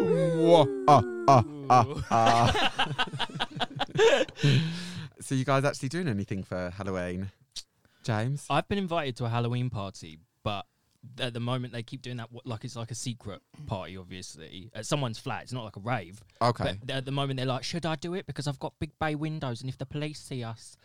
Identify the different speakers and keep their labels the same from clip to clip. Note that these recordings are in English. Speaker 1: Whoa. Ah, ah, ah, ah. so you guys actually doing anything for Halloween? James?
Speaker 2: I've been invited to a Halloween party, but at the moment they keep doing that wh- like it's like a secret party, obviously, at someone's flat. It's not like a rave.
Speaker 1: Okay.
Speaker 2: But th- at the moment they're like, should I do it because I've got big bay windows, and if the police see us,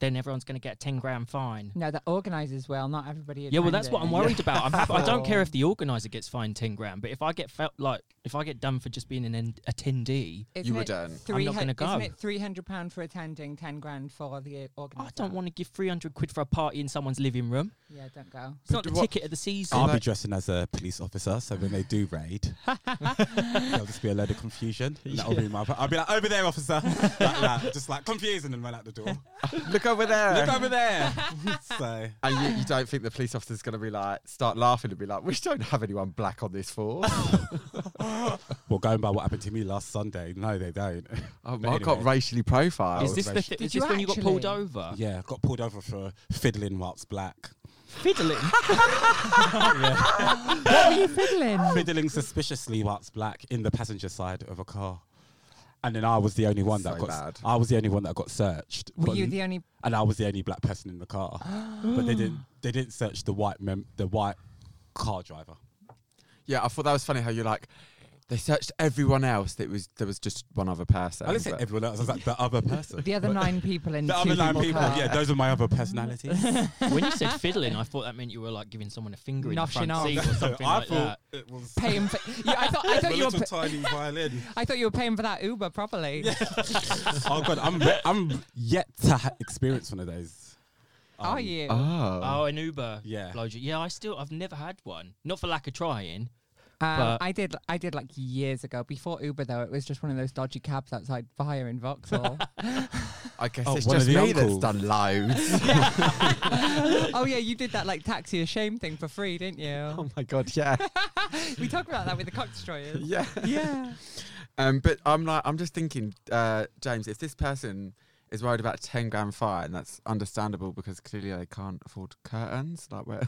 Speaker 2: then everyone's going to get a ten grand fine.
Speaker 3: No, the organisers will, not everybody.
Speaker 2: Yeah, well, that's what I'm
Speaker 3: attending.
Speaker 2: worried about. I'm happy, I don't care
Speaker 3: Oh.
Speaker 2: if the organizer gets fined ten grand, but if I get felt like if I get done for just being an en- attendee,
Speaker 3: Isn't
Speaker 1: You
Speaker 3: it
Speaker 1: wouldn't. I'm not
Speaker 3: 300
Speaker 2: gonna go.
Speaker 3: Isn't it three hundred pound for attending, ten grand for the organizer?
Speaker 2: I don't want to give three hundred quid for a party in someone's living room.
Speaker 3: Yeah, don't go.
Speaker 2: It's not
Speaker 1: do
Speaker 2: the
Speaker 1: what-
Speaker 2: ticket of the season.
Speaker 4: I'll be
Speaker 1: like-
Speaker 4: dressing as a police officer, so when they do raid, there'll just be a load of confusion. and That'll be my. I'll be like, over there, officer. like that, just like confusing and run out the door.
Speaker 1: Look over there.
Speaker 4: Look over there. so
Speaker 1: and you, you don't think the police officer's going to be like, start laughing and be like, we don't have anyone black on this force.
Speaker 4: Oh, Well, going by what happened to me last Sunday, no, they don't.
Speaker 1: oh,
Speaker 4: But
Speaker 1: Mark got
Speaker 4: anyway.
Speaker 1: racially profiled.
Speaker 2: Is this the
Speaker 4: Observation.
Speaker 2: th-
Speaker 3: Did
Speaker 2: is
Speaker 3: you
Speaker 2: this when you got pulled
Speaker 3: actually?
Speaker 2: over?
Speaker 4: Yeah, got pulled over for fiddling whilst black.
Speaker 2: Fiddling.
Speaker 3: What are you fiddling?
Speaker 4: Fiddling suspiciously whilst black in the passenger side of a car. And then I was the only one that
Speaker 1: So
Speaker 4: got.
Speaker 1: bad.
Speaker 4: I was the only one that got searched.
Speaker 3: Were
Speaker 4: but
Speaker 3: you
Speaker 4: n-
Speaker 3: the only?
Speaker 4: and I was the only black person in the car. but they didn't. They didn't search the white mem- the white car driver.
Speaker 1: yeah, I thought that was funny how you're like, they searched everyone else. That was there was just one other person.
Speaker 4: I didn't say
Speaker 1: but-
Speaker 4: everyone else. I was like the other person.
Speaker 3: The other
Speaker 4: But-
Speaker 3: nine people in
Speaker 4: The
Speaker 3: two
Speaker 4: other nine
Speaker 3: people's
Speaker 4: people.
Speaker 3: car.
Speaker 4: Yeah, those are my other personalities.
Speaker 2: when you said fiddling, I thought that meant you were like giving someone a finger in the
Speaker 3: Noshing
Speaker 2: front
Speaker 3: off.
Speaker 2: seat or something
Speaker 4: I
Speaker 2: like that.
Speaker 4: thought it was
Speaker 3: Paying for, yeah, I thought I
Speaker 4: a
Speaker 3: thought you were.
Speaker 4: little
Speaker 3: pa-
Speaker 4: tiny violin.
Speaker 3: I thought you were paying for that Uber properly.
Speaker 4: oh god, I'm re- I'm yet to ha- experience one of those.
Speaker 3: Are
Speaker 4: Um,
Speaker 3: you?
Speaker 1: Oh.
Speaker 2: Oh, an Uber.
Speaker 4: Yeah.
Speaker 2: blows you. Yeah, I still I've never had one. Not for lack of trying.
Speaker 3: Um,
Speaker 2: But-
Speaker 3: I did. I did like years ago. Before Uber, though, it was just one of those dodgy cabs outside Fire in Vauxhall.
Speaker 1: I guess
Speaker 4: Oh,
Speaker 1: it's
Speaker 4: one of
Speaker 1: just me
Speaker 4: the
Speaker 1: that's
Speaker 4: uncles.
Speaker 1: done loads.
Speaker 3: oh yeah, you did that like taxi of shame thing for free, didn't you?
Speaker 1: oh my God, yeah.
Speaker 3: we talked about that with the cock destroyers.
Speaker 1: yeah.
Speaker 3: Yeah.
Speaker 1: Um, but I'm like, I'm just thinking, uh, James, if this person is worried about a 10 grand fine, that's understandable because clearly they can't afford curtains. Like, where,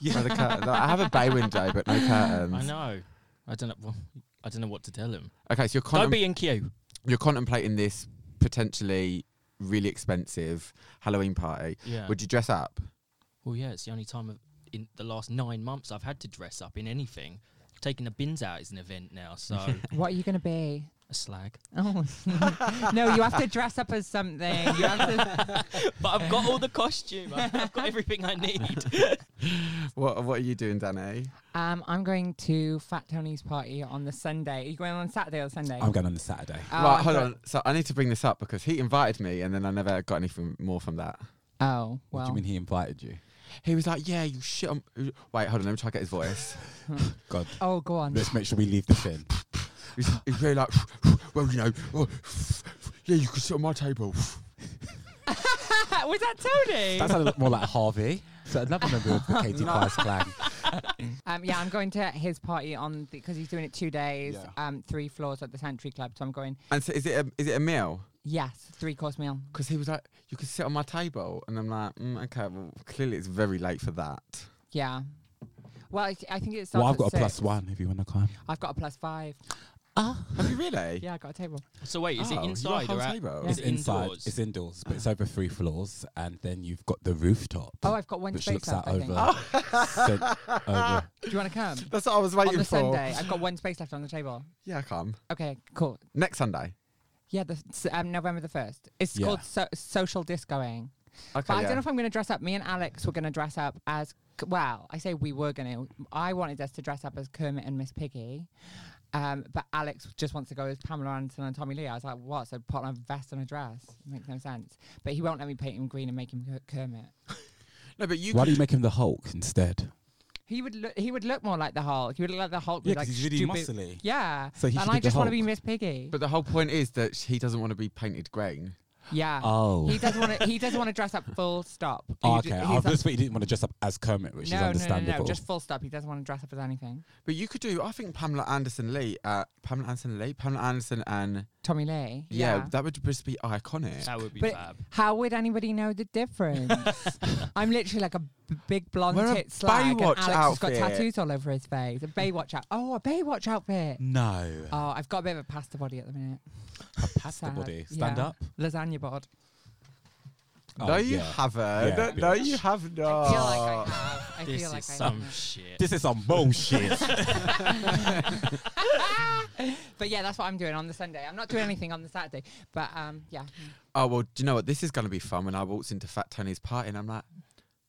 Speaker 1: where the curtain? Like, I have a bay window, but no curtains.
Speaker 2: I know. I don't know. Well, I don't know what to tell him.
Speaker 1: Okay, so you're,
Speaker 2: Don't
Speaker 1: contem-
Speaker 2: be in queue.
Speaker 1: you're contemplating this potentially really expensive Halloween party.
Speaker 2: Yeah.
Speaker 1: Would you dress up?
Speaker 2: Well, yeah, it's the only time of, in the last nine months I've had to dress up in anything. Taking the bins out is an event now, so
Speaker 3: What are you gonna be?
Speaker 2: a slag.
Speaker 3: Oh no, you have to dress up as something. You have to.
Speaker 2: But I've got all the costume. I've, I've got everything I need.
Speaker 1: What What are you doing, Danny?
Speaker 2: Uh,
Speaker 3: Um, I'm going to Fat Tony's party on the Sunday. Are you going on Saturday or Sunday?
Speaker 4: I'm going on the Saturday.
Speaker 3: Oh,
Speaker 1: right,
Speaker 3: I'm
Speaker 1: hold
Speaker 3: go-
Speaker 1: on. So I need to bring this up because he invited me, and then I never got anything more from that.
Speaker 3: Oh
Speaker 4: What do you
Speaker 3: well.
Speaker 4: mean he invited you?
Speaker 1: He was like, "Yeah, you shit." On- Wait, hold on. Let me try to get his voice.
Speaker 4: God,
Speaker 3: Oh, go on.
Speaker 4: let's make sure we leave this in.
Speaker 1: He's, he's really like, well, you know, oh, yeah, you could sit on my table.
Speaker 3: Was that Tony?
Speaker 4: That sounded more like Harvey. So another member of the Katie Price clan.
Speaker 3: Um, yeah, I'm going to his party on because he's doing it two days,
Speaker 4: Yeah.
Speaker 3: um, three floors at the Santry Club. So I'm going.
Speaker 1: And so, is it a, is it a meal?
Speaker 3: Yes, three course meal.
Speaker 1: Because he was like, you could sit on my table, and I'm like, mm, okay, well, clearly it's very late for that.
Speaker 3: Yeah. Well, I, I think it's.
Speaker 4: Well, I've got a plus one if you want to come.
Speaker 3: I've got a plus five.
Speaker 1: Have you really?
Speaker 3: Yeah, I got a table.
Speaker 2: So wait,
Speaker 1: Oh,
Speaker 2: is it
Speaker 1: you got a
Speaker 2: inside
Speaker 1: whole
Speaker 2: or out?
Speaker 1: table?
Speaker 3: Yeah.
Speaker 2: Is
Speaker 4: It's
Speaker 2: it
Speaker 4: inside.
Speaker 2: indoors?
Speaker 4: It's indoors, but it's over three floors, and then you've got the rooftop,
Speaker 3: Oh, I've got one
Speaker 4: which
Speaker 3: space
Speaker 4: looks
Speaker 3: left.
Speaker 4: out
Speaker 3: I think.
Speaker 4: over, cent- over.
Speaker 3: Do you want to come
Speaker 1: That's what I was
Speaker 3: on
Speaker 1: waiting
Speaker 3: the
Speaker 1: for.
Speaker 3: Sunday? I've got one space left on the table.
Speaker 1: Yeah, come
Speaker 3: Okay, cool.
Speaker 1: next Sunday.
Speaker 3: Yeah, the, s- um, November the first. It's
Speaker 4: Yeah.
Speaker 3: called so- social discoing.
Speaker 1: Okay,
Speaker 3: But I
Speaker 1: yeah.
Speaker 3: don't know if I'm going to dress up. Me and Alex were going to dress up as K- well. I say we were going to. I wanted us to dress up as Kermit and Miss Piggy, um, but Alex just wants to go as Pamela Anderson and Tommy Lee. I was like, what? So put on a vest and a dress makes no sense. But he won't let me paint him green and make him Ker- Kermit.
Speaker 1: no, but you
Speaker 4: Why
Speaker 1: could,
Speaker 4: do you make him the Hulk instead?
Speaker 3: He would look. He would look more like the Hulk. He would look like the Hulk.
Speaker 4: Yeah,
Speaker 3: with like
Speaker 4: 'cause he's really
Speaker 3: stupid-
Speaker 4: muscly.
Speaker 3: Yeah.
Speaker 4: So he
Speaker 3: and
Speaker 4: should
Speaker 3: I
Speaker 4: be the
Speaker 3: just want to be
Speaker 4: Hulk.
Speaker 3: Miss Piggy.
Speaker 1: But the whole point is that sh- he doesn't want to be painted green.
Speaker 3: yeah.
Speaker 4: Oh.
Speaker 3: Ah. He doesn't want to. He doesn't want to dress up. Full stop.
Speaker 4: Oh,
Speaker 3: He
Speaker 4: okay,
Speaker 3: ju-
Speaker 4: I
Speaker 3: he's
Speaker 4: was
Speaker 3: like-
Speaker 4: just thought you didn't want to dress up as Kermit, which is
Speaker 3: no, no, no,
Speaker 4: understandable.
Speaker 3: no, just full stop. He doesn't want to dress up as anything.
Speaker 1: But you could do. I think Pamela Anderson Lee, uh, Pamela Anderson Lee, Pamela Anderson and
Speaker 3: Tommy Lee.
Speaker 1: Yeah, that would just be iconic.
Speaker 2: That would be
Speaker 3: But-
Speaker 2: fab.
Speaker 3: How would anybody know the difference? I'm literally like a b- big blonde
Speaker 1: Wear a
Speaker 3: tit slag, and
Speaker 1: Baywatch
Speaker 3: Alex has got
Speaker 1: outfit.
Speaker 3: tattoos all over his face. A Baywatch out. Oh, a Baywatch outfit.
Speaker 4: No.
Speaker 3: Oh, I've got a bit of a pasta body at the minute.
Speaker 4: a pasta
Speaker 3: sad,
Speaker 4: body. Stand
Speaker 3: yeah.
Speaker 4: up.
Speaker 3: Lasagna bod.
Speaker 1: no,
Speaker 4: Oh,
Speaker 1: you
Speaker 4: yeah.
Speaker 1: haven't.
Speaker 4: Yeah,
Speaker 1: no,
Speaker 4: bitch.
Speaker 1: you have not.
Speaker 3: I feel like
Speaker 4: Oh,
Speaker 3: I have. I
Speaker 2: This
Speaker 3: feel like
Speaker 2: is
Speaker 3: I
Speaker 2: some
Speaker 3: have.
Speaker 2: shit.
Speaker 4: This is some bullshit.
Speaker 3: But yeah, that's what I'm doing on the Sunday. I'm not doing anything on the Saturday. But um, yeah.
Speaker 1: Oh well, do you know what? This is gonna be fun when I waltz into Fat Tony's party and I'm like,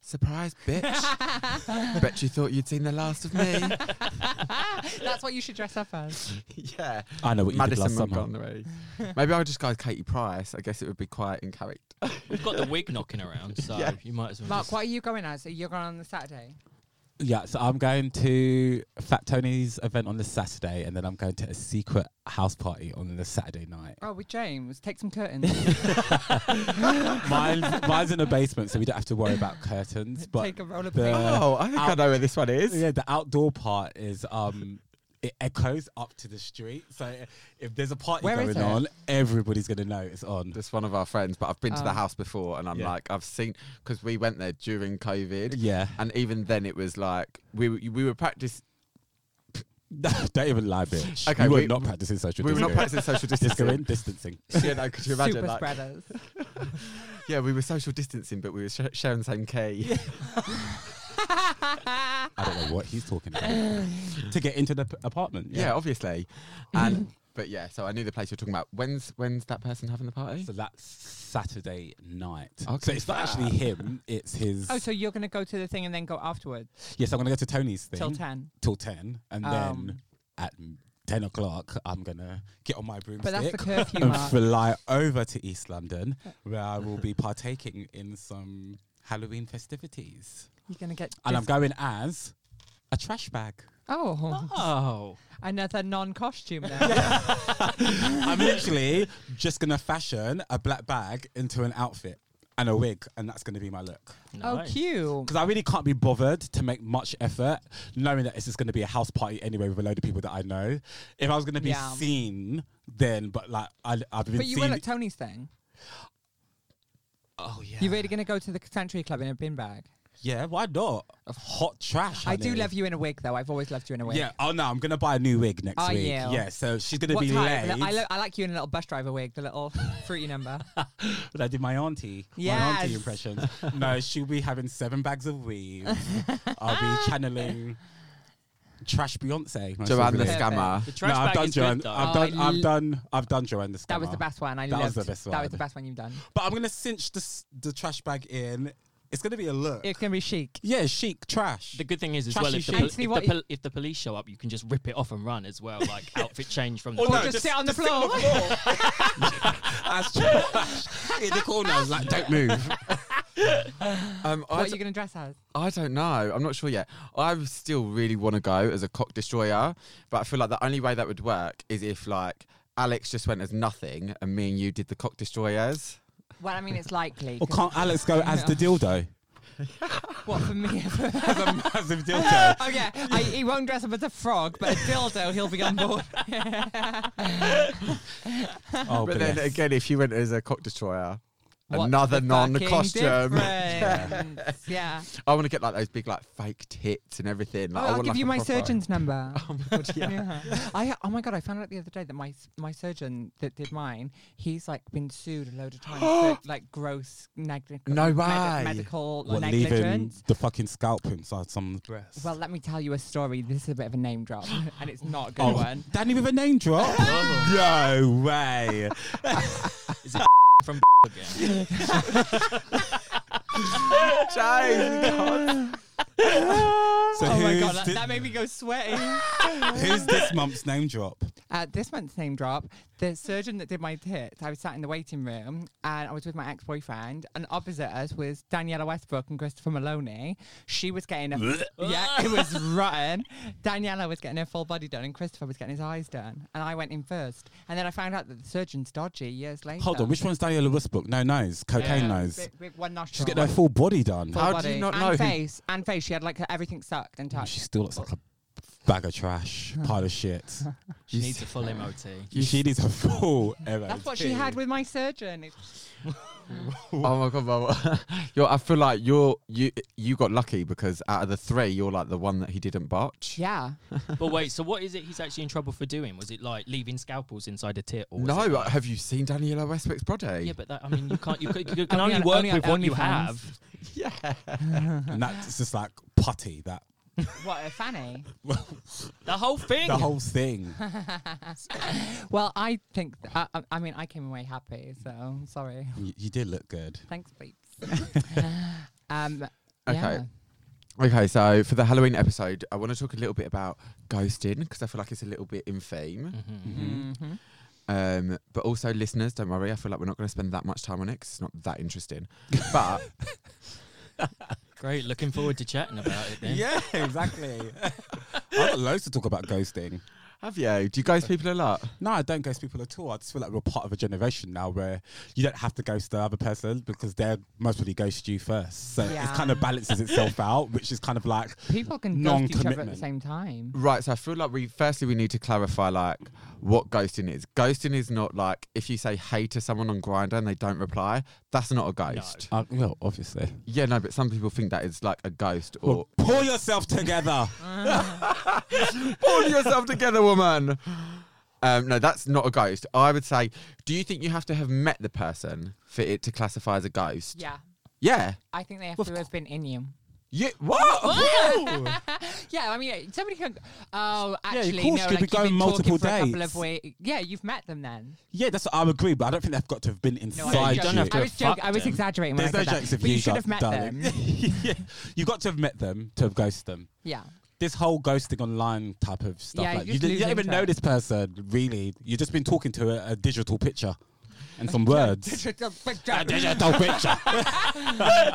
Speaker 1: surprise, bitch! Bet you thought you'd seen the last of me.
Speaker 3: that's what you should dress up as.
Speaker 1: yeah,
Speaker 4: I know what you did
Speaker 1: Madison
Speaker 4: last summer.
Speaker 1: Montgomery. Maybe I'll just go with Katie Price. I guess it would be quite in character.
Speaker 2: We've got the wig knocking around, so
Speaker 1: Yeah.
Speaker 2: you might as well.
Speaker 3: Mark,
Speaker 2: just-
Speaker 3: what are you going as? You're going on the Saturday.
Speaker 4: Yeah, so I'm going to Fat Tony's event on the Saturday, and then I'm going to a secret house party on the Saturday night.
Speaker 3: Oh, with James. Take some curtains.
Speaker 4: Mine, mine's in the basement, so we don't have to worry about curtains. But
Speaker 3: Take a roll of
Speaker 4: the-
Speaker 3: paper.
Speaker 1: oh, I think I
Speaker 4: out-
Speaker 1: know where this one is.
Speaker 4: yeah, the outdoor part is um, it echoes up to the street. So if there's a party
Speaker 3: Where is
Speaker 4: going
Speaker 3: it?
Speaker 4: on, everybody's going to know it's on.
Speaker 1: It's one of our friends, but I've been to the
Speaker 3: Oh.
Speaker 1: house before, and I'm
Speaker 4: Yeah.
Speaker 1: like, I've seen because we went there during COVID,
Speaker 4: Yeah,
Speaker 1: and even then it was like we were- we were practice
Speaker 4: don't even lie, bitch.
Speaker 1: Okay,
Speaker 4: Okay, we were
Speaker 1: we-
Speaker 4: not practicing social
Speaker 1: we were not
Speaker 4: distancing.
Speaker 1: practicing social distancing.
Speaker 4: Discering, distancing.
Speaker 1: yeah, no, could you imagine?
Speaker 3: Super
Speaker 1: like,
Speaker 3: spreaders.
Speaker 1: Yeah, we were social distancing, but we were sh- sharing the same key.
Speaker 4: I don't know what he's talking about. to get into the p- apartment.
Speaker 1: Yeah, obviously. And but yeah, so I knew the place you're talking about. When's when's that person having the party?
Speaker 4: So that's Saturday night.
Speaker 1: Okay.
Speaker 4: So it's not actually him, it's his.
Speaker 3: Oh, so you're going to go to the thing and then go afterwards
Speaker 4: yes, I'm going to go to Tony's thing.
Speaker 3: till 10.
Speaker 4: Till 10. And
Speaker 3: Um,
Speaker 4: then at m- 10 o'clock, I'm going to get on my broomstick.
Speaker 3: But that's the curfew,
Speaker 4: and
Speaker 3: Mark.
Speaker 4: fly over to East London, where I will be partaking in some Halloween festivities.
Speaker 3: You're going to get.
Speaker 4: And I'm
Speaker 3: dis-
Speaker 4: going as a trash bag.
Speaker 3: Oh,
Speaker 2: Oh,
Speaker 3: another non costume then.
Speaker 4: I'm literally just going to fashion a black bag into an outfit and a wig, and that's going to be my look.
Speaker 3: oh,
Speaker 2: nice.
Speaker 3: cute.
Speaker 4: because I really can't be bothered to make much effort, knowing that it's just going to be a house party anyway with a load of people that I know. If I was going to be
Speaker 3: Yeah.
Speaker 4: seen, then but like I, I've been
Speaker 3: But you
Speaker 4: seen.
Speaker 3: were at Tony's thing.
Speaker 4: oh yeah,
Speaker 3: You're really going to go to the Century Club in a bin bag.
Speaker 4: yeah. Why not? Hot trash.
Speaker 3: I do
Speaker 4: honey.
Speaker 3: love you in a wig, though. I've always loved you in a wig.
Speaker 4: Yeah. Oh no, I'm going to buy a new wig next
Speaker 3: Are
Speaker 4: week.
Speaker 3: you?
Speaker 4: Yeah. So she's going to
Speaker 3: Oh, What
Speaker 4: be
Speaker 3: type?
Speaker 4: late.
Speaker 3: I, lo- I like you in a little bus driver wig, the little fruity number.
Speaker 4: But I did my auntie. My
Speaker 3: Yes.
Speaker 4: auntie impression. no, she'll be having seven bags of weed. I'll be channeling trash Beyonce.
Speaker 1: Joanne
Speaker 4: most
Speaker 1: the
Speaker 4: probably.
Speaker 3: Perfect.
Speaker 1: scammer.
Speaker 2: The trash
Speaker 4: no,
Speaker 2: bag
Speaker 4: I've done
Speaker 2: is good,
Speaker 4: Joanne.
Speaker 2: though.
Speaker 4: I've
Speaker 3: Oh,
Speaker 4: done.
Speaker 3: I
Speaker 4: I've
Speaker 3: l-
Speaker 4: done. I've done Joanne the Scammer.
Speaker 3: That was the best one. I
Speaker 4: That was
Speaker 3: loved.
Speaker 4: the best
Speaker 3: That
Speaker 4: one.
Speaker 3: was the best one you've done.
Speaker 4: But I'm gonna cinch the s- the trash bag in. It's gonna be a look.
Speaker 3: It's gonna be chic.
Speaker 4: yeah, chic trash.
Speaker 2: The good thing is, as
Speaker 4: Trashy
Speaker 2: well, if the,
Speaker 4: shit.
Speaker 2: pol-
Speaker 3: Anthony,
Speaker 2: if,
Speaker 3: what
Speaker 2: the pol- if the police show up, you can just rip it off and run as well. Like outfit change from the
Speaker 4: Or
Speaker 3: Or
Speaker 4: no,
Speaker 2: police.
Speaker 3: just,
Speaker 4: just-
Speaker 3: sit on the
Speaker 4: just sit
Speaker 3: floor.
Speaker 4: on As trash in the corner. I was like, don't move.
Speaker 1: Um,
Speaker 3: what
Speaker 1: I,
Speaker 3: are you gonna dress as?
Speaker 1: d- I don't know. I'm not sure yet. I still really want to go as a cock destroyer, but I feel like the only way that would work is if like Alex just went as nothing and me and you did the cock destroyers.
Speaker 3: Well, I mean, it's likely.
Speaker 4: Or
Speaker 3: 'cause-
Speaker 4: can't Alex go as the dildo?
Speaker 3: What for me?
Speaker 4: As a massive dildo.
Speaker 3: oh yeah, I, he won't dress up as a frog, but a dildo, he'll be on board.
Speaker 4: Oh,
Speaker 1: but then again, if you went as a cock destroyer,
Speaker 3: What's
Speaker 1: another
Speaker 3: the
Speaker 1: non-costume.
Speaker 3: fucking difference? yeah.
Speaker 1: I want to get like those big like fake tits and everything. Like,
Speaker 3: Oh,
Speaker 1: I
Speaker 3: I'll
Speaker 1: want,
Speaker 3: give
Speaker 1: like,
Speaker 3: you
Speaker 1: a
Speaker 3: my
Speaker 1: proper-
Speaker 3: surgeon's number. Oh my god, yeah. I oh my god, I found out the other day that my s- my surgeon that did mine, he's like been sued a load of times for like gross negligence.
Speaker 1: No way.
Speaker 3: medical
Speaker 4: what, leaving
Speaker 3: negligence.
Speaker 4: the fucking scalp inside someone's breast.
Speaker 3: Well, let me tell you a story. This is a bit of a name drop, and it's not a good
Speaker 4: oh,
Speaker 3: one.
Speaker 4: Danny with a name drop.
Speaker 3: Oh.
Speaker 4: no way.
Speaker 2: from again.
Speaker 1: James,
Speaker 4: So
Speaker 3: oh my
Speaker 4: who's,
Speaker 3: god, that,
Speaker 4: thi-
Speaker 3: that made me go sweating.
Speaker 4: who's this month's name drop?
Speaker 3: Uh, this month's name drop, the surgeon that did my tits, I was sat in the waiting room and I was with my ex boyfriend, and opposite us was Daniela Westbrook and Christopher Maloney. She was getting a. yeah, it was rotten. Daniela was getting her full body done, and Christopher was getting his eyes done. And I went in first. And then I found out that the surgeon's dodgy years later.
Speaker 4: Hold on, which one's Daniela Westbrook? No nose, cocaine nose.
Speaker 3: With, with one nostril.
Speaker 4: She's getting her full body done.
Speaker 3: Full
Speaker 1: How do you
Speaker 3: body.
Speaker 1: not
Speaker 3: and
Speaker 1: know who-
Speaker 3: face, and face. She had like everything sucked and
Speaker 4: Oh,
Speaker 3: touched.
Speaker 4: she still looks like a bag of trash, pile of shit.
Speaker 2: She needs a full MOT.
Speaker 4: she needs a full MOT.
Speaker 3: That's what she had with my surgeon. It's-
Speaker 1: Oh my god, Mama. you're, I feel like you're you you got lucky because out of the three, you're like the one that he didn't botch.
Speaker 3: yeah.
Speaker 2: but wait, so what is it he's actually in trouble for doing? Was it like leaving scalpels inside a tit? Or was
Speaker 1: No,
Speaker 2: it like-
Speaker 1: have you seen Daniela Westwick's body?
Speaker 2: yeah, but that, I mean, you can't. You, c- you can only
Speaker 3: Only on-
Speaker 2: work
Speaker 3: only on
Speaker 2: with what you
Speaker 3: OnlyFans.
Speaker 2: have.
Speaker 4: And that's just like putty, that
Speaker 3: What a fanny.
Speaker 2: The whole thing.
Speaker 4: the whole thing.
Speaker 3: Well, I think, th- I, I- I mean, I came away happy, so sorry.
Speaker 4: you, you did look good.
Speaker 3: Thanks, Beeps. um,
Speaker 1: Okay.
Speaker 3: yeah.
Speaker 1: Okay, so for the Halloween episode, I want to talk a little bit about ghosting because I feel like it's a little bit in fame.
Speaker 2: Mhm.
Speaker 4: Mm-hmm.
Speaker 3: Mhm.
Speaker 2: Mm.
Speaker 1: Um, but also, listeners, don't worry. I feel like we're not going to spend that much time on it 'cause it's not that interesting. But
Speaker 2: Great. Looking forward to chatting about it then.
Speaker 4: Yeah, exactly. I've got loads to talk about ghosting.
Speaker 1: have you? Do you ghost people a lot?
Speaker 4: No, I don't ghost people at all. I just feel like we're part of a generation now where you don't have to ghost the other person because they're most probably ghost you first. So
Speaker 3: Yeah.
Speaker 4: it kind of balances itself out, which is kind of like
Speaker 3: People can ghost each other at the
Speaker 4: Non-commitment.
Speaker 3: same time.
Speaker 1: Right. So I feel like we firstly we need to clarify like what ghosting is. Ghosting is not like if you say hey to someone on Grinder and they don't reply. That's not a ghost.
Speaker 4: uh, well, obviously.
Speaker 1: Yeah, no. But some people think that is like a ghost or
Speaker 4: Well, pull yourself together.
Speaker 1: pull yourself together, woman. Um, no, that's not a ghost. I would say, do you think you have to have met the person for it to classify as a ghost?
Speaker 3: Yeah.
Speaker 1: Yeah.
Speaker 3: I think they have
Speaker 4: Of
Speaker 3: to have been in you.
Speaker 1: You, what?
Speaker 3: Yeah, I mean, somebody can. Oh,
Speaker 4: of
Speaker 3: actually,
Speaker 4: course,
Speaker 3: no. Like
Speaker 4: could be
Speaker 3: you've been
Speaker 4: going multiple
Speaker 3: talking for a couple
Speaker 4: dates.
Speaker 3: of weeks. Yeah, you've met them then.
Speaker 4: yeah, that's what I agree, but I don't think they've got to have been
Speaker 3: No,
Speaker 4: inside
Speaker 3: I was
Speaker 2: you
Speaker 3: joking.
Speaker 2: don't have
Speaker 3: I
Speaker 2: to
Speaker 3: was
Speaker 2: have
Speaker 3: joking.
Speaker 2: fucked
Speaker 3: I was
Speaker 2: them.
Speaker 3: exaggerating.
Speaker 4: There's no
Speaker 3: when I said that.
Speaker 4: jokes if
Speaker 3: But
Speaker 4: you,
Speaker 3: you should
Speaker 4: got-
Speaker 3: have met
Speaker 4: darling.
Speaker 3: them.
Speaker 4: yeah. You got to have met them to have ghosted them.
Speaker 3: Yeah.
Speaker 4: this whole ghosting online type of stuff.
Speaker 3: Yeah,
Speaker 4: like
Speaker 3: you
Speaker 4: you,
Speaker 3: just
Speaker 4: don't- you
Speaker 3: lose
Speaker 4: don't even know
Speaker 3: interest.
Speaker 4: this person really. You've just been talking to a, a digital picture and some words. a digital picture.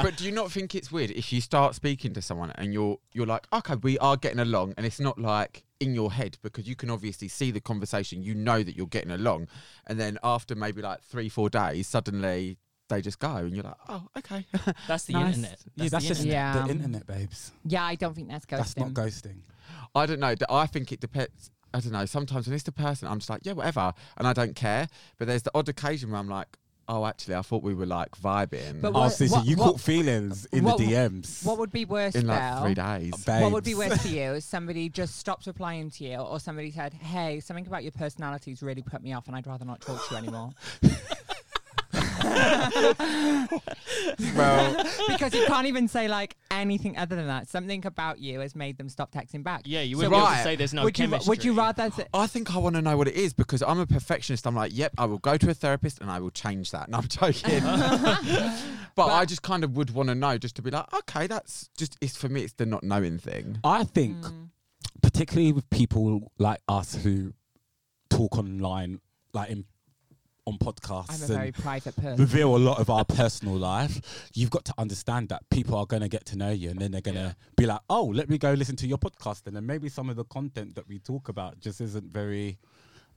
Speaker 1: but do you not think it's weird if you start speaking to someone and you're you're like, okay, we are getting along, and it's not like in your head because you can obviously see the conversation, you know that you're getting along, and then after maybe like three four days, suddenly they just go, and you're like, oh, okay.
Speaker 2: That's the
Speaker 1: Nice.
Speaker 2: internet.
Speaker 4: yeah, that's
Speaker 2: the
Speaker 4: just
Speaker 2: internet.
Speaker 3: internet.
Speaker 4: the
Speaker 3: Yeah.
Speaker 4: internet, babes.
Speaker 3: Yeah, I don't think that's ghosting.
Speaker 4: That's not ghosting.
Speaker 1: I don't know. I think it depends. I don't know. Sometimes when it's the person, I'm just like, yeah, whatever, and I don't care. But there's the odd occasion where I'm like, oh, actually, I thought we were like vibing
Speaker 3: But
Speaker 4: Oh,
Speaker 3: what-
Speaker 4: so, so
Speaker 3: what-
Speaker 4: you
Speaker 3: what-
Speaker 4: caught feelings in
Speaker 3: what-
Speaker 4: the DMs.
Speaker 3: What would be worse,
Speaker 1: in like
Speaker 3: Belle?
Speaker 1: three days.
Speaker 4: babes.
Speaker 3: What would be worse for you is somebody just stopped replying to you, or somebody said, "Hey, something about your personality's really put me off, and I'd rather not talk to you anymore."
Speaker 1: well,
Speaker 3: because you can't even say like anything other than that. Something about you has made them stop texting back.
Speaker 2: Yeah, you
Speaker 3: So
Speaker 2: wouldn't
Speaker 1: So
Speaker 2: be able
Speaker 1: right.
Speaker 2: to say there's no
Speaker 3: would you
Speaker 2: chemistry.
Speaker 3: would you rather? Th-
Speaker 1: I think I want to know what it is because I'm a perfectionist. I'm like, yep, I will go to a therapist and I will change that. And I'm joking, but, I just kind of would want to know just to be like, okay, that's just it's for me. It's the not knowing thing.
Speaker 4: I think,
Speaker 3: Mm.
Speaker 4: particularly with people like us who talk online, like in on podcasts
Speaker 3: I'm a
Speaker 4: and
Speaker 3: very private person.
Speaker 4: reveal a lot of our personal life, you've got to understand that people are going to get to know you and then they're going to be like, oh, let me go listen to your podcast. And then maybe some of the content that we talk about just isn't very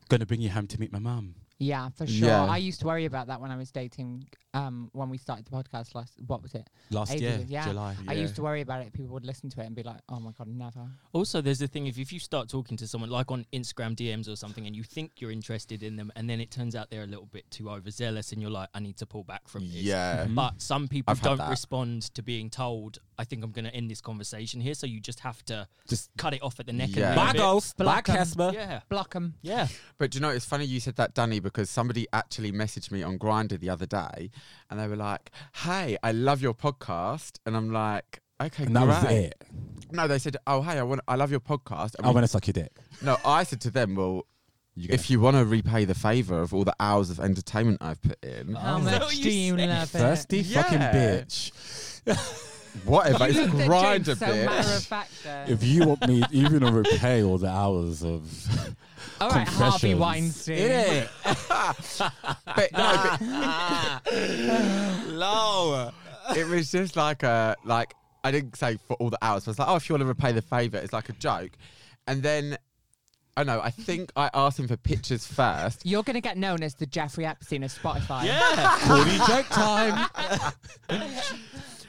Speaker 4: going to bring you home to meet my mum.
Speaker 3: Yeah, for sure.
Speaker 1: Yeah.
Speaker 3: I used to worry about that when I was dating. Um, when we started the podcast last, what was it?
Speaker 4: Last
Speaker 3: Ages
Speaker 4: year,
Speaker 3: ago, yeah.
Speaker 4: July.
Speaker 3: I
Speaker 1: Yeah.
Speaker 3: used to worry about it. People would listen to it and be like, "Oh my god, never."
Speaker 2: Also, there's the thing if, if you start talking to someone like on Instagram DMs or something, and you think you're interested in them, and then it turns out they're a little bit too overzealous, and you're like, I need to pull back from this.
Speaker 1: Yeah.
Speaker 2: But some people
Speaker 1: I've had
Speaker 2: don't
Speaker 1: that.
Speaker 2: respond to being told, I think I'm going to end this conversation here. So you just have to
Speaker 4: Just
Speaker 2: cut it off at the neck.
Speaker 1: Yeah.
Speaker 2: And
Speaker 4: bye,
Speaker 2: leave it.
Speaker 4: ghost. Bye,
Speaker 3: Black 'em.
Speaker 4: Casper.
Speaker 2: um, Yeah.
Speaker 3: Block them.
Speaker 2: Yeah.
Speaker 1: But do you know, it's funny you said that, Danny, because somebody actually messaged me on Grinder the other day, and they were like, "Hey, I love your podcast," and I'm like, "Okay,
Speaker 4: And that was
Speaker 1: great."
Speaker 4: it. Oh,
Speaker 1: No, they said, "Oh, hey, I want, I love your podcast." And
Speaker 4: I
Speaker 1: we-
Speaker 4: want to suck your dick.
Speaker 1: no, I said to them, "Well,
Speaker 4: You
Speaker 1: if you want to repay the favor of all the hours of entertainment I've put in,
Speaker 3: How
Speaker 2: Is that
Speaker 3: much
Speaker 2: what you
Speaker 3: do you
Speaker 2: said?
Speaker 3: love it?
Speaker 4: thirsty fucking
Speaker 1: Yeah.
Speaker 4: bitch.
Speaker 1: whatever,
Speaker 3: You
Speaker 1: it's
Speaker 3: looked at
Speaker 1: Grinder,
Speaker 3: James so matter of
Speaker 1: bitch."
Speaker 3: fact there.
Speaker 4: If you want me even to repay all the hours of
Speaker 3: All right, Harvey
Speaker 4: confessions.
Speaker 3: Weinstein.
Speaker 4: it,
Speaker 1: but no, but
Speaker 4: low.
Speaker 1: it was just like a like I didn't say for all the hours. I was like, oh, if you want to repay the favour, it's like a joke. And then I know I think I asked him for pictures first.
Speaker 3: You're going to get known as the Jeffrey Epstein of Spotify.
Speaker 2: Yeah.
Speaker 4: Corny joke time.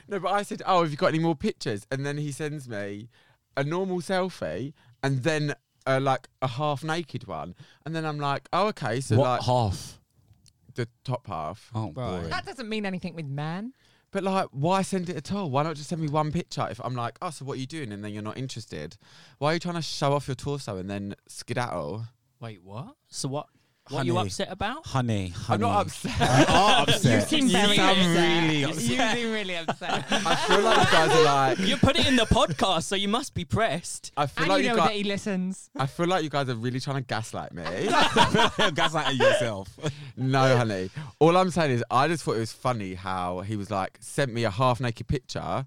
Speaker 1: No, but I said, oh, have you got any more pictures? And then he sends me a normal selfie and then uh, like a half naked one, and then I'm like, oh okay, so
Speaker 4: what
Speaker 1: like
Speaker 4: half?
Speaker 1: the top half.
Speaker 4: Oh,
Speaker 2: Right.
Speaker 4: boy.
Speaker 3: That doesn't mean anything with men.
Speaker 1: But like, why send it at all? Why not just send me one picture? If I'm like, oh, so what are you doing? And then you're not interested. Why are you trying to show off your torso and then skedaddle?
Speaker 2: Wait, what? So what? What you
Speaker 4: Honey.
Speaker 2: upset about?
Speaker 4: Honey,
Speaker 1: I'm
Speaker 4: honey.
Speaker 1: not upset.
Speaker 4: You are upset.
Speaker 3: You seem very
Speaker 4: sound
Speaker 3: upset.
Speaker 4: really
Speaker 3: You
Speaker 4: upset.
Speaker 3: seem really upset.
Speaker 1: I feel like you guys are like.
Speaker 2: You put it in the podcast, so you must be pressed.
Speaker 1: I feel
Speaker 3: and
Speaker 1: like
Speaker 3: you
Speaker 1: you
Speaker 3: know
Speaker 1: guys.
Speaker 3: that he listens.
Speaker 1: I feel like you guys are really trying to gaslight me.
Speaker 4: Gaslighting yourself.
Speaker 1: no, honey. All I'm saying is, I just thought it was funny how he was like, sent me a half naked picture,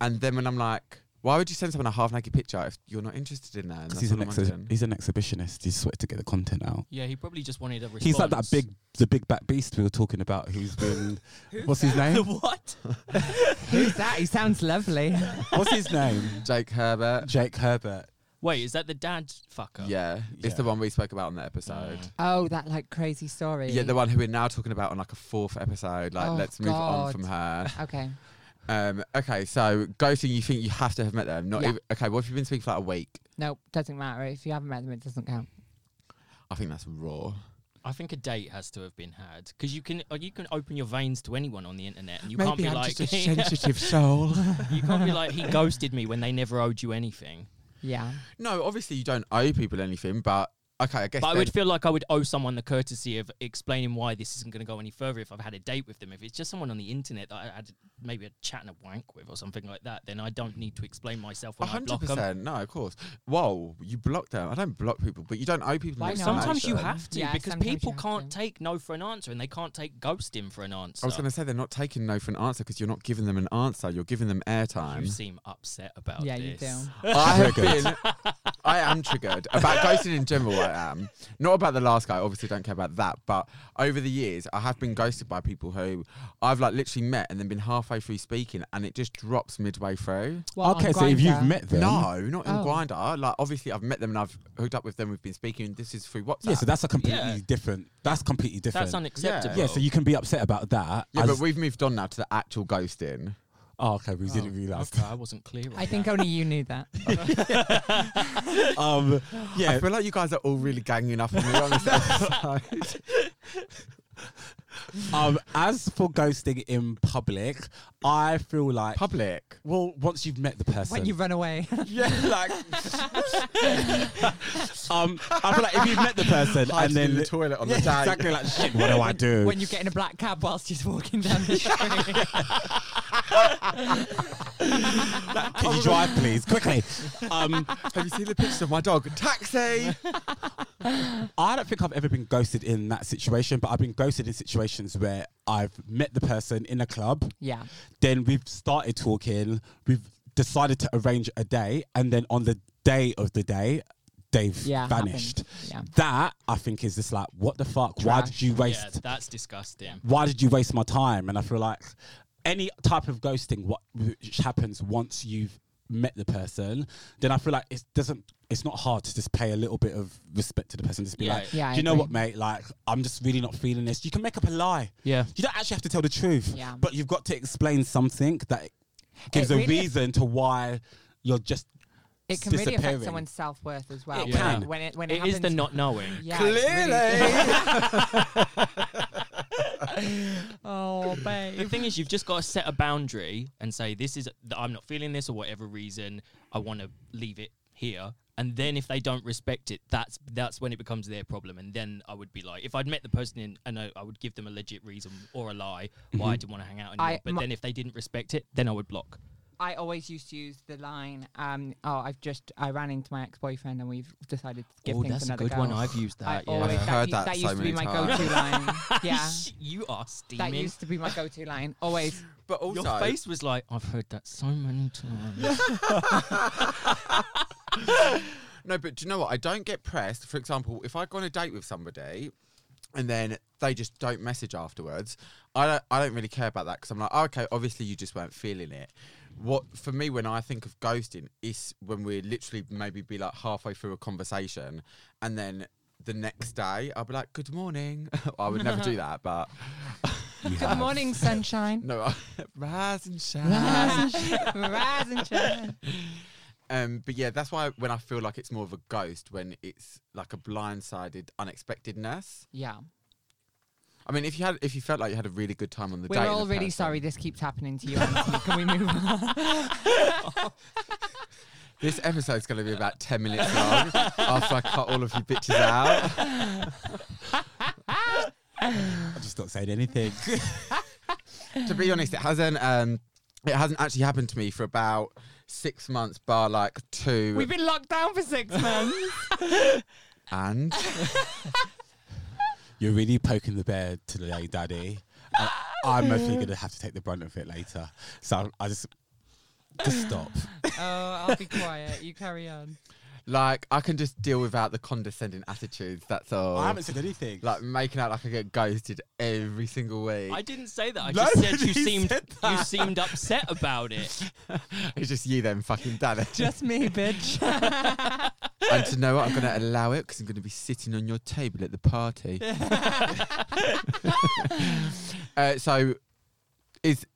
Speaker 1: and then when I'm like, why would you send someone a half naked picture if you're not interested in that? And
Speaker 4: Because
Speaker 1: that's
Speaker 4: he's
Speaker 1: all
Speaker 4: an
Speaker 1: I'm
Speaker 4: exhi-
Speaker 1: wondering.
Speaker 4: he's an exhibitionist. He's sweat to get the content out.
Speaker 2: Yeah, he probably just wanted a response.
Speaker 4: He's like that big, the big back beast we were talking about. Who's been? what's his
Speaker 2: The
Speaker 4: name?
Speaker 2: what?
Speaker 3: Who's that? He sounds lovely.
Speaker 4: What's his name?
Speaker 1: Jake Herbert.
Speaker 4: Jake Herbert.
Speaker 2: Wait, is that the dad fucker?
Speaker 1: Yeah, it's the
Speaker 4: Yeah.
Speaker 1: one we spoke about on the episode.
Speaker 2: Mm.
Speaker 3: Oh, that like crazy story.
Speaker 1: Yeah, the one who we're now talking about on like a fourth episode. Like,
Speaker 3: Oh,
Speaker 1: let's move on
Speaker 3: God.
Speaker 1: from her.
Speaker 3: Okay.
Speaker 1: Um, okay, so ghosting, you think you have to have met them? Not
Speaker 3: Yeah.
Speaker 1: even, okay. What if you've been speaking for like a week?
Speaker 3: Nope, doesn't matter. If you haven't met them, it doesn't count.
Speaker 1: I think that's raw.
Speaker 2: I think a date has to have been had because you can uh, you can open your veins to anyone on the internet, and you can't be like
Speaker 1: soul.
Speaker 2: you can't be like he ghosted me when they never owed you anything.
Speaker 3: Yeah.
Speaker 1: No, obviously you don't owe people anything, but okay, I guess.
Speaker 2: But I
Speaker 1: then-
Speaker 2: would feel like I would owe someone the courtesy of explaining why this isn't going to go any further if I've had a date with them. If it's just someone on the internet that I had maybe a chat and a wank with or something like that, then I don't need to explain myself
Speaker 1: A
Speaker 2: when I
Speaker 1: hundred
Speaker 2: block them.
Speaker 1: percent. No, of course. Whoa, you blocked them. I don't block people, but you don't owe people.
Speaker 3: Why
Speaker 1: an
Speaker 3: not?
Speaker 2: Sometimes you
Speaker 1: explanation.
Speaker 2: have to
Speaker 3: Yeah,
Speaker 2: because
Speaker 3: sometimes you
Speaker 2: people
Speaker 3: have
Speaker 2: can't
Speaker 3: to.
Speaker 2: take no for an answer and they can't take ghosting for an answer.
Speaker 1: I was going to say they're not taking no for an answer because you're not giving them an answer. You're giving them
Speaker 2: you
Speaker 1: airtime.
Speaker 2: seem upset about
Speaker 3: yeah,
Speaker 2: this.
Speaker 3: you do.
Speaker 1: I have been. I am triggered about ghosting in general. I am not about the last guy. Obviously, don't care about that. But over the years, I have been ghosted by people who I've like literally met and then been halfway through speaking, and it just drops midway through.
Speaker 3: What, on
Speaker 4: okay, so if you've
Speaker 3: Grindr?
Speaker 4: met them,
Speaker 1: No, not in
Speaker 3: Oh.
Speaker 1: Grinder. Like obviously, I've met them and I've hooked up with them. We've been speaking. This is through WhatsApp.
Speaker 4: yeah, so that's a completely
Speaker 2: Yeah.
Speaker 4: different. That's completely different.
Speaker 2: That's unacceptable.
Speaker 4: yeah, so you can be upset about that.
Speaker 1: Yeah,
Speaker 4: as-
Speaker 1: but we've moved on now to the actual ghosting.
Speaker 4: oh, okay, we didn't realize.
Speaker 2: Okay, I wasn't clear. On
Speaker 3: I think
Speaker 2: that.
Speaker 3: only you knew that.
Speaker 4: um,
Speaker 1: I
Speaker 4: yeah,
Speaker 1: feel like you guys are all really ganging up on me on this episode.
Speaker 4: um, as for ghosting in public, I feel like
Speaker 1: Public.
Speaker 4: well, once you've met the person,
Speaker 3: when you run away.
Speaker 4: yeah, like, um, I feel like if you've met the person and
Speaker 1: Hiding
Speaker 4: then
Speaker 1: in the toilet on
Speaker 4: yeah,
Speaker 1: the day.
Speaker 4: exactly like shit, what do I do?
Speaker 3: when you get in a black cab whilst you're walking down the street.
Speaker 4: Can you drive, please, quickly? Um,
Speaker 1: Have you seen the pictures of my dog? Taxi.
Speaker 4: I don't think I've ever been ghosted in that situation, but I've been ghosted in situations where I've met the person in a club,
Speaker 3: yeah.
Speaker 4: then we've started talking, we've decided to arrange a day, and then on the day of the day, they've
Speaker 3: Yeah.
Speaker 4: vanished.
Speaker 3: happened.
Speaker 4: That I think is just like, what the fuck? Why did
Speaker 3: Trash.
Speaker 4: you
Speaker 2: yeah,
Speaker 4: waste?
Speaker 2: that's disgusting.
Speaker 4: Why did you waste my time? And I feel like any type of ghosting, what which happens once you've met the person, then I feel like it doesn't. It's not hard to just pay a little bit of respect to the person. Just be
Speaker 2: Yeah.
Speaker 4: like,
Speaker 3: Yeah, I
Speaker 4: do you know
Speaker 3: agree.
Speaker 4: what, mate? Like, I'm just really not feeling this. You can make up a lie.
Speaker 2: Yeah.
Speaker 4: You don't actually have to tell the truth.
Speaker 3: Yeah.
Speaker 4: But you've got to explain something that gives
Speaker 3: It
Speaker 4: a
Speaker 3: really-
Speaker 4: reason to why you're just.
Speaker 3: It can really affect
Speaker 4: disappearing.
Speaker 3: someone's self worth as well.
Speaker 4: It
Speaker 3: when
Speaker 4: can.
Speaker 3: When it, when it,
Speaker 2: It is the
Speaker 3: happens-
Speaker 2: not knowing.
Speaker 3: Yeah, it's really- oh,
Speaker 2: The
Speaker 3: babe.
Speaker 2: thing is, you've just got to set a boundary and say, "This is th- I'm not feeling this, or whatever reason, I want to leave it here." And then if they don't respect it, that's that's when it becomes their problem. And then I would be like, if I'd met the person in, and I, I would give them a legit reason or a lie why I didn't want to hang out anymore.
Speaker 3: I-
Speaker 2: but
Speaker 3: my-
Speaker 2: then if they didn't respect it, then I would block.
Speaker 3: I always used to use the line, um, "Oh, I've just I ran into my ex boyfriend and we've decided to give
Speaker 2: oh,
Speaker 3: things
Speaker 2: that's a
Speaker 3: another
Speaker 2: good
Speaker 3: go."
Speaker 2: one. I've used
Speaker 3: I
Speaker 2: that. yeah.
Speaker 3: always
Speaker 1: I've
Speaker 3: that,
Speaker 1: heard
Speaker 3: u-
Speaker 1: that
Speaker 3: that
Speaker 1: so
Speaker 3: used to be
Speaker 1: many
Speaker 3: my
Speaker 1: times.
Speaker 3: go-to line. Yeah,
Speaker 2: you are
Speaker 3: that
Speaker 2: steaming.
Speaker 3: used to be my go-to line. Always.
Speaker 1: But also,
Speaker 2: Your face was like, I've heard that so many times.
Speaker 1: No, but do you know what? I don't get pressed. For example, if I go on a date with somebody and then they just don't message afterwards, I don't, I don't really care about that because I'm like, oh, okay, obviously you just weren't feeling it. What for me when I think of ghosting is when we literally maybe be like halfway through a conversation and then the next day I'll be like, good morning. I would never do that, but
Speaker 3: Good morning, sunshine.
Speaker 1: no, I- rise and shine.
Speaker 3: Rise and shine.
Speaker 1: Um, but yeah, that's why when I feel like it's more of a ghost, when it's like a blindsided unexpectedness.
Speaker 3: Yeah.
Speaker 1: I mean, if you had, if you felt like you had a really good time on the date,
Speaker 3: We're
Speaker 1: and
Speaker 3: all
Speaker 1: the
Speaker 3: really
Speaker 1: person-
Speaker 3: sorry this keeps happening to you. Anthony. Can we move on?
Speaker 1: This episode's going to be about ten minutes long after I cut all of you bitches out.
Speaker 4: I'm just not saying anything.
Speaker 1: to be honest, it hasn't. Um, it hasn't actually happened to me for about six months, bar like two.
Speaker 3: We've been locked down for six months.
Speaker 1: and
Speaker 4: You're really poking the bear today, Daddy. And I'm mostly gonna have to take the brunt of it later. So I just just stop.
Speaker 3: oh, I'll be quiet. You carry on.
Speaker 1: like, I can just deal without the condescending attitudes. That's all.
Speaker 4: I haven't said anything.
Speaker 1: Oh. like making out like I get ghosted every single week.
Speaker 2: I didn't say that. I
Speaker 4: No,
Speaker 2: just said you
Speaker 4: he
Speaker 2: seemed
Speaker 4: said
Speaker 2: you seemed upset about it.
Speaker 1: it's just you then, fucking daddy.
Speaker 3: Just me, bitch.
Speaker 1: and to know what, I'm going to allow it because I'm going to be sitting on your table at the party. uh, so, is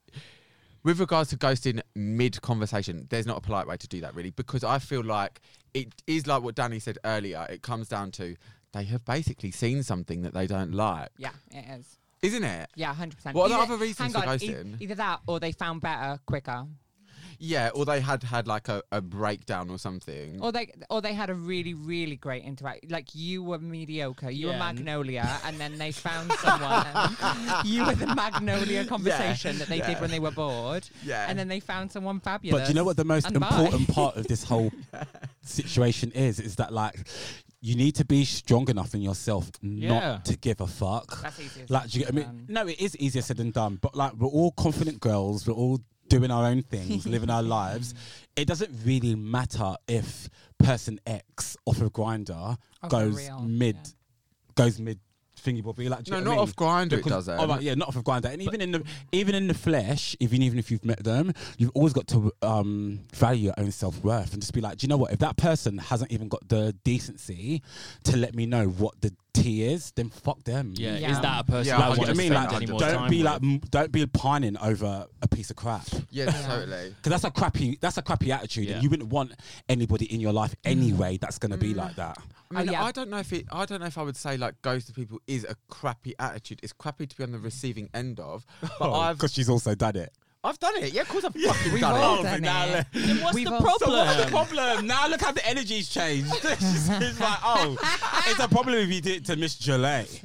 Speaker 1: with regards to ghosting mid conversation, there's not a polite way to do that really because I feel like it is like what Danny said earlier. It comes down to they have basically seen something that they don't like,
Speaker 3: yeah, it is.
Speaker 1: isn't it?
Speaker 3: Yeah, hundred percent.
Speaker 1: What are the other reasons for ghosting?
Speaker 3: e- either that or they found better quicker,
Speaker 1: Yeah, or they had had like a, a breakdown or something.
Speaker 3: or they or they had a really really great interaction. Like you were mediocre, you were
Speaker 2: Yeah, n-
Speaker 3: magnolia, and then they found someone. you were the magnolia conversation that they
Speaker 1: yeah.
Speaker 3: did when they were bored,
Speaker 1: yeah,
Speaker 3: and then they found someone fabulous.
Speaker 4: But do you know what the most
Speaker 3: and bye.
Speaker 4: important part of this whole situation is? Is that like you need to be strong enough in yourself
Speaker 2: Yeah.
Speaker 4: not to give a fuck.
Speaker 3: That's easy.
Speaker 4: Like, do you get, I mean,
Speaker 3: Um,
Speaker 4: no, it is easier said than done. But like, we're all confident girls. We're all doing our own things, living our lives. It doesn't really matter if person X off of grinder
Speaker 3: for
Speaker 4: goes
Speaker 3: real,
Speaker 4: mid,
Speaker 3: yeah.
Speaker 4: goes mid thingy bobby. Like, do you
Speaker 1: no,
Speaker 4: get what I
Speaker 1: not
Speaker 4: mean?
Speaker 1: off grinder. It
Speaker 4: Because-
Speaker 1: does it.
Speaker 4: Oh, right, yeah, not off of grinder. And even in the even in the flesh, even even if you've met them, you've always got to um, value your own self worth and just be like, do you know what? If that person hasn't even got the decency to let me know what the tea is, then fuck them.
Speaker 2: Yeah,
Speaker 3: Yeah.
Speaker 2: is that a person
Speaker 1: Yeah,
Speaker 2: I
Speaker 4: Like, do you
Speaker 2: want to
Speaker 4: know what I mean,
Speaker 2: spend
Speaker 4: like,
Speaker 2: any more
Speaker 4: don't
Speaker 2: time
Speaker 4: be
Speaker 2: with?
Speaker 4: like, mm, don't be pining over a piece of crap because
Speaker 1: Yeah, totally.
Speaker 4: that's a crappy, that's a crappy attitude,
Speaker 2: Yeah.
Speaker 4: and you wouldn't want anybody in your life
Speaker 3: Mm.
Speaker 4: anyway that's gonna be like that.
Speaker 1: I mean,
Speaker 3: Oh, yeah.
Speaker 1: I don't know if it. I don't know if I would say like ghost to people is a crappy attitude. It's crappy to be on the receiving end of. But I've
Speaker 4: Because she's also done it.
Speaker 1: I've done it. Yeah, of course I've fucking
Speaker 3: We've
Speaker 1: done
Speaker 3: all
Speaker 4: Oh,
Speaker 1: it.
Speaker 3: done it.
Speaker 2: Then what's
Speaker 3: We've
Speaker 2: the
Speaker 3: all-
Speaker 2: problem?
Speaker 4: problem? Now look how the energy's changed. She's like, oh, it's a problem if you did it to Miss Gillette.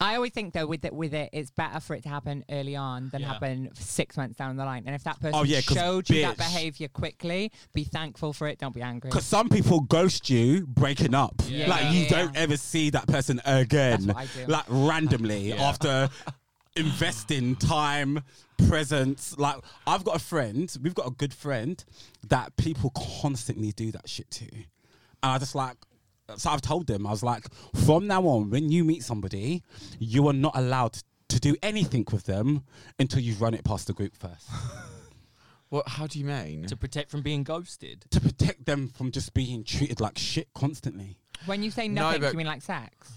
Speaker 3: I always think though with it, with it, it's better for it to happen early on than
Speaker 2: Yeah.
Speaker 3: happen six months down the line. And if that
Speaker 1: Oh,
Speaker 3: person
Speaker 4: yeah, 'cause
Speaker 3: showed you that
Speaker 4: bitch.
Speaker 3: behavior quickly, be thankful for it. Don't be angry.
Speaker 4: Because some people ghost you breaking up.
Speaker 2: Yeah.
Speaker 4: Like,
Speaker 2: Yeah,
Speaker 4: you
Speaker 3: yeah,
Speaker 4: don't
Speaker 3: yeah.
Speaker 4: ever see that person again.
Speaker 3: That's what I do.
Speaker 4: Like, randomly after investing time, presence. Like, I've got a friend, we've got a good friend that people constantly do that shit to. And I just like, so I've told them, I was like, from now on, when you meet somebody, you are not allowed to do anything with them until you've run it past the group first.
Speaker 1: What? How do you mean?
Speaker 2: to protect from being ghosted.
Speaker 4: to protect them from just being treated like shit constantly.
Speaker 3: when you say
Speaker 1: No,
Speaker 3: nothing, do
Speaker 1: but-
Speaker 3: you mean like sex?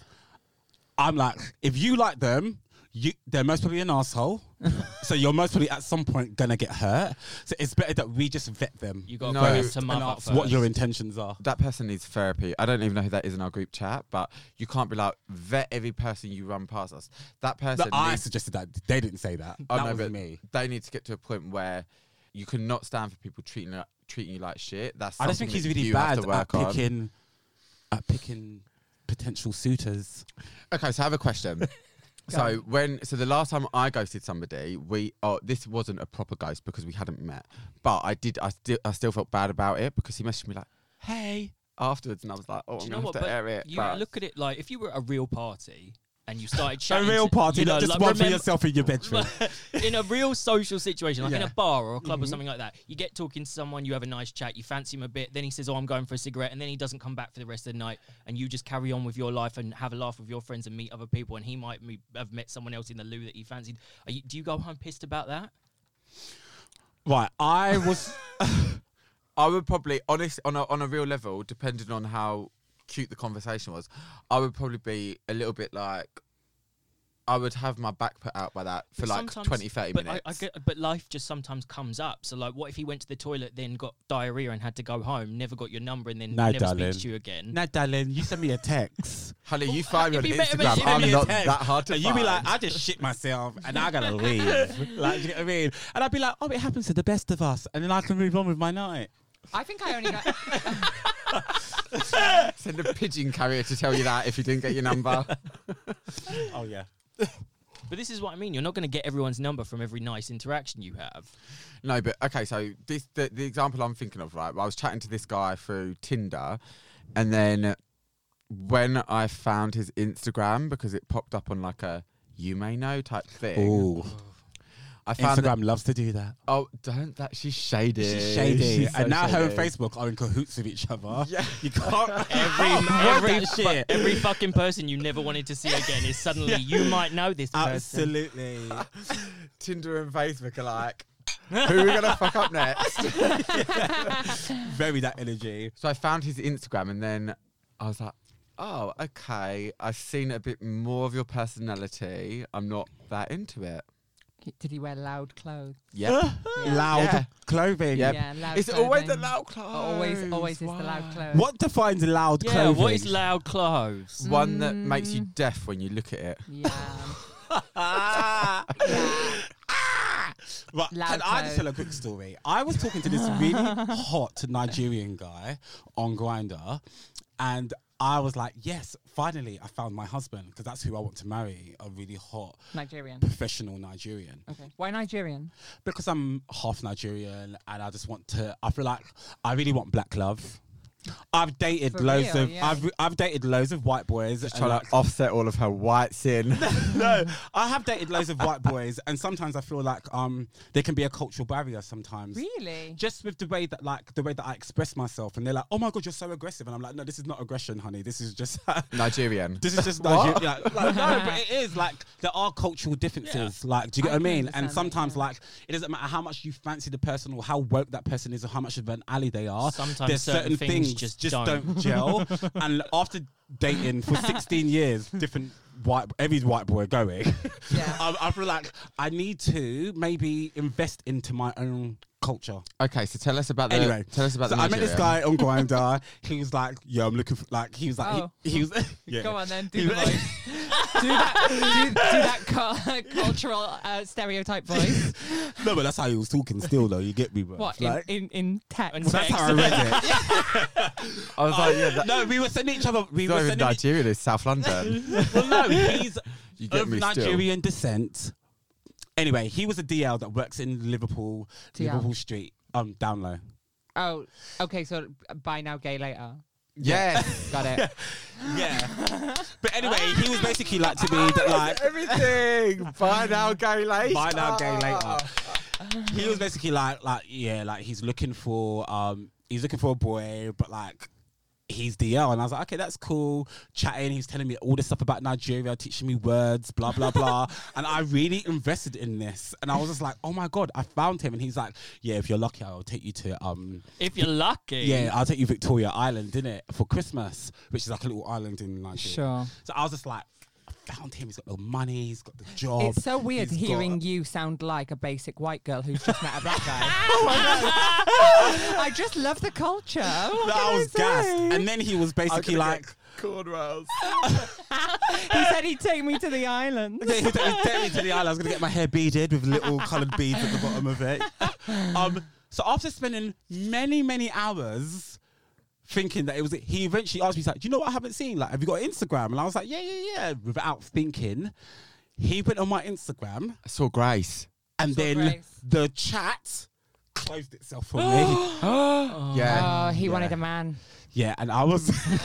Speaker 4: I'm like, if you like them, you they're most probably an asshole. so you're most probably at some point gonna get hurt. So it's better that we just vet them.
Speaker 2: You got to
Speaker 1: No,
Speaker 2: bring
Speaker 1: it's
Speaker 2: us to
Speaker 4: and
Speaker 2: mum up
Speaker 4: ask
Speaker 2: first.
Speaker 4: what your intentions are.
Speaker 1: That person needs therapy. I don't even know who that is in our group chat, but you can't be like vet every person you run past us. That person.
Speaker 4: That I
Speaker 1: needs,
Speaker 4: suggested that they didn't say that.
Speaker 1: Oh,
Speaker 4: that
Speaker 1: no,
Speaker 4: was
Speaker 1: but
Speaker 4: me.
Speaker 1: They need to get to a point where you cannot stand for people treating you- treating you like shit. That's.
Speaker 4: I just think
Speaker 1: something that
Speaker 4: he's really
Speaker 1: you have
Speaker 4: bad
Speaker 1: to
Speaker 4: at
Speaker 1: work on.
Speaker 4: picking at picking potential suitors.
Speaker 1: Okay, so I have a question.
Speaker 3: on.
Speaker 1: so when so the last time I ghosted somebody, we oh this wasn't a proper ghost because we hadn't met, but I did I still I still felt bad about it because he messaged me like hey afterwards and I was like oh I'm
Speaker 2: Do
Speaker 1: gonna
Speaker 2: you know
Speaker 1: have
Speaker 2: what?
Speaker 1: to
Speaker 2: But
Speaker 1: air it.
Speaker 2: you
Speaker 1: but
Speaker 2: look at it like if you were at a real party and you started
Speaker 4: A
Speaker 2: chatting
Speaker 4: real
Speaker 2: to-
Speaker 4: party,
Speaker 2: you know,
Speaker 4: not just
Speaker 2: like,
Speaker 4: one for
Speaker 2: remember-
Speaker 4: yourself in your bedroom.
Speaker 2: in a real social situation, like in
Speaker 4: Yeah.
Speaker 2: a bar or a club or
Speaker 1: Mm-hmm.
Speaker 2: something like that, you get talking to someone, you have a nice chat, you fancy him a bit, then he says, Oh, I'm going for a cigarette, and then he doesn't come back for the rest of the night, and you just carry on with your life and have a laugh with your friends and meet other people, and he might me- have met someone else in the loo that he fancied. Are you, do you go home pissed about that?
Speaker 4: right, I was
Speaker 1: I would probably honest on a on a real level, depending on how cute the conversation was, I would probably be a little bit like I would have my back put out by that for
Speaker 2: But
Speaker 1: like
Speaker 2: sometimes-
Speaker 1: 20, 30
Speaker 2: but
Speaker 1: minutes.
Speaker 2: I, I get, but life just sometimes comes up. So like, what if he went to the toilet, then got diarrhea and had to go home, never got your number, and then
Speaker 4: No,
Speaker 2: never
Speaker 4: darling.
Speaker 2: speaks to you again?
Speaker 4: No, darling, you send me a text.
Speaker 1: Honey, you
Speaker 2: Well,
Speaker 1: find me on
Speaker 2: oh, if you met him
Speaker 1: Instagram.
Speaker 2: at the
Speaker 1: I'm
Speaker 2: gym,
Speaker 1: not
Speaker 4: you'd-
Speaker 1: that hard to
Speaker 4: and
Speaker 1: find.
Speaker 4: you'd be like, I just shit myself and I gotta leave. like, do you know what I mean? And I'd be like, oh, it happens to the best of us. And then I can move on with my night.
Speaker 3: I think I only got.
Speaker 1: send a pigeon carrier to tell you that if you didn't get your number.
Speaker 4: Oh, yeah.
Speaker 2: But this is what I mean. You're not going to get everyone's number from every nice interaction you have.
Speaker 1: No, but okay. So this the, the example I'm thinking of, right? I was chatting to this guy through Tinder, and then when I found his Instagram because it popped up on like a you may know type thing.
Speaker 4: Ooh.
Speaker 1: I found that,
Speaker 4: Instagram loves to do that.
Speaker 1: oh, don't that she's shady.
Speaker 4: She's shady.
Speaker 1: She's so
Speaker 4: and now her and
Speaker 1: shady.
Speaker 4: Facebook are in cahoots with each other.
Speaker 1: Yeah.
Speaker 4: You can't.
Speaker 2: Every
Speaker 4: every
Speaker 2: every, fu-
Speaker 4: shit.
Speaker 2: every fucking person you never wanted to see again is suddenly you might know this person.
Speaker 4: Absolutely.
Speaker 1: Tinder and Facebook are like, who are we gonna fuck up next?
Speaker 4: Very that energy.
Speaker 1: So I found his Instagram and then I was like, oh, okay. I've seen a bit more of your personality. I'm not that into it.
Speaker 3: Did he wear loud clothes?
Speaker 1: Yeah.
Speaker 4: Loud
Speaker 1: Yeah.
Speaker 4: clothing.
Speaker 1: Yeah.
Speaker 3: Yeah, loud
Speaker 1: it's always the
Speaker 3: clothing.
Speaker 1: loud clothes.
Speaker 3: Always, always is the
Speaker 1: Why?
Speaker 3: loud clothes.
Speaker 4: What defines loud
Speaker 2: Yeah,
Speaker 4: clothing?
Speaker 2: what is loud clothes?
Speaker 1: One
Speaker 3: Mm.
Speaker 1: that makes you deaf when you look at it.
Speaker 3: Yeah.
Speaker 4: Ah.
Speaker 3: yeah.
Speaker 4: Right,
Speaker 3: Loud
Speaker 4: can I just
Speaker 3: code.
Speaker 4: tell a quick story? I was talking to this really hot Nigerian guy on Grinder, and I was like, "Yes, finally, I found my husband because that's who I want to marry—a really hot,
Speaker 3: Nigerian.
Speaker 4: professional Nigerian."
Speaker 3: Okay. Why Nigerian?
Speaker 4: Because I'm half Nigerian, and I just want to. I feel like I really want black love. I've dated
Speaker 3: For
Speaker 4: loads
Speaker 3: real,
Speaker 4: of.
Speaker 3: yeah.
Speaker 4: I've I've dated loads of white boys. and
Speaker 1: Trying
Speaker 4: like-
Speaker 1: to offset all of her white sin.
Speaker 4: no, I have dated loads of white boys, and sometimes I feel like um there can be a cultural barrier sometimes.
Speaker 3: Really?
Speaker 4: Just with the way that like the way that I express myself, and they're like, "Oh my god, you're so aggressive," and I'm like, "No, this is not aggression, honey. This is just
Speaker 1: Nigerian.
Speaker 4: this is just
Speaker 1: What?
Speaker 4: Nigeria." Like, like, no, but it is like there are cultural differences. Like, do you get
Speaker 3: I can
Speaker 4: what I mean?
Speaker 3: understand
Speaker 4: And
Speaker 3: that,
Speaker 4: sometimes
Speaker 3: yeah.
Speaker 4: like it doesn't matter how much you fancy the person or how woke that person is or how much of an alley they are.
Speaker 2: Sometimes
Speaker 4: there's
Speaker 2: certain
Speaker 4: certain,
Speaker 2: things just don't.
Speaker 4: gel. and after dating for 16 years, different white every white boy going.
Speaker 3: Yeah.
Speaker 4: I, I feel like I need to maybe invest into my own culture.
Speaker 1: Okay, so tell us about the.
Speaker 4: Anyway,
Speaker 1: tell us about
Speaker 4: so
Speaker 1: the.
Speaker 4: I met this
Speaker 1: Nigerian.
Speaker 4: guy on Grinder. he was like, "Yo, I'm looking for like." He was like,
Speaker 3: Oh.
Speaker 4: he, he was yeah.
Speaker 3: Go on then,
Speaker 4: He
Speaker 3: do the
Speaker 4: was-
Speaker 3: voice. do that, do, do that cu- cultural uh, stereotype voice.
Speaker 4: no, but that's how he was talking. Still though, you get me, bro.
Speaker 3: What
Speaker 4: Like,
Speaker 3: in, in in text?
Speaker 2: And
Speaker 4: that's how I read it.
Speaker 1: I was like, yeah, that,
Speaker 4: Oh, no, we were sending each other. We
Speaker 1: it's not
Speaker 4: were
Speaker 1: even
Speaker 4: sending. Each,
Speaker 1: Nigerian, it's South London.
Speaker 4: well, no, he's
Speaker 1: You get
Speaker 4: of
Speaker 1: me
Speaker 4: Nigerian descent. Anyway, he was a DL that works in Liverpool,
Speaker 3: DL.
Speaker 4: Liverpool Street, um, down low.
Speaker 3: Oh, okay. So by now, gay later.
Speaker 1: still. Yes.
Speaker 3: Got it.
Speaker 4: Yeah. but anyway, he was basically like to me that like
Speaker 1: Everything. Buy now, go later.
Speaker 4: Buy now, gay later. he was basically like, like, yeah, like he's looking for, um, he's looking for a boy, but like. He's DL, and I was like, okay, that's cool. Chatting, he was telling me all this stuff about Nigeria, teaching me words, blah blah blah. and I really invested in this, and I was just like, oh my god, I found him. And he's like, yeah, if you're lucky, I'll take you to um,
Speaker 2: If you're lucky,
Speaker 4: yeah, I'll take you Victoria Island, it for Christmas, which is like a little island in Nigeria.
Speaker 3: Sure.
Speaker 4: So I was just like, I found him. He's got the money. He's got the job.
Speaker 3: It's so weird
Speaker 4: he's
Speaker 3: hearing
Speaker 4: got-
Speaker 3: you sound like a basic white girl who's just met a black guy. Oh I just love the culture. What
Speaker 4: No, I
Speaker 3: can
Speaker 4: was
Speaker 3: say?
Speaker 4: gassed. And then he was basically like,
Speaker 1: Cornrows.
Speaker 3: He said he'd take me to the island.
Speaker 4: Yeah, he took- he took me to the island. I was gonna get my hair beaded with little coloured beads at the bottom of it. Um, so after spending many, many hours thinking that it was, he eventually asked me, he's like, "Do you know what I haven't seen? Like, have you got Instagram?" And I was like, "Yeah, yeah, yeah." Without thinking, he went on my Instagram,
Speaker 1: I saw Grace.
Speaker 4: and
Speaker 3: Saw
Speaker 4: then
Speaker 3: Grace.
Speaker 4: the chat closed itself for me.
Speaker 1: Yeah.
Speaker 3: Oh, he
Speaker 4: Yeah.
Speaker 3: wanted a man.
Speaker 4: Yeah, and I was, I,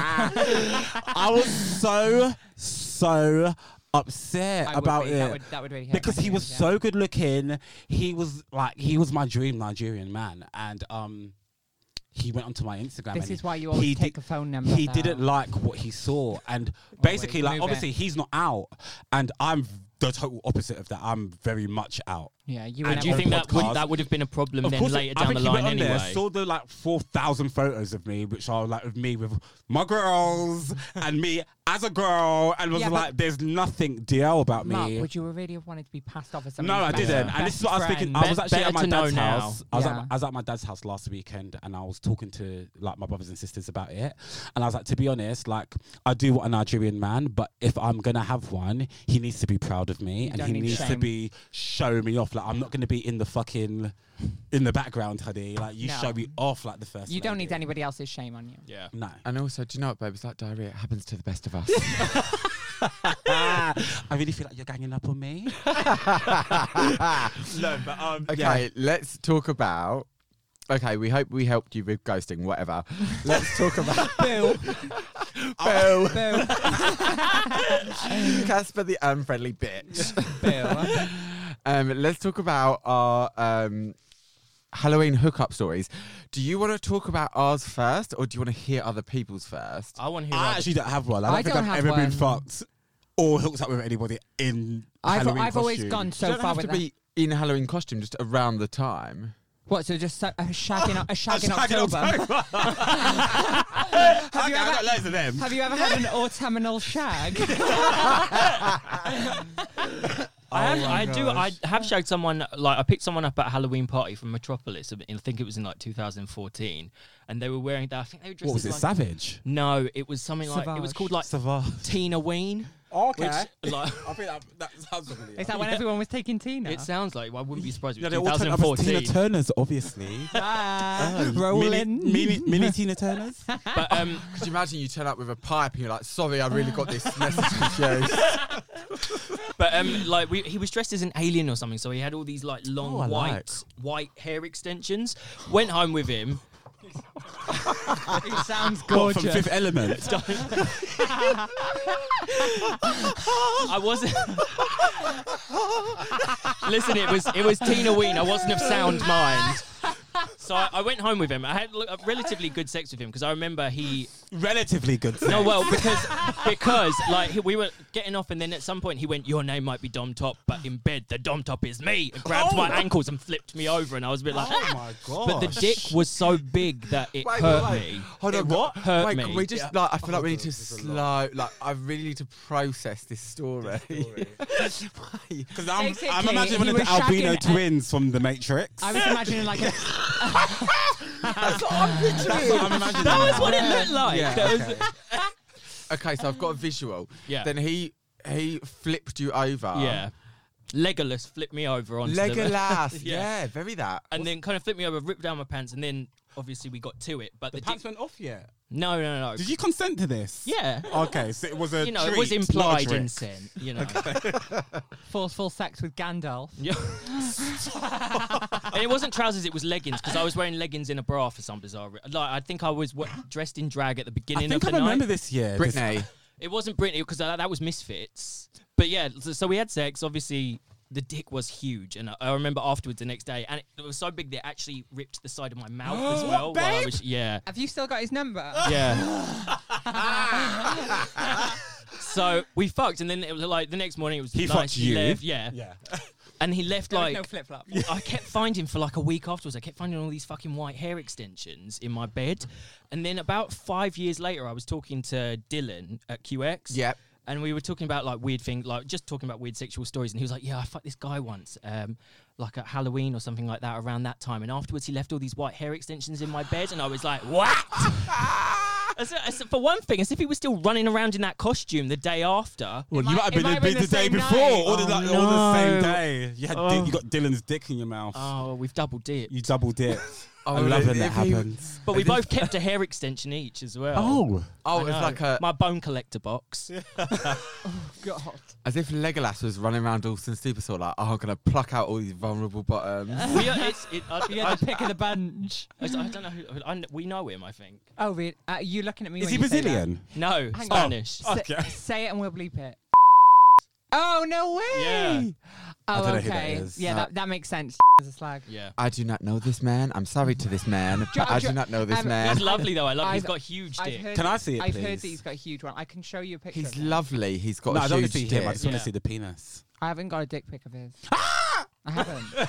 Speaker 4: I was so, so upset
Speaker 3: I would
Speaker 4: Eh, about
Speaker 3: really-
Speaker 4: it.
Speaker 3: That would, that would really hurt. my
Speaker 4: because he was
Speaker 3: feelings, yeah.
Speaker 4: so good looking. He was like he was my dream Nigerian man, and um, he went onto my Instagram.
Speaker 3: This
Speaker 4: and
Speaker 3: is
Speaker 4: he-
Speaker 3: why you always
Speaker 4: he
Speaker 3: take
Speaker 4: did-
Speaker 3: a phone number.
Speaker 4: He
Speaker 3: down.
Speaker 4: didn't like what he saw, and basically, like
Speaker 3: move it.
Speaker 4: obviously, he's not out, and I'm the total opposite of that. I'm very much out.
Speaker 3: Yeah, you
Speaker 2: And
Speaker 3: and
Speaker 2: do you
Speaker 4: on
Speaker 2: think
Speaker 4: the
Speaker 2: that would,
Speaker 4: podcast.
Speaker 2: that would have been a problem then later
Speaker 4: I
Speaker 2: down
Speaker 4: think
Speaker 2: the
Speaker 4: he went
Speaker 2: line
Speaker 4: on there,
Speaker 2: anyway?
Speaker 4: saw the like four thousand photos of me, which are like of me with my girls and me as a girl, and was
Speaker 3: Yeah, but-
Speaker 4: like, "There's nothing DL about me."
Speaker 3: Mark, would you really have wanted to be passed off as something?
Speaker 4: No, I didn't. And this is what I was thinking. I
Speaker 2: friend.
Speaker 4: was
Speaker 2: Bet-
Speaker 4: actually at
Speaker 2: better
Speaker 4: my
Speaker 2: to know
Speaker 4: dad's
Speaker 2: now.
Speaker 4: house. I was, at,
Speaker 3: Yeah.
Speaker 4: I was at my dad's house last weekend, and I was talking to like my brothers and sisters about it. And I was like, to be honest, like I do want a Nigerian man, but if I'm gonna have one, he needs to be proud of me, and
Speaker 3: don't
Speaker 4: he
Speaker 3: need
Speaker 4: needs to
Speaker 3: shame.
Speaker 4: be showing me off. Like I'm not gonna be in the fucking in the background, honey. Like you
Speaker 3: No.
Speaker 4: show me off like the first.
Speaker 3: You don't
Speaker 4: lady.
Speaker 3: need anybody else's shame on you.
Speaker 2: yeah.
Speaker 4: No,
Speaker 1: And also, do you know what, babe? It's like diarrhea. It happens to the best of us.
Speaker 4: Ah, I really feel like you're ganging up on me. no, but um,
Speaker 1: Okay, let's talk about. Okay, we hope we helped you with ghosting, whatever. Let's talk about
Speaker 3: Boo.
Speaker 1: Bill,
Speaker 3: Boo.
Speaker 1: Casper the unfriendly bitch.
Speaker 3: Boo.
Speaker 1: Um, let's talk about our um, Halloween hookup stories. Do you want to talk about ours first, or do you want to hear other people's first?
Speaker 2: I want to hear.
Speaker 4: I
Speaker 2: other-
Speaker 4: actually don't have one. I don't
Speaker 3: I
Speaker 4: think
Speaker 3: don't
Speaker 4: I've
Speaker 3: have
Speaker 4: ever been
Speaker 3: one.
Speaker 4: fucked or hooked up with anybody in
Speaker 3: I've,
Speaker 4: Halloween
Speaker 3: I've always
Speaker 4: costume.
Speaker 3: gone
Speaker 1: you
Speaker 3: so
Speaker 1: don't
Speaker 3: far
Speaker 1: have
Speaker 3: with
Speaker 1: to
Speaker 3: that.
Speaker 1: be in Halloween costume, just around the time.
Speaker 3: What? So just so, a shag in a shag in
Speaker 4: I fucking
Speaker 3: October.
Speaker 4: October.
Speaker 3: Have you
Speaker 4: Okay, I got
Speaker 3: ever?
Speaker 4: loads of them.
Speaker 3: Have you ever had an autumnal shag?
Speaker 2: I, have,
Speaker 4: my
Speaker 2: I do. I have shagged someone. Like I picked someone up at a Halloween party from Metropolis. I think it was in like 2014, and they were wearing that. I think they were dressed.
Speaker 4: What was it?
Speaker 2: as like,
Speaker 4: Savage.
Speaker 2: No, it was something like it was
Speaker 3: Savage.
Speaker 2: called like
Speaker 4: Savage.
Speaker 2: Tina Ween.
Speaker 4: Okay.
Speaker 2: Which, like,
Speaker 4: I think that, that sounds familiar.
Speaker 3: Is that when everyone was taking Tina?
Speaker 4: uh,
Speaker 2: it sounds like well, I wouldn't be surprised. It
Speaker 4: Yeah,
Speaker 2: was
Speaker 4: they all turned up
Speaker 2: 2014.
Speaker 4: as Tina Turner's, obviously. Oh,
Speaker 3: Ah,
Speaker 4: Mini,
Speaker 3: rolling.
Speaker 4: mini, mini Tina Turner's.
Speaker 2: but um,
Speaker 1: Could you imagine you turn up with a pipe and you're like, sorry, I really got this message confused.
Speaker 2: But um, like we, he was dressed as an alien or something, so he had all these like long
Speaker 4: Oh, I
Speaker 2: white
Speaker 4: like.
Speaker 2: white hair extensions. Went home with him.
Speaker 3: it sounds
Speaker 4: What, from
Speaker 3: gorgeous.
Speaker 4: Fifth Element.
Speaker 2: I wasn't. Listen, it was it was Tina Ween. I wasn't of sound mind. So I, I went home with him. I had like, a relatively good sex with him because I remember he
Speaker 4: Relatively good.
Speaker 2: no
Speaker 4: sex.
Speaker 2: well because because like he- we were getting off and then at some point he went your name might be Dom Top but in bed the Dom Top is me and
Speaker 1: Oh
Speaker 2: grabbed my ankles and flipped me over and I was a bit like
Speaker 4: Oh my god.
Speaker 2: But the dick was so big that it
Speaker 1: Wait,
Speaker 2: hurt
Speaker 1: wait, wait.
Speaker 2: me.
Speaker 1: Hold
Speaker 4: It
Speaker 1: on,
Speaker 4: what?
Speaker 2: Hurt
Speaker 1: wait,
Speaker 2: me.
Speaker 1: can we just like? I feel like we need to slow. Like, I really need to process this story. Wait.
Speaker 4: Because I'm, I'm
Speaker 3: Basically,
Speaker 4: imagining one
Speaker 3: he
Speaker 4: of the
Speaker 3: was
Speaker 4: albino
Speaker 3: shagging a-
Speaker 4: twins from The Matrix.
Speaker 3: I was imagining like a
Speaker 1: That's what I'm
Speaker 4: That's what I'm imagining.
Speaker 2: That was what it looked like.
Speaker 1: Yeah,
Speaker 2: That was-
Speaker 1: okay. okay, so I've got a visual.
Speaker 2: Yeah.
Speaker 1: Then he he flipped you over.
Speaker 2: yeah. Legolas flipped me over onto the
Speaker 1: Legolas.
Speaker 2: Yeah.
Speaker 1: yeah. very that.
Speaker 2: and then kind of flipped me over, ripped down my pants, and then obviously we got to it. But the,
Speaker 4: The pants
Speaker 2: dick-
Speaker 4: went off yet.
Speaker 2: no, no, no, no.
Speaker 4: Did you consent to this?
Speaker 2: yeah.
Speaker 4: Okay, so it was a
Speaker 1: Oh,
Speaker 2: You know,
Speaker 4: treat,
Speaker 2: it was
Speaker 4: not a
Speaker 2: implied
Speaker 4: trick.
Speaker 2: consent. You know,
Speaker 3: forceful sex with Gandalf.
Speaker 2: Yeah. and it wasn't trousers; it was leggings because I was wearing leggings in a bra for some bizarre. Re- like I think I was wa dressed in drag at the beginning
Speaker 4: I think I
Speaker 2: of the night.
Speaker 4: remember this year. this-
Speaker 1: Brittany.
Speaker 2: It wasn't Britney because that, that was Misfits. But yeah, so, so we had sex. Obviously, the dick was huge, and I, I remember afterwards the next day, and it, was so big that it actually ripped the side of my mouth as well. while I
Speaker 3: babe?
Speaker 2: was, yeah,
Speaker 3: Have you still got his number?
Speaker 2: yeah. so we fucked, and then it was like the next morning it was
Speaker 4: He
Speaker 2: nice,
Speaker 4: fucked you?
Speaker 2: left, yeah.
Speaker 4: yeah.
Speaker 2: and he left
Speaker 3: There was
Speaker 2: like.
Speaker 3: no flip flop.
Speaker 2: I kept finding for like a week afterwards. I kept finding all these fucking white hair extensions in my bed, and then about five years later, I was talking to Dylan at QX.
Speaker 1: Yep.
Speaker 2: And we were talking about like weird things, like just talking about weird sexual stories. And he was like, "Yeah, I fucked this guy once, um, like at Halloween or something like that, around that time." And afterwards, he left all these white hair extensions in my bed, and I was like, "What?" As if- as if- for one thing, as if he was still running around in that costume the day after.
Speaker 4: Well,
Speaker 3: might-
Speaker 4: you might have
Speaker 3: it
Speaker 4: been
Speaker 3: might
Speaker 4: in
Speaker 3: have
Speaker 4: bed
Speaker 3: been
Speaker 4: the,
Speaker 3: the
Speaker 4: day
Speaker 3: same
Speaker 4: before,
Speaker 3: night.
Speaker 4: or, the,
Speaker 2: Oh,
Speaker 4: like, or the
Speaker 2: no.
Speaker 4: same day. You had
Speaker 2: Oh.
Speaker 4: dick, you got Dylan's dick in your mouth.
Speaker 2: Oh, we've double dipped.
Speaker 4: You double dipped.
Speaker 1: Oh,
Speaker 4: I love
Speaker 1: if-
Speaker 4: when that
Speaker 1: if he-
Speaker 4: happens.
Speaker 2: But we both kept a hair extension each as well.
Speaker 4: Oh,
Speaker 1: Oh,
Speaker 2: I
Speaker 1: it was
Speaker 2: know.
Speaker 1: like a
Speaker 2: my bone collector box.
Speaker 3: God.
Speaker 1: as if Legolas was running around Dawson Superstore like, oh, I'm gonna pluck out all these vulnerable bottoms.
Speaker 2: we are, it's, it, I,
Speaker 3: You had the pick of the bunch.
Speaker 2: I, I don't know. Who, I, kn- we know him, I think.
Speaker 3: Oh, really? Are you looking at me?
Speaker 4: is
Speaker 3: when
Speaker 4: he
Speaker 3: you say that?
Speaker 4: Brazilian?
Speaker 2: No,
Speaker 3: on.
Speaker 2: Spanish.
Speaker 4: Oh.
Speaker 3: Sa-
Speaker 4: Okay.
Speaker 3: Say it and we'll bleep it. Oh no way!
Speaker 2: Yeah.
Speaker 4: I
Speaker 3: Oh
Speaker 4: don't know
Speaker 3: okay.
Speaker 4: who that is. Uh,
Speaker 3: Yeah,
Speaker 1: No.
Speaker 3: that, that makes sense. As a slag.
Speaker 2: Yeah.
Speaker 1: I do not know this man. I'm sorry to this man, but I do
Speaker 3: Georgia-
Speaker 1: not know this
Speaker 3: um,
Speaker 1: man.
Speaker 2: He's lovely though. I love. he's
Speaker 3: I've-
Speaker 2: got huge
Speaker 3: I've
Speaker 2: dick.
Speaker 3: heard
Speaker 4: Can I
Speaker 3: that-
Speaker 4: see it,
Speaker 3: I've
Speaker 4: please?
Speaker 3: heard that he's got a huge one. I can show you a picture.
Speaker 1: He's
Speaker 3: of him.
Speaker 1: lovely. He's got
Speaker 4: No,
Speaker 1: a
Speaker 4: I don't want
Speaker 1: huge
Speaker 4: to see
Speaker 1: dick.
Speaker 4: him. I just want
Speaker 2: Yeah.
Speaker 4: to see the penis.
Speaker 3: I haven't got a dick pic of his.
Speaker 2: Ah!
Speaker 3: I haven't.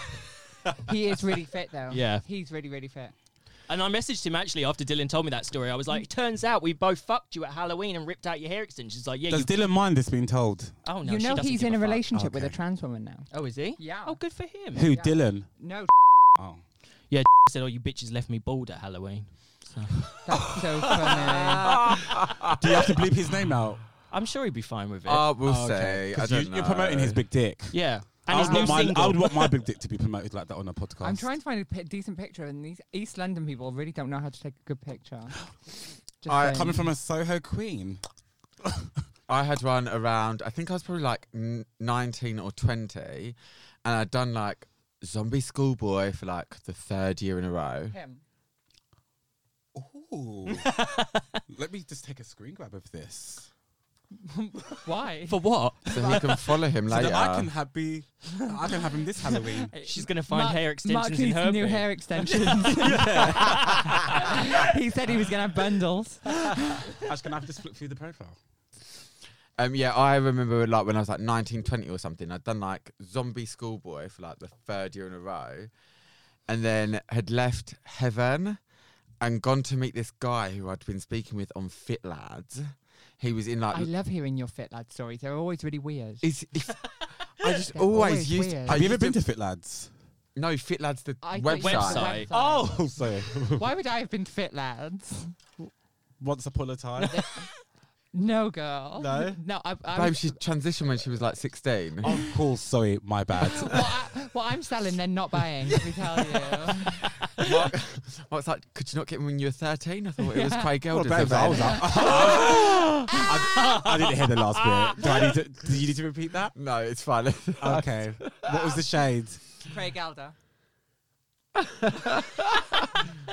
Speaker 3: he is really fit though.
Speaker 2: Yeah.
Speaker 3: He's really, really fit.
Speaker 2: And I messaged him actually after Dylan told me that story. I was like, it turns out we both fucked you at Halloween and ripped out your hair extensions. She's like, yeah,
Speaker 4: Does
Speaker 2: you,
Speaker 4: Dylan mind this being told?
Speaker 2: oh no,
Speaker 3: you
Speaker 2: she
Speaker 3: know
Speaker 2: doesn't
Speaker 3: he's
Speaker 2: give
Speaker 3: in a,
Speaker 2: fuck.
Speaker 3: relationship with a
Speaker 4: Okay.
Speaker 3: trans woman now.
Speaker 2: Oh, is he?
Speaker 3: Yeah.
Speaker 2: Oh, good for him.
Speaker 4: Who?
Speaker 3: Yeah.
Speaker 4: Dylan?
Speaker 3: No,
Speaker 4: Oh.
Speaker 2: He said, oh, you bitches left me bald at Halloween.
Speaker 3: that's
Speaker 2: Oh.
Speaker 3: so funny.
Speaker 4: Do you have to bleep his name out?
Speaker 2: I'm sure he'd be fine with it.
Speaker 1: Uh, we'll
Speaker 4: Oh, okay.
Speaker 1: say. I
Speaker 4: 'Cause
Speaker 1: don't
Speaker 4: you, You're promoting
Speaker 1: know.
Speaker 4: his big dick.
Speaker 2: yeah. And
Speaker 4: I
Speaker 2: his
Speaker 4: would,
Speaker 2: new
Speaker 4: want my,
Speaker 2: single.
Speaker 4: I would want my big dick to be promoted like that on a podcast.
Speaker 3: I'm trying to find a pi- decent picture, and these East London people really don't know how to take a good picture. Just
Speaker 1: I-
Speaker 3: saying.
Speaker 4: Coming from a Soho queen.
Speaker 1: I had one around, I think I was probably like n- 19 or 20, and I'd done like Zombie Schoolboy for like the third year in a row.
Speaker 3: him.
Speaker 4: Ooh. Let me just take a screen grab of this.
Speaker 3: Why?
Speaker 2: For what?
Speaker 1: So he can follow him
Speaker 4: So
Speaker 1: later.
Speaker 4: that I can have be, I can have him this Halloween.
Speaker 2: She's going to find
Speaker 3: Mark-
Speaker 2: hair extensions
Speaker 3: Mark
Speaker 2: in
Speaker 3: needs
Speaker 2: her
Speaker 3: new
Speaker 2: bit.
Speaker 3: hair extensions. he said he was going to have bundles.
Speaker 4: Ash, can I just flip through the profile?
Speaker 1: Um, yeah, I remember like when I was like 19, 20 or something, I'd done like Zombie Schoolboy for like the third year in a row, and then had left Heaven and gone to meet this guy who I'd been speaking with on Fit Lads. He was in like.
Speaker 3: I love heooring your fit lad stories. They're always really weird.
Speaker 1: is, is- I just
Speaker 3: They're
Speaker 1: always
Speaker 3: always
Speaker 1: used.
Speaker 3: weird.
Speaker 1: I
Speaker 4: Have you ever
Speaker 1: used
Speaker 4: been to Fit Lads?
Speaker 1: No, Fit Lads the
Speaker 3: I thought you said
Speaker 1: website.
Speaker 2: Website.
Speaker 3: Oh,
Speaker 4: Oh, sorry.
Speaker 3: why would I have been to fit lads?
Speaker 4: Once upon a time.
Speaker 3: No, girl.
Speaker 4: No?
Speaker 3: No, I. I
Speaker 1: Babe,
Speaker 3: was-
Speaker 1: she transitioned when she was like 16.
Speaker 4: oh, cool. Sorry, my bad.
Speaker 3: what, I, what I'm selling, they're not buying. Let me tell you.
Speaker 1: Mark, Mark's like, could you not get him when you were 13? I thought it was Craig
Speaker 4: Well,
Speaker 1: Elder's
Speaker 4: babes, I
Speaker 1: event.
Speaker 4: was like, I, I didn't hear the last bit. Do I need to? Do you need to repeat that?
Speaker 1: No, it's fine.
Speaker 4: Okay. What was the shade?
Speaker 3: Craig Elder.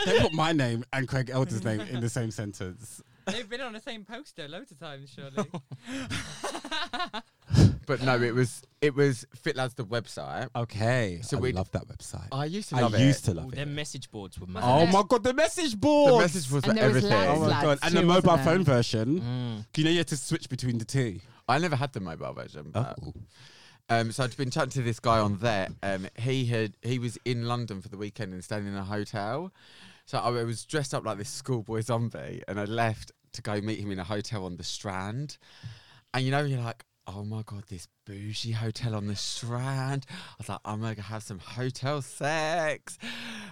Speaker 4: They put my name and Craig Elder's name in the same sentence.
Speaker 3: They've been on the same poster loads of times, surely.
Speaker 1: But no, it was it was Fit Lads the website.
Speaker 4: Okay.
Speaker 1: So
Speaker 4: So we
Speaker 1: we'd-
Speaker 4: love that website.
Speaker 1: I used to
Speaker 4: I
Speaker 1: love it.
Speaker 4: used to
Speaker 2: Oh,
Speaker 4: love
Speaker 2: their
Speaker 4: it.
Speaker 2: message boards were mad.
Speaker 4: Oh my god, the message board.
Speaker 1: the message was
Speaker 3: And
Speaker 1: for
Speaker 3: there was
Speaker 1: everything.
Speaker 4: Oh my
Speaker 3: Lads
Speaker 4: god, and the
Speaker 3: too,
Speaker 4: mobile
Speaker 3: wasn't
Speaker 4: phone
Speaker 3: there?
Speaker 4: version.
Speaker 2: Mm.
Speaker 4: You know, you had to switch between the two.
Speaker 1: I never had the mobile version.
Speaker 4: Oh.
Speaker 1: But, um, so I'd been chatting to this guy on there. Um, he had he was in London for the weekend and staying in a hotel. So I was dressed up like this schoolboy zombie, and I left to go meet him in a hotel on the Strand. And you know, you're like, oh my god, this bougie hotel on the Strand. I was like, I'm gonna have some hotel sex.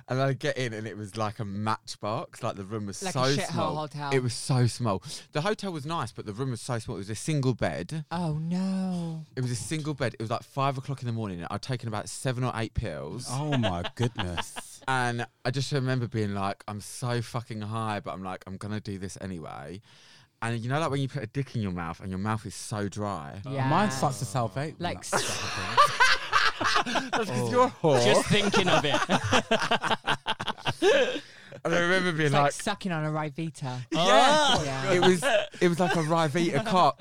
Speaker 1: And I get in, and it was like a matchbox. Like the room was
Speaker 3: Like a
Speaker 1: so
Speaker 3: shithole
Speaker 1: small.
Speaker 3: hotel.
Speaker 1: It was so small. The hotel was nice, but the room was so small. It was a single bed.
Speaker 3: oh no.
Speaker 1: It was a single bed. It was like five o'clock in the morning. and I'd taken about seven or eight pills.
Speaker 4: Oh my goodness.
Speaker 1: And I just remember being like, I'm so fucking high, but I'm like, I'm gonna do this anyway. And you know, like when you put a dick in your mouth and your mouth is so dry.
Speaker 3: Yeah.
Speaker 4: Mine starts to salivate.
Speaker 3: Like
Speaker 1: That's because you're a whore.
Speaker 2: Just thinking of it.
Speaker 1: and I remember being
Speaker 3: It's like,
Speaker 1: like,
Speaker 3: sucking on a Rivita.
Speaker 2: Oh.
Speaker 3: Yeah.
Speaker 1: it was it was like a Rivita cock.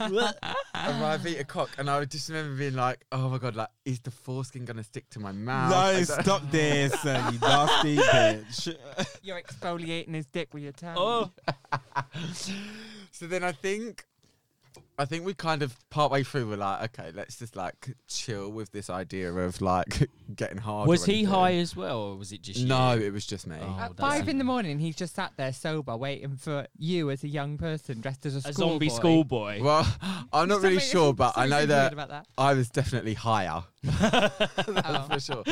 Speaker 1: a Rivita cock. And I just remember being like, oh my god, like, is the foreskin gonna stick to my mouth? I
Speaker 4: no,
Speaker 1: don't-
Speaker 4: stop this, uh, you nasty bitch.
Speaker 3: You're exfoliating his dick with your tongue.
Speaker 2: Oh.
Speaker 1: So then I think, I think we kind of partway through were like, okay, let's just like chill with this idea of like getting hard.
Speaker 2: Was he high as well, or was it just you?
Speaker 1: No, it was just me.
Speaker 2: Oh, that's-
Speaker 3: At five in the morning, he's just sat there sober, waiting for you as a young person dressed as a,
Speaker 2: A
Speaker 3: schoolboy.
Speaker 2: zombie schoolboy.
Speaker 1: Well, I'm not really
Speaker 3: Something-
Speaker 1: sure, but I know
Speaker 3: something's weird
Speaker 1: that
Speaker 3: about that.
Speaker 1: I was definitely higher.
Speaker 3: Oh.
Speaker 1: for sure.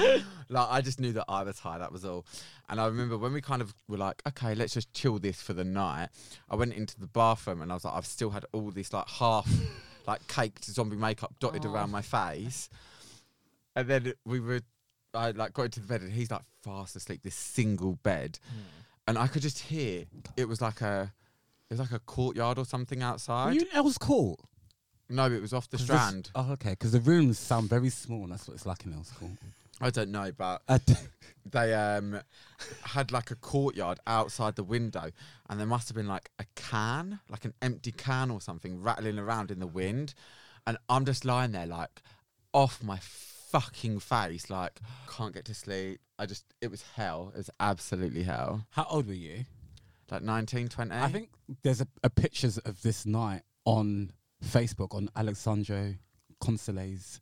Speaker 1: Like I just knew that I was high. That was all. And I remember when we kind of were like, okay, let's just chill this for the night. I went into the bathroom and I was like, I've still had all this like half, like caked zombie makeup dotted around my face. And then we were, I like got into the bed and he's like fast asleep. This single bed, and I could just hear it was like a. It was like a courtyard or something
Speaker 4: Were
Speaker 1: outside.
Speaker 4: you in Elle's Court?
Speaker 1: no, it was off the
Speaker 4: 'Cause this-
Speaker 1: strand.
Speaker 4: oh, okay. Because the rooms sound very small. and That's what it's like in Elle's Court.
Speaker 1: I don't know, but
Speaker 4: I d-
Speaker 1: they um had like a courtyard outside the window and there must have been like a can like an empty can or something rattling around in the wind and i'm just lying there like off my fucking face like can't get to sleep i just it was hell it was absolutely hell
Speaker 4: How old were you?
Speaker 1: like 19 20
Speaker 4: I think there's a, a pictures of this night on Facebook on Alexandro Console's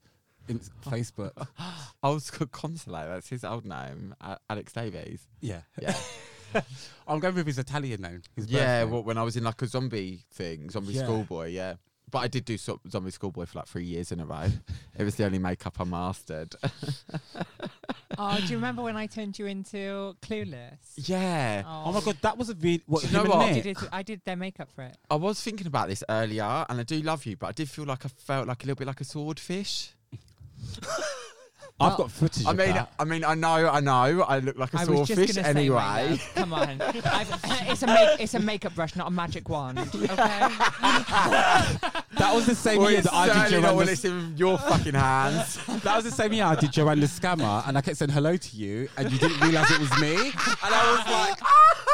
Speaker 4: in Facebook.
Speaker 1: Old school consulate. That's his old name, A- Alex Davies.
Speaker 4: Yeah.
Speaker 1: Yeah.
Speaker 4: I'm going with his Italian name. His
Speaker 1: yeah.
Speaker 4: birth name.
Speaker 1: Well, when I was in like a zombie thing, zombie
Speaker 4: Yeah.
Speaker 1: schoolboy. Yeah. But I did do so- zombie schoolboy for like three years in a row. it was the only makeup I mastered.
Speaker 3: Oh, do you remember when I turned you into Clueless?
Speaker 1: yeah.
Speaker 4: oh my god, that was a video. What,
Speaker 1: Do you
Speaker 4: him
Speaker 1: know
Speaker 4: and
Speaker 1: what?
Speaker 3: I
Speaker 4: Nick?
Speaker 3: did, it- I did their makeup for it.
Speaker 1: I was thinking about this earlier, and I do love you, but I did feel like I felt like a little bit like a swordfish.
Speaker 4: I've got footage.
Speaker 1: I
Speaker 4: of
Speaker 1: mean,
Speaker 4: that.
Speaker 1: I mean, I know, I know, I look like a
Speaker 3: I was just
Speaker 1: swordfish
Speaker 3: gonna say my
Speaker 1: anyway.
Speaker 3: love. Come on, I've, it's a make, it's a makeup brush, not a magic wand. Okay.
Speaker 4: that was the same
Speaker 1: Well,
Speaker 4: year
Speaker 1: it's
Speaker 4: that I
Speaker 1: certainly
Speaker 4: did
Speaker 1: not when
Speaker 4: Joanna.
Speaker 1: it's in your fucking hands.
Speaker 4: That was the same year I did Joanna Scammer, and I kept saying hello to you, and you didn't realize it was me. And I was like,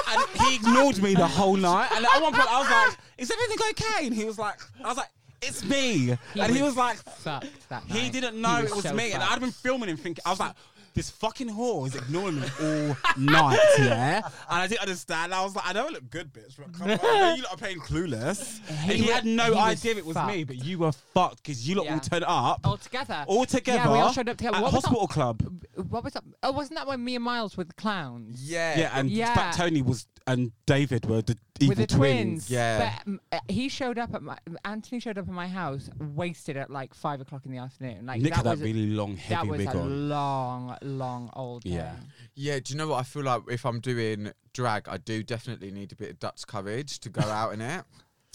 Speaker 4: and he ignored me the whole night. And at one point, I was like, "Is everything okay?" And he was like, "I was like, it's me." and he was like,
Speaker 3: sucked that
Speaker 4: He
Speaker 3: night.
Speaker 4: didn't know it was
Speaker 3: so
Speaker 4: me, and
Speaker 3: fucked.
Speaker 4: I'd been filming him thinking, I was like, this fucking whore is ignoring me all night, yeah? And I didn't understand. I was like, I know I look good, bitch, but come on, man, you lot are playing clueless. He, and he
Speaker 3: wa-
Speaker 4: had no
Speaker 3: he was
Speaker 4: idea it was me,
Speaker 3: fucked.
Speaker 4: but you were fucked because you lot all
Speaker 3: Yeah.
Speaker 4: turned up
Speaker 3: all together.
Speaker 4: all together
Speaker 3: Yeah, we all showed up together.
Speaker 4: at
Speaker 3: What was,
Speaker 4: hospital club.
Speaker 3: that, what was that? Oh, wasn't that when me and Miles were the clowns?
Speaker 1: Yeah.
Speaker 4: Yeah, and
Speaker 3: Yeah.
Speaker 4: Fat Tony was and David were the evil
Speaker 3: With the twins,
Speaker 1: Yeah.
Speaker 3: But um, uh, he showed up at my. Anthony showed up at my house, wasted at like five o'clock in the afternoon. Like
Speaker 4: Nick
Speaker 3: that
Speaker 4: had that
Speaker 3: was
Speaker 4: really long,
Speaker 3: that
Speaker 4: heavy
Speaker 3: was
Speaker 4: wig
Speaker 3: a
Speaker 4: on.
Speaker 3: long, long old.
Speaker 4: Yeah.
Speaker 3: thing.
Speaker 1: Yeah, do you know what? I feel like if I'm doing drag, I do definitely need a bit of Dutch courage to go out in it.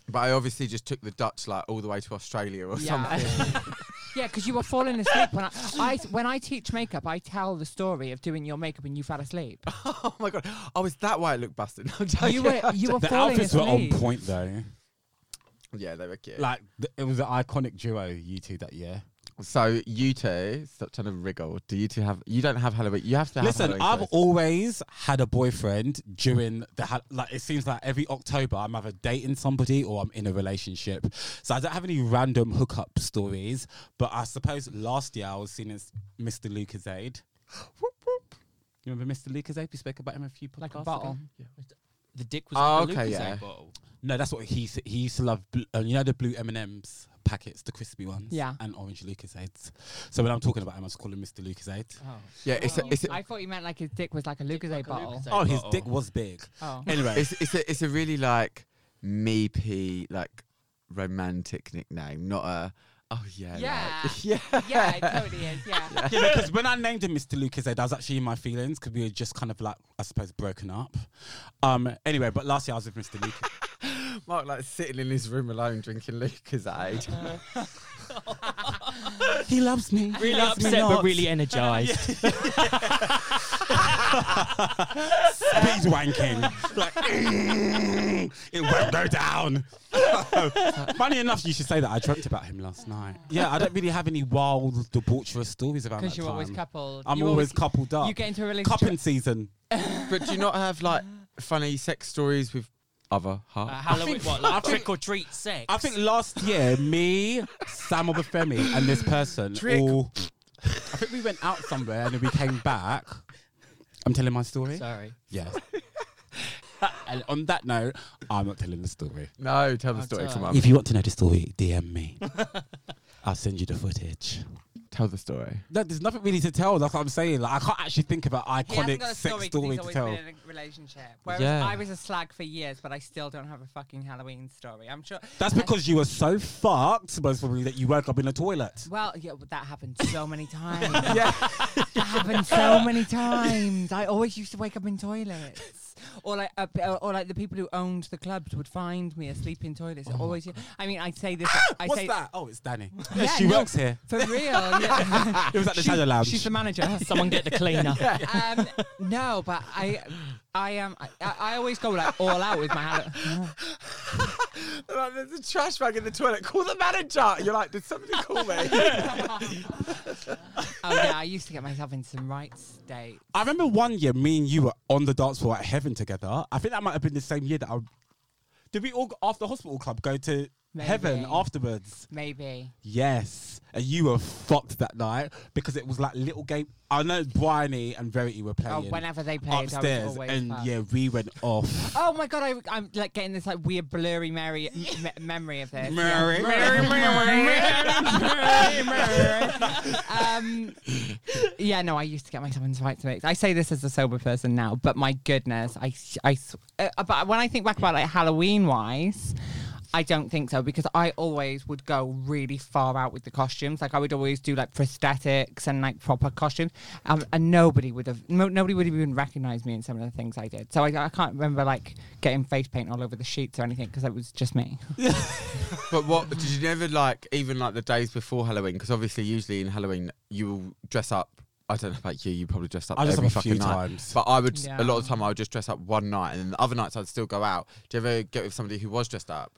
Speaker 1: But I obviously just took the Dutch like all the way to Australia or something.
Speaker 3: Yeah, yeah, because you were falling asleep when I, I when I teach makeup, I tell the story of doing your makeup and you fell asleep.
Speaker 1: Oh my god! Oh, is that why it looked busted? No, I'm
Speaker 3: You
Speaker 1: joking.
Speaker 3: were you were
Speaker 4: The
Speaker 3: falling
Speaker 4: outfits were on
Speaker 3: asleep.
Speaker 4: point though.
Speaker 1: yeah, they were cute.
Speaker 4: Like th- it was an iconic duo, you two that year.
Speaker 1: so you two, stop trying to wriggle. Do you two have? You don't have Halloween. You have to have.
Speaker 4: Listen,
Speaker 1: Halloween
Speaker 4: I've
Speaker 1: first.
Speaker 4: always had a boyfriend during the ha- like. It seems like every October I'm either dating somebody or I'm in a relationship. So I don't have any random hookup stories. But I suppose last year I was seen as Mr. Lucas Aid. You remember Mr. Lucas Aid? We spoke about him a few podcasts
Speaker 3: Like a
Speaker 4: ago.
Speaker 3: bottle.
Speaker 2: The dick was
Speaker 1: Oh,
Speaker 2: like a
Speaker 1: okay,
Speaker 2: Lucasade
Speaker 1: yeah.
Speaker 2: bottle.
Speaker 4: No, that's what he s- he used to love. Bl- uh, you know the blue M and M's packets, the crispy ones.
Speaker 3: Yeah.
Speaker 4: and orange Lucas Aids. So when I'm talking about him, I just call him Mr. Lucas Aid.
Speaker 2: Oh.
Speaker 1: yeah, it's a, it's, a,
Speaker 3: Oh. I thought you meant like his dick was like a Lucasade
Speaker 2: Like a
Speaker 3: bottle.
Speaker 2: Lucasade
Speaker 4: Oh, his
Speaker 2: bottle.
Speaker 4: dick was big.
Speaker 3: Oh.
Speaker 4: Anyway,
Speaker 1: it's it's a it's a really like meepy like romantic nickname, not a oh yeah like-
Speaker 3: Yeah.
Speaker 1: yeah.
Speaker 3: yeah, it totally is. Yeah.
Speaker 4: yeah, because when I named him Mr. Lucas, I was actually in my feelings because we were just kind of like, I suppose, broken up. Um. Anyway, but last year I was with Mr. Lucas.
Speaker 1: Mark like sitting in his room alone drinking Lucasade.
Speaker 4: he loves me.
Speaker 2: Really upset, but really energized.
Speaker 4: speed wanking. like "Mm, it won't go down. Funny enough, you should say that I dreamt about him last night. Yeah, I don't really have any wild, debaucherous stories about.
Speaker 3: Because
Speaker 4: Because
Speaker 3: you're always coupled.
Speaker 4: I'm
Speaker 3: You
Speaker 4: always coupled up.
Speaker 3: You get into a
Speaker 4: cupping
Speaker 3: relationship.
Speaker 4: season.
Speaker 1: but do you not have like funny sex stories with other
Speaker 2: Uh,
Speaker 3: Ah.
Speaker 1: half?
Speaker 2: Halloween, what, like trick or treat sex?
Speaker 4: I think last year, me, Sam Obafemi, and this person
Speaker 1: Trick.
Speaker 4: all. I think we went out somewhere and then we came back. I'm telling my story.
Speaker 2: Sorry.
Speaker 4: Yes. and on that note, I'm not telling the story.
Speaker 1: No, tell
Speaker 3: Ah,
Speaker 1: the story.
Speaker 2: tell
Speaker 1: Come
Speaker 2: her.
Speaker 1: on,
Speaker 4: If you want to know the story, DM me. I'll send you the footage.
Speaker 1: tell the story.
Speaker 4: No, there's nothing really to tell. That's what I'm saying. Like, I can't actually think about
Speaker 3: He hasn't
Speaker 4: iconic
Speaker 3: got a
Speaker 4: sex
Speaker 3: story, 'cause
Speaker 4: story
Speaker 3: he's
Speaker 4: to
Speaker 3: always
Speaker 4: tell.
Speaker 3: been in a relationship. Whereas
Speaker 1: Yeah.
Speaker 3: I was a slag for years, but I still don't have a fucking Halloween story. I'm sure.
Speaker 4: That's because you were so fucked, most probably, that you woke up in a toilet.
Speaker 3: Well, yeah, but that happened so many times.
Speaker 1: Yeah.
Speaker 3: That happened so many times. I always used to wake up in toilets. Or like, uh, uh, or like the people who owned the clubs would find me asleep in toilets. always, I mean, I say this. I
Speaker 4: Oh What's
Speaker 3: say,
Speaker 4: that? Oh, it's Danny.
Speaker 3: Yeah,
Speaker 4: she
Speaker 3: no,
Speaker 4: works here.
Speaker 3: For real. yeah.
Speaker 4: It was at the
Speaker 3: She-
Speaker 4: Shadow Lounge.
Speaker 3: She's the manager.
Speaker 2: Someone get the cleaner.
Speaker 3: um, no, but I, I am. I, I always go like all out with my Halloween.
Speaker 1: Like, there's a trash bag in the toilet. Call the manager. You're like, did somebody call me?
Speaker 3: Oh yeah, I used to get myself in some right state.
Speaker 4: I remember one year, me and you were on the dance floor at Heaven together. I think that might have been the same year that I. Did we all, go- after hospital club, go to
Speaker 3: Maybe.
Speaker 4: Heaven afterwards.
Speaker 3: Maybe.
Speaker 4: Yes. And you were fucked that night because it was like little game. I know Bryony and Verity were
Speaker 3: Oh,
Speaker 4: playing
Speaker 3: whenever they played, I was
Speaker 4: upstairs,
Speaker 3: always
Speaker 4: and
Speaker 3: fucked.
Speaker 4: yeah, we went off.
Speaker 3: Oh my god, I, I'm like getting this like weird blurry Mary m- me- memory of this.
Speaker 4: Mary.
Speaker 3: Mary, Mary, Mary, Mary. Um, yeah, no, I used to get myself into fights mixed. I say this as a sober person now, but my goodness, I, I, s- uh, but when I think back about like Halloween wise. I don't think so because I always would go really far out with the costumes. Like I would always do like prosthetics and like proper costumes, um, and nobody would have no, nobody would have even recognized me in some of the things I did. So I, I can't remember like getting face paint all over the sheets or anything because it was just me.
Speaker 1: But what did you never like? Even like the days before Halloween, because obviously, usually in Halloween, you will dress up. I don't know about you. You probably dressed up
Speaker 4: I just
Speaker 1: every
Speaker 4: have a
Speaker 1: fucking
Speaker 4: few
Speaker 1: night.
Speaker 4: times.
Speaker 1: But I would a lot of
Speaker 3: Yeah.
Speaker 1: the time I would just dress up one night, and then the other nights I'd still go out. Do you ever get with somebody who was dressed up?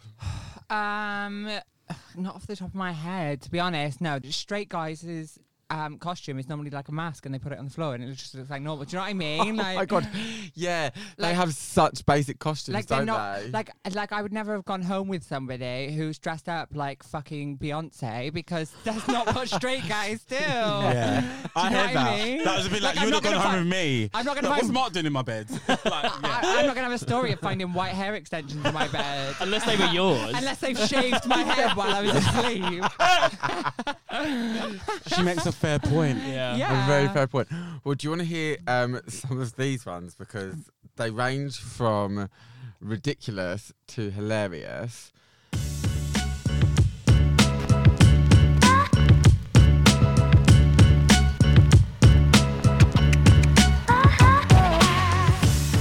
Speaker 3: Um, not off the top of my head, to be honest. No, straight guys is. Um, costume is normally like a mask, and they put it on the floor, and it just looks like normal. Do you know what I mean?
Speaker 1: oh
Speaker 3: Like,
Speaker 1: my god, yeah, they
Speaker 3: Like-
Speaker 1: have such basic costumes,
Speaker 3: like they're
Speaker 1: don't
Speaker 3: not
Speaker 1: they?
Speaker 3: like like I would never have gone home with somebody who's dressed up like fucking Beyonce because that's not what straight guys Oh. do.
Speaker 4: Yeah, I
Speaker 3: know
Speaker 4: heard
Speaker 3: what I
Speaker 4: that.
Speaker 3: mean?
Speaker 4: That was a bit like,
Speaker 3: Like, I'm
Speaker 4: you're
Speaker 3: not
Speaker 4: not going
Speaker 3: gonna
Speaker 4: home
Speaker 3: fight-
Speaker 4: with me.
Speaker 3: I'm not gonna
Speaker 4: Like, What's
Speaker 3: fight-
Speaker 4: Mark doing in my bed? Like, yeah.
Speaker 3: I, am not gonna have a story of finding white hair extensions in my bed.
Speaker 2: Unless they were yours.
Speaker 3: Unless they've shaved my head while I was asleep.
Speaker 4: she makes a fair point.
Speaker 2: yeah.
Speaker 1: A very
Speaker 3: Yeah.
Speaker 1: fair point. Well, do you want to hear um, some of these ones because they range from ridiculous to hilarious.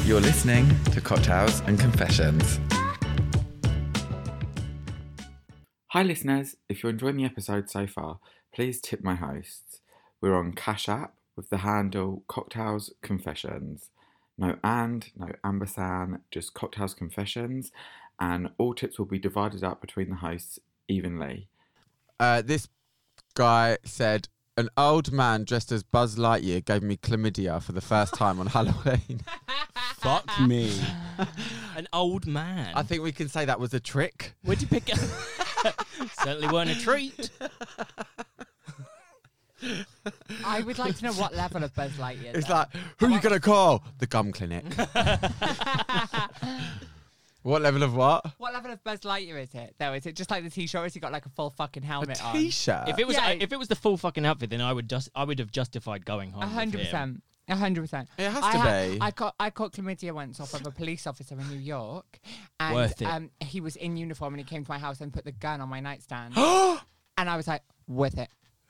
Speaker 1: You're listening to Cocktails and Confessions. Hi, listeners. If you're enjoying the episode so far, please tip my hosts. We're on Cash App with the handle Cocktails Confessions. No and, no ambersan, just Cocktails Confessions. And all tips will be divided up between the hosts evenly. Uh, this guy said, An old man dressed as Buzz Lightyear gave me chlamydia for the first time on Halloween.
Speaker 4: Fuck me.
Speaker 2: An old man.
Speaker 1: I think we can say that was a trick.
Speaker 2: Where'd you pick up? Certainly weren't a treat.
Speaker 3: I would like to know what level of Buzz Lightyear.
Speaker 1: It's
Speaker 3: though.
Speaker 1: like, who are you going to call? The gum clinic. what level of what?
Speaker 3: what level of Buzz Lightyear is it though? Is it just like the T-shirt? Or has he got like a full fucking
Speaker 1: A
Speaker 3: helmet on?
Speaker 1: t shirt.
Speaker 2: If it was
Speaker 3: Yeah.
Speaker 2: if it was the full fucking outfit, then I would just I would have justified going home.
Speaker 3: A
Speaker 2: with
Speaker 3: hundred
Speaker 2: him.
Speaker 3: percent. A hundred percent.
Speaker 1: It has
Speaker 3: I
Speaker 1: to
Speaker 3: ha-
Speaker 1: be.
Speaker 3: I caught I caught chlamydia once off of a police officer in New York, and
Speaker 2: Worth it.
Speaker 3: um, he was in uniform and he came to my house and put the gun on my nightstand, and I was like, worth it,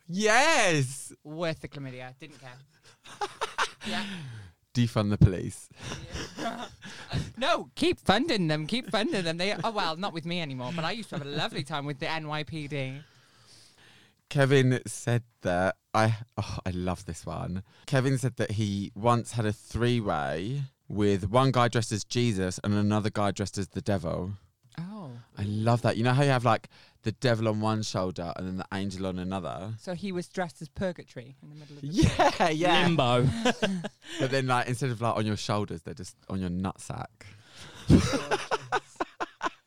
Speaker 1: Yes!
Speaker 3: worth the chlamydia. Didn't care. yeah.
Speaker 1: Defund the police.
Speaker 3: No, keep funding them. Keep funding them. They oh well, not with me anymore. But I used to have a lovely time with the NYPD.
Speaker 1: Kevin said that I oh, I love this one. Kevin said that he once had a three-way with one guy dressed as Jesus and another guy dressed as the devil.
Speaker 3: Oh,
Speaker 1: I love that. You know how you have like the devil on one shoulder and then the angel on another?
Speaker 3: so he was dressed as purgatory in the middle of the
Speaker 1: Yeah, yeah.
Speaker 2: Limbo.
Speaker 1: But then like instead of like on your shoulders, they're just on your nutsack.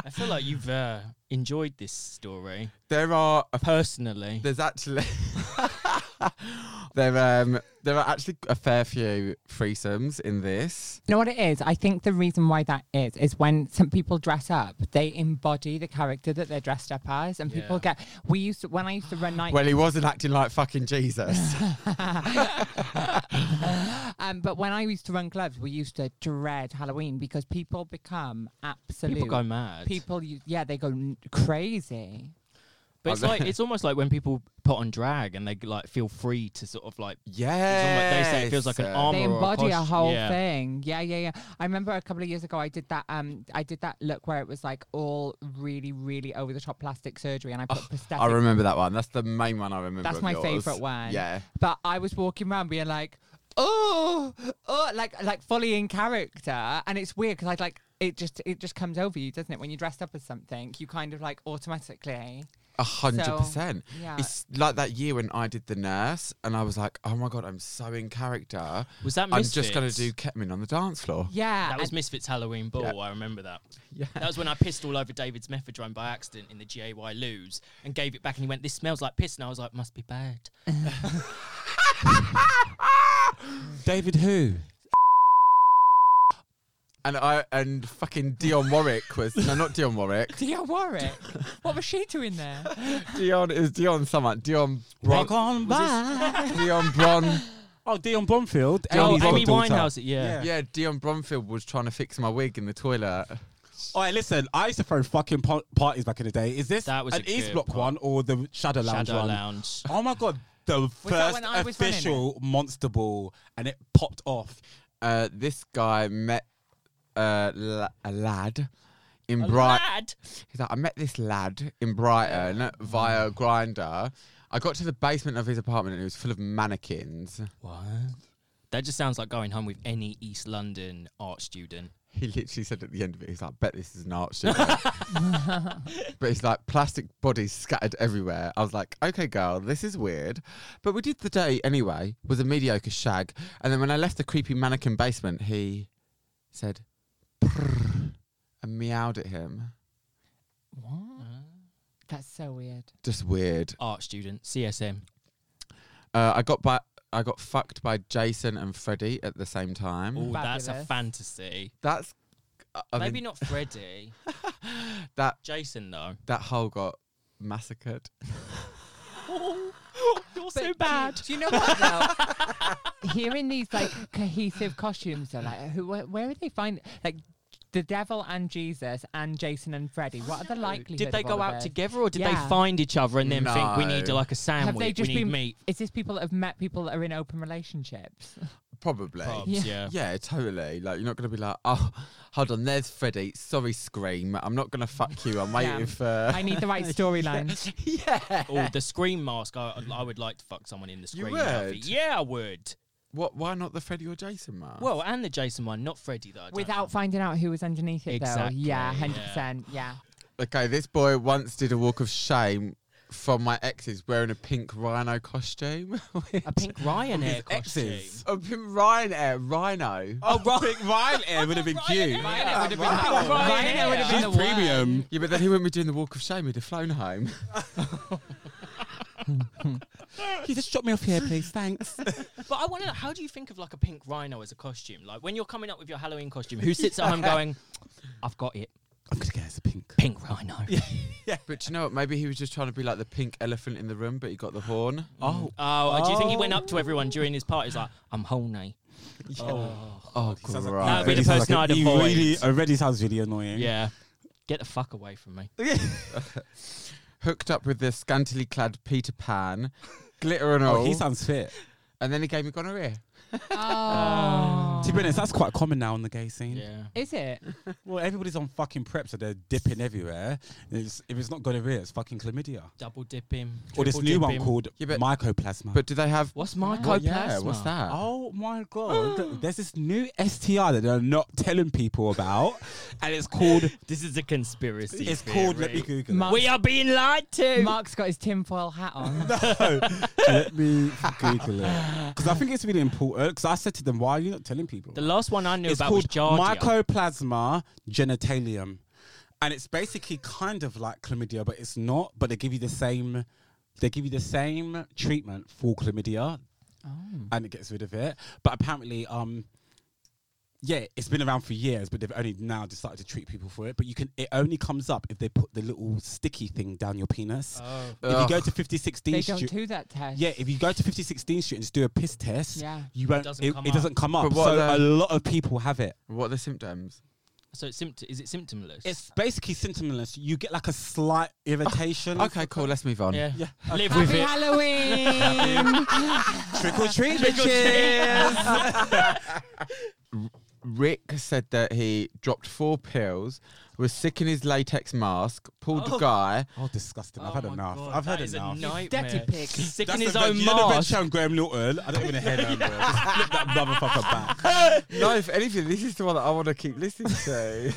Speaker 2: I feel like you've uh, enjoyed this story
Speaker 1: There are a
Speaker 2: personally.
Speaker 1: There's actually there um there are actually a fair few threesomes in this.
Speaker 3: You know what it is? I think the reason why that is is when some people dress up, they embody the character that they're dressed up as, and people
Speaker 2: Yeah.
Speaker 3: get. We used to when I used to run night.
Speaker 1: Well, he wasn't acting like fucking Jesus.
Speaker 3: um, but when I used to run clubs, we used to dread Halloween because people become absolute.
Speaker 2: People go mad.
Speaker 3: People, you- yeah, they go n- crazy.
Speaker 2: but it's like it's almost like when people put on drag and they like feel free to sort of like. It's
Speaker 1: Yeah.
Speaker 2: almost- they say it feels like an armor.
Speaker 3: They
Speaker 2: or
Speaker 3: embody a,
Speaker 2: cost-
Speaker 3: whole
Speaker 2: yeah.
Speaker 3: thing. Yeah, yeah, yeah. I remember a couple of years ago, I did that. Um, I did that look where it was like all really, really over the top plastic surgery, and I put prosthetics
Speaker 1: I remember that one. That's the main one I remember.
Speaker 3: That's
Speaker 1: of
Speaker 3: my
Speaker 1: yours.
Speaker 3: favourite one.
Speaker 1: Yeah.
Speaker 3: But I was walking around being like, oh, oh, like like fully in character, and it's weird because I like it just it just comes over you, doesn't it? When you're dressed up as something, you kind of like automatically.
Speaker 1: A hundred
Speaker 3: So,
Speaker 1: percent.
Speaker 3: Yeah.
Speaker 1: It's like that year when I did the nurse, and I was like, "Oh my god, I'm so in character.
Speaker 2: Was that
Speaker 1: I'm
Speaker 2: Misfits?
Speaker 1: just gonna do ketamine on the dance floor."
Speaker 3: yeah.
Speaker 2: That was
Speaker 3: and-
Speaker 2: Misfits Halloween Ball. I remember that.
Speaker 1: Yeah,
Speaker 2: That was when I pissed all over David's methadone by accident in the GAY loos and gave it back, and he went, "This smells like piss," and I was like, "Must be bad."
Speaker 4: David who?
Speaker 1: and I and fucking Dion Warwick was no, not Dion Warwick.
Speaker 3: Dionne Warwick. what was she doing there?
Speaker 1: Dion is Dion someone. Dion Bron.
Speaker 4: on back.
Speaker 1: Dion Bron.
Speaker 4: Oh, Dion Bromfield.
Speaker 1: Oh,
Speaker 4: Amy's
Speaker 1: Amy
Speaker 4: got a daughter.
Speaker 2: Winehouse. Yeah.
Speaker 1: Yeah, Dion Bromfield was trying to fix my wig in the toilet.
Speaker 4: All right, listen. I used to throw fucking po- parties back in the day. Is this
Speaker 2: That was
Speaker 4: an
Speaker 2: a
Speaker 4: East
Speaker 2: good
Speaker 4: Block
Speaker 2: part.
Speaker 4: one or the Shadow Lounge
Speaker 2: Shadow
Speaker 4: one?
Speaker 2: Lounge.
Speaker 4: Oh my god, the
Speaker 3: that
Speaker 4: first
Speaker 3: when I was running
Speaker 4: official Monster Ball, and it popped off.
Speaker 1: Uh, this guy met uh, la- a lad in Brighton.
Speaker 2: Bad.
Speaker 1: He's like, I met this lad in Brighton via Grinder. I got to the basement of his apartment and it was full of mannequins.
Speaker 2: What? That just sounds like going home with any East London art student.
Speaker 1: He literally said at the end of it, he's like, bet this is an art show. but it's like plastic bodies scattered everywhere. I was like, okay, girl, this is weird. But we did the day anyway, was a mediocre shag. And then when I left the creepy mannequin basement, he said, "Prrr," and meowed at him.
Speaker 3: what? That's so weird.
Speaker 1: Just weird.
Speaker 2: Art student, CSM.
Speaker 1: Uh, I got by, I got fucked by Jason and Freddie at the same time.
Speaker 2: Oh, that's a
Speaker 3: Fabulous.
Speaker 2: fantasy.
Speaker 1: That's I I
Speaker 2: Maybe
Speaker 1: mean,
Speaker 2: not Freddie.
Speaker 1: that
Speaker 2: Jason, though.
Speaker 1: that hole got massacred.
Speaker 2: You're
Speaker 3: But do you- Do you know what? Though? Hearing these like cohesive costumes, though, like who, where, where would they find like the devil and Jesus and Jason and Freddy? What are the likelihood?
Speaker 2: Did they
Speaker 3: of
Speaker 2: go
Speaker 3: all of
Speaker 2: out
Speaker 3: this?
Speaker 2: together or did they
Speaker 3: Yeah.
Speaker 2: find each other and then think we
Speaker 1: No.
Speaker 2: need like a sandwich?
Speaker 3: Have they just
Speaker 2: we need
Speaker 3: been?
Speaker 2: meat.
Speaker 3: Is this people that have met people that are in open relationships?
Speaker 1: Probably.
Speaker 2: Probs,
Speaker 3: Yeah.
Speaker 2: yeah.
Speaker 1: Yeah, totally. Like you're not gonna be like, oh, hold on, there's Freddie. Sorry, scream. I'm not gonna fuck you. I'm waiting
Speaker 3: Yeah.
Speaker 1: for.
Speaker 3: I need the right storyline.
Speaker 1: yeah.
Speaker 2: Or Oh, the scream mask. I, I would like to fuck someone in the
Speaker 1: You
Speaker 2: scream
Speaker 1: would?
Speaker 2: outfit. Yeah, I would.
Speaker 1: What? Why not the Freddie or Jason mask?
Speaker 2: Well, and the Jason one, not Freddy though. I don't
Speaker 3: Without finding out who was underneath it,
Speaker 2: Exactly,
Speaker 3: though. Yeah,
Speaker 2: yeah.
Speaker 3: hundred percent. Yeah.
Speaker 1: okay. This boy once did a walk of shame from my exes wearing a pink rhino costume.
Speaker 2: know. a pink Ryanair costume.
Speaker 4: exes.
Speaker 1: a pink Ryanair rhino.
Speaker 4: Oh, Big Ryanair would have been cute.
Speaker 2: Ryanair. Ryanair would have been
Speaker 4: Wow.
Speaker 2: the- Ryanair would have been
Speaker 4: She's
Speaker 3: the word.
Speaker 4: premium.
Speaker 1: Yeah, but then he wouldn't be doing the walk of shame. He'd have flown home.
Speaker 4: Can you just drop me off here, please? Thanks.
Speaker 2: But I want to know, how do you think of like a pink rhino as a costume? Like when you're coming up with your Halloween costume, who sits at home going, I've got it,
Speaker 4: I'm gonna get us a pink.
Speaker 2: pink rhino?
Speaker 1: But do you know what? Maybe he was just trying to be like the pink elephant in the room, but he got the horn.
Speaker 4: Oh,
Speaker 2: Oh, uh, do you think he went up to everyone during his party? He's like, I'm horny.
Speaker 1: Oh,
Speaker 4: Sounds like-
Speaker 1: gross.
Speaker 2: That would be the
Speaker 4: sounds
Speaker 2: person
Speaker 4: like-
Speaker 2: I'd
Speaker 4: he
Speaker 2: avoid.
Speaker 4: really already sounds really annoying.
Speaker 2: Yeah. Get the fuck away from me.
Speaker 1: hooked up with the scantily clad Peter Pan, glitter and all.
Speaker 4: Oh, he sounds fit.
Speaker 1: and then he gave me gonorrhea.
Speaker 3: Oh.
Speaker 4: To be honest, that's quite common now in the gay scene.
Speaker 2: Yeah.
Speaker 3: Is it?
Speaker 4: Well, everybody's on fucking prep, so they're dipping everywhere. And It's, if it's not gonorrhea, it's fucking chlamydia.
Speaker 2: Double dip him.
Speaker 4: Or this
Speaker 2: triple
Speaker 4: new
Speaker 2: dip
Speaker 4: one
Speaker 2: him.
Speaker 4: called
Speaker 1: Yeah, but-
Speaker 4: mycoplasma.
Speaker 1: But do they have?
Speaker 2: What's mycoplasma?
Speaker 1: What- Oh, yeah, what's that?
Speaker 4: Oh my god! There's this new STI that they're not telling people about, and it's called.
Speaker 2: This is a conspiracy.
Speaker 4: It's called. Let me
Speaker 2: theory.
Speaker 4: Google.
Speaker 3: Mar-
Speaker 4: it.
Speaker 2: We are being lied to.
Speaker 3: Mark's got his tinfoil hat on.
Speaker 4: let me Google it because I think it's really important. Because I said to them, "Why are you not telling people?"
Speaker 2: the last one I knew
Speaker 4: it's
Speaker 2: about was
Speaker 4: called
Speaker 2: Jardia.
Speaker 4: mycoplasma genitalium, and it's basically kind of like chlamydia, but it's not. But they give you the same. They give you the same treatment for chlamydia, and it gets rid of it. But apparently, um, yeah, it's been around for years, but they've only now decided to treat people for it. But you can, it only comes up if they put the little sticky thing down your penis.
Speaker 2: Oh.
Speaker 4: If you go to 5016
Speaker 3: they don't
Speaker 4: Street-
Speaker 3: do that test.
Speaker 4: yeah, if you go to 5016 Street and just do a piss test,
Speaker 3: Yeah.
Speaker 4: you won't. It
Speaker 2: doesn't
Speaker 4: doesn't, it,
Speaker 2: come
Speaker 4: come,
Speaker 2: up.
Speaker 4: it doesn't come up.
Speaker 1: But what uh,
Speaker 4: So
Speaker 1: are
Speaker 4: a
Speaker 1: the-
Speaker 4: lot of people have it.
Speaker 1: What are the symptoms?
Speaker 2: So it's sympt- is it symptomless?
Speaker 4: It's basically symptomless. You get like a slight irritation.
Speaker 1: Okay, cool. Let's move on.
Speaker 2: yeah.
Speaker 4: Yeah.
Speaker 2: Live with
Speaker 3: Happy
Speaker 2: it.
Speaker 3: Halloween!
Speaker 4: Trick or treat,
Speaker 1: Rick said that he dropped four pills, was sick in his latex mask, pulled the guy.
Speaker 4: Oh, disgusting. I've
Speaker 2: Oh
Speaker 4: had
Speaker 2: my
Speaker 4: enough.
Speaker 2: God,
Speaker 4: I've
Speaker 2: that
Speaker 4: had
Speaker 2: is
Speaker 4: enough.
Speaker 2: A nightmare.
Speaker 3: Dirty pig.
Speaker 2: Sick in
Speaker 4: That's
Speaker 2: his
Speaker 4: the
Speaker 2: own
Speaker 4: best- you know the best
Speaker 2: mask.
Speaker 4: show on Graham Norton. I don't even hear that. bro. Just flip that motherfucker back.
Speaker 1: No, if anything, this is the one that I want to keep listening to.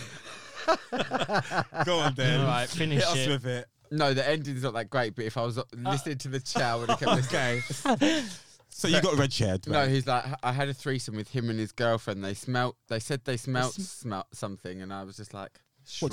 Speaker 4: Go on, then.
Speaker 2: All right, finish
Speaker 4: Hit us
Speaker 2: it.
Speaker 4: with it.
Speaker 1: No, the ending's not that great, but if I was uh, listening to the chair, I would have kept listening.
Speaker 4: So you got red chaired.
Speaker 1: No, he's like, I had a threesome with him and his girlfriend. They smelt, they said they smelt, smelt something, and I was just like,
Speaker 4: What,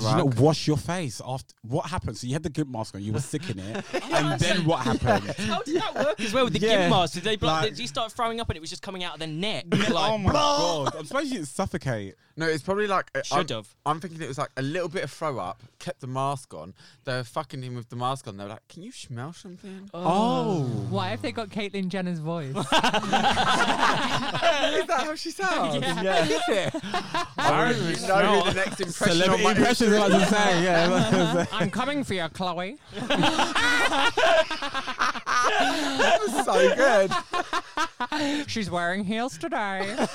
Speaker 1: shrug.
Speaker 4: did you not wash your face after? What happened? So you had the good mask on, you were sick in it, and then what happened?
Speaker 2: How did that work as well with the
Speaker 4: Yeah.
Speaker 2: gimp mask? Did they block,
Speaker 4: Like-
Speaker 2: did you start throwing up and it was just coming out of their neck?
Speaker 4: oh
Speaker 2: Like,
Speaker 4: my god! I'm surprised you didn't suffocate.
Speaker 1: No, it's probably like uh, I'm-
Speaker 2: Should've.
Speaker 1: I'm, thinking it was like a little bit of throw up. Kept the mask on. They were fucking him with the mask on. They were like, "Can you smell something?"
Speaker 4: Oh,
Speaker 3: Why have they got Caitlyn Jenner's voice?
Speaker 1: Is that how she sounds?
Speaker 3: Yeah.
Speaker 1: Is it? I don't even know who the next impression on
Speaker 4: celebrity
Speaker 1: my
Speaker 4: impressions. I was saying, yeah. like I was
Speaker 3: I'm coming for you, Chloe.
Speaker 1: That was so good.
Speaker 3: She's wearing heels today.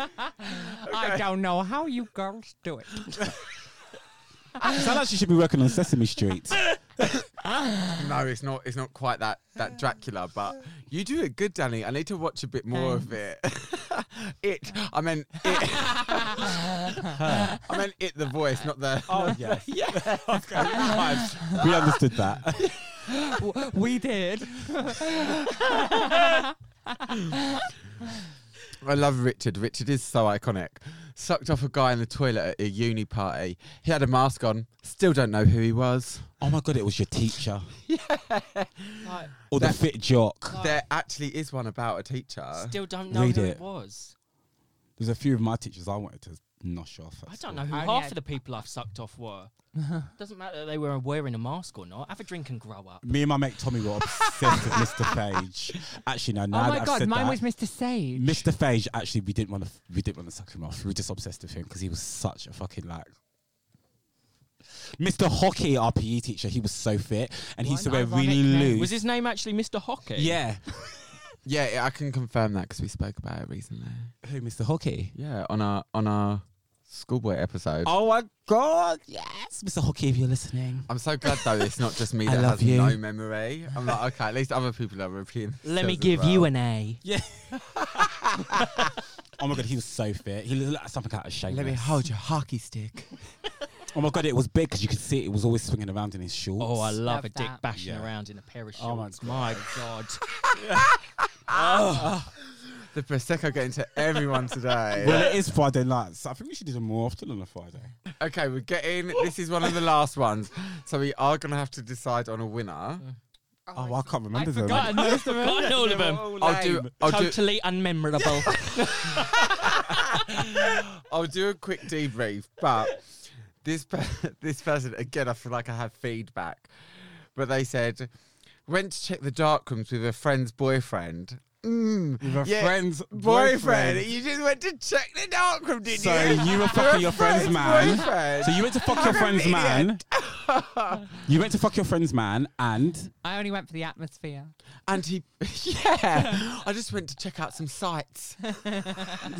Speaker 3: I don't know how you girls do it.
Speaker 4: saying. Sound like she should be working on Sesame Street.
Speaker 1: No, it's not. It's not quite that that Dracula, but you do it good, Danny. I need to watch a bit more of it. it. I meant it. I meant it. The voice, not the.
Speaker 4: Oh yes, yeah. we understood that.
Speaker 3: W- We did.
Speaker 1: I love Richard. Richard is so iconic. Sucked off a guy in the toilet at a uni party. He had a mask on. Still don't know who he was.
Speaker 4: Oh my god, it was your teacher
Speaker 2: Like,
Speaker 4: or the fit jock.
Speaker 1: There actually is one about a teacher.
Speaker 2: still don't know
Speaker 4: Read
Speaker 2: who it.
Speaker 4: it.
Speaker 2: was.
Speaker 4: There's a few of my teachers I wanted to nosh off. at
Speaker 2: I
Speaker 4: school.
Speaker 2: don't know who
Speaker 3: Oh,
Speaker 2: half
Speaker 3: yeah.
Speaker 2: of the people I've sucked off were. Doesn't matter that they were wearing a mask or not. Have a drink and grow up.
Speaker 4: Me and my mate Tommy were obsessed with Mr. Phage. Actually, no, now
Speaker 3: oh
Speaker 4: that
Speaker 3: my
Speaker 4: I've
Speaker 3: god,
Speaker 4: said
Speaker 3: mine
Speaker 4: that,
Speaker 3: was Mr. Sage.
Speaker 4: Mr. Phage. Actually, we didn't want to. We didn't want to suck him off. We were just obsessed with him because he was such a fucking like. Mr. Hockey, our PE teacher, he was so fit, and he
Speaker 3: What
Speaker 4: used to
Speaker 3: an
Speaker 4: wear
Speaker 3: ironic
Speaker 4: really
Speaker 3: name.
Speaker 4: loose.
Speaker 2: Was his name actually Mr. Hockey?
Speaker 4: Yeah.
Speaker 1: Yeah, I can confirm that because we spoke about it recently.
Speaker 4: Who, Mr. Hockey?
Speaker 1: Yeah, on our on our schoolboy episode.
Speaker 4: Oh my god! Yes, Mr. Hockey, if you're listening.
Speaker 1: I'm so glad though it's not just me
Speaker 4: I
Speaker 1: that
Speaker 4: love
Speaker 1: has
Speaker 4: you.
Speaker 1: no memory. I'm like, okay, at least other people are repeating.
Speaker 2: Let me
Speaker 1: themselves as
Speaker 2: give
Speaker 1: well.
Speaker 2: you an A.
Speaker 4: Oh my god, he was so fit. He looked like something out of shape.
Speaker 1: your hockey stick.
Speaker 4: Oh my god, it was big because you could see it, it was always swinging around in his shorts.
Speaker 2: Oh, I love,
Speaker 3: Love
Speaker 2: a dick
Speaker 3: that.
Speaker 2: bashing
Speaker 4: Yeah.
Speaker 2: around in a pair of shorts.
Speaker 4: Oh my
Speaker 2: my god.
Speaker 1: The prosecco getting to everyone today.
Speaker 4: Well, it is Friday nights. I think we should do them more often on a Friday.
Speaker 1: okay, we're getting. This is one of the last ones, so we are gonna have to decide on a winner.
Speaker 4: Oh, I can't remember
Speaker 3: I'd
Speaker 4: them.
Speaker 3: forgotten
Speaker 2: I've forgotten all of them.
Speaker 1: I'll do. I'll do.
Speaker 2: Totally unmemorable.
Speaker 1: I'll do a quick debrief, but this per- this person again, I feel like I have feedback, but they said went to check the darkrooms with a friend's boyfriend. Mm,
Speaker 4: With a
Speaker 1: yeah,
Speaker 4: friend's
Speaker 1: boyfriend.
Speaker 4: boyfriend.
Speaker 1: You just went to check the darkroom, didn't
Speaker 4: So
Speaker 1: you?
Speaker 4: you were
Speaker 1: With
Speaker 4: fucking
Speaker 1: a
Speaker 4: your friend's man.
Speaker 1: boyfriend.
Speaker 4: So you went to fuck your
Speaker 1: I'm an
Speaker 4: friend's man. you went to fuck your friend's man, and
Speaker 3: I only went for the atmosphere.
Speaker 1: and he, yeah, I just went to check out some sights,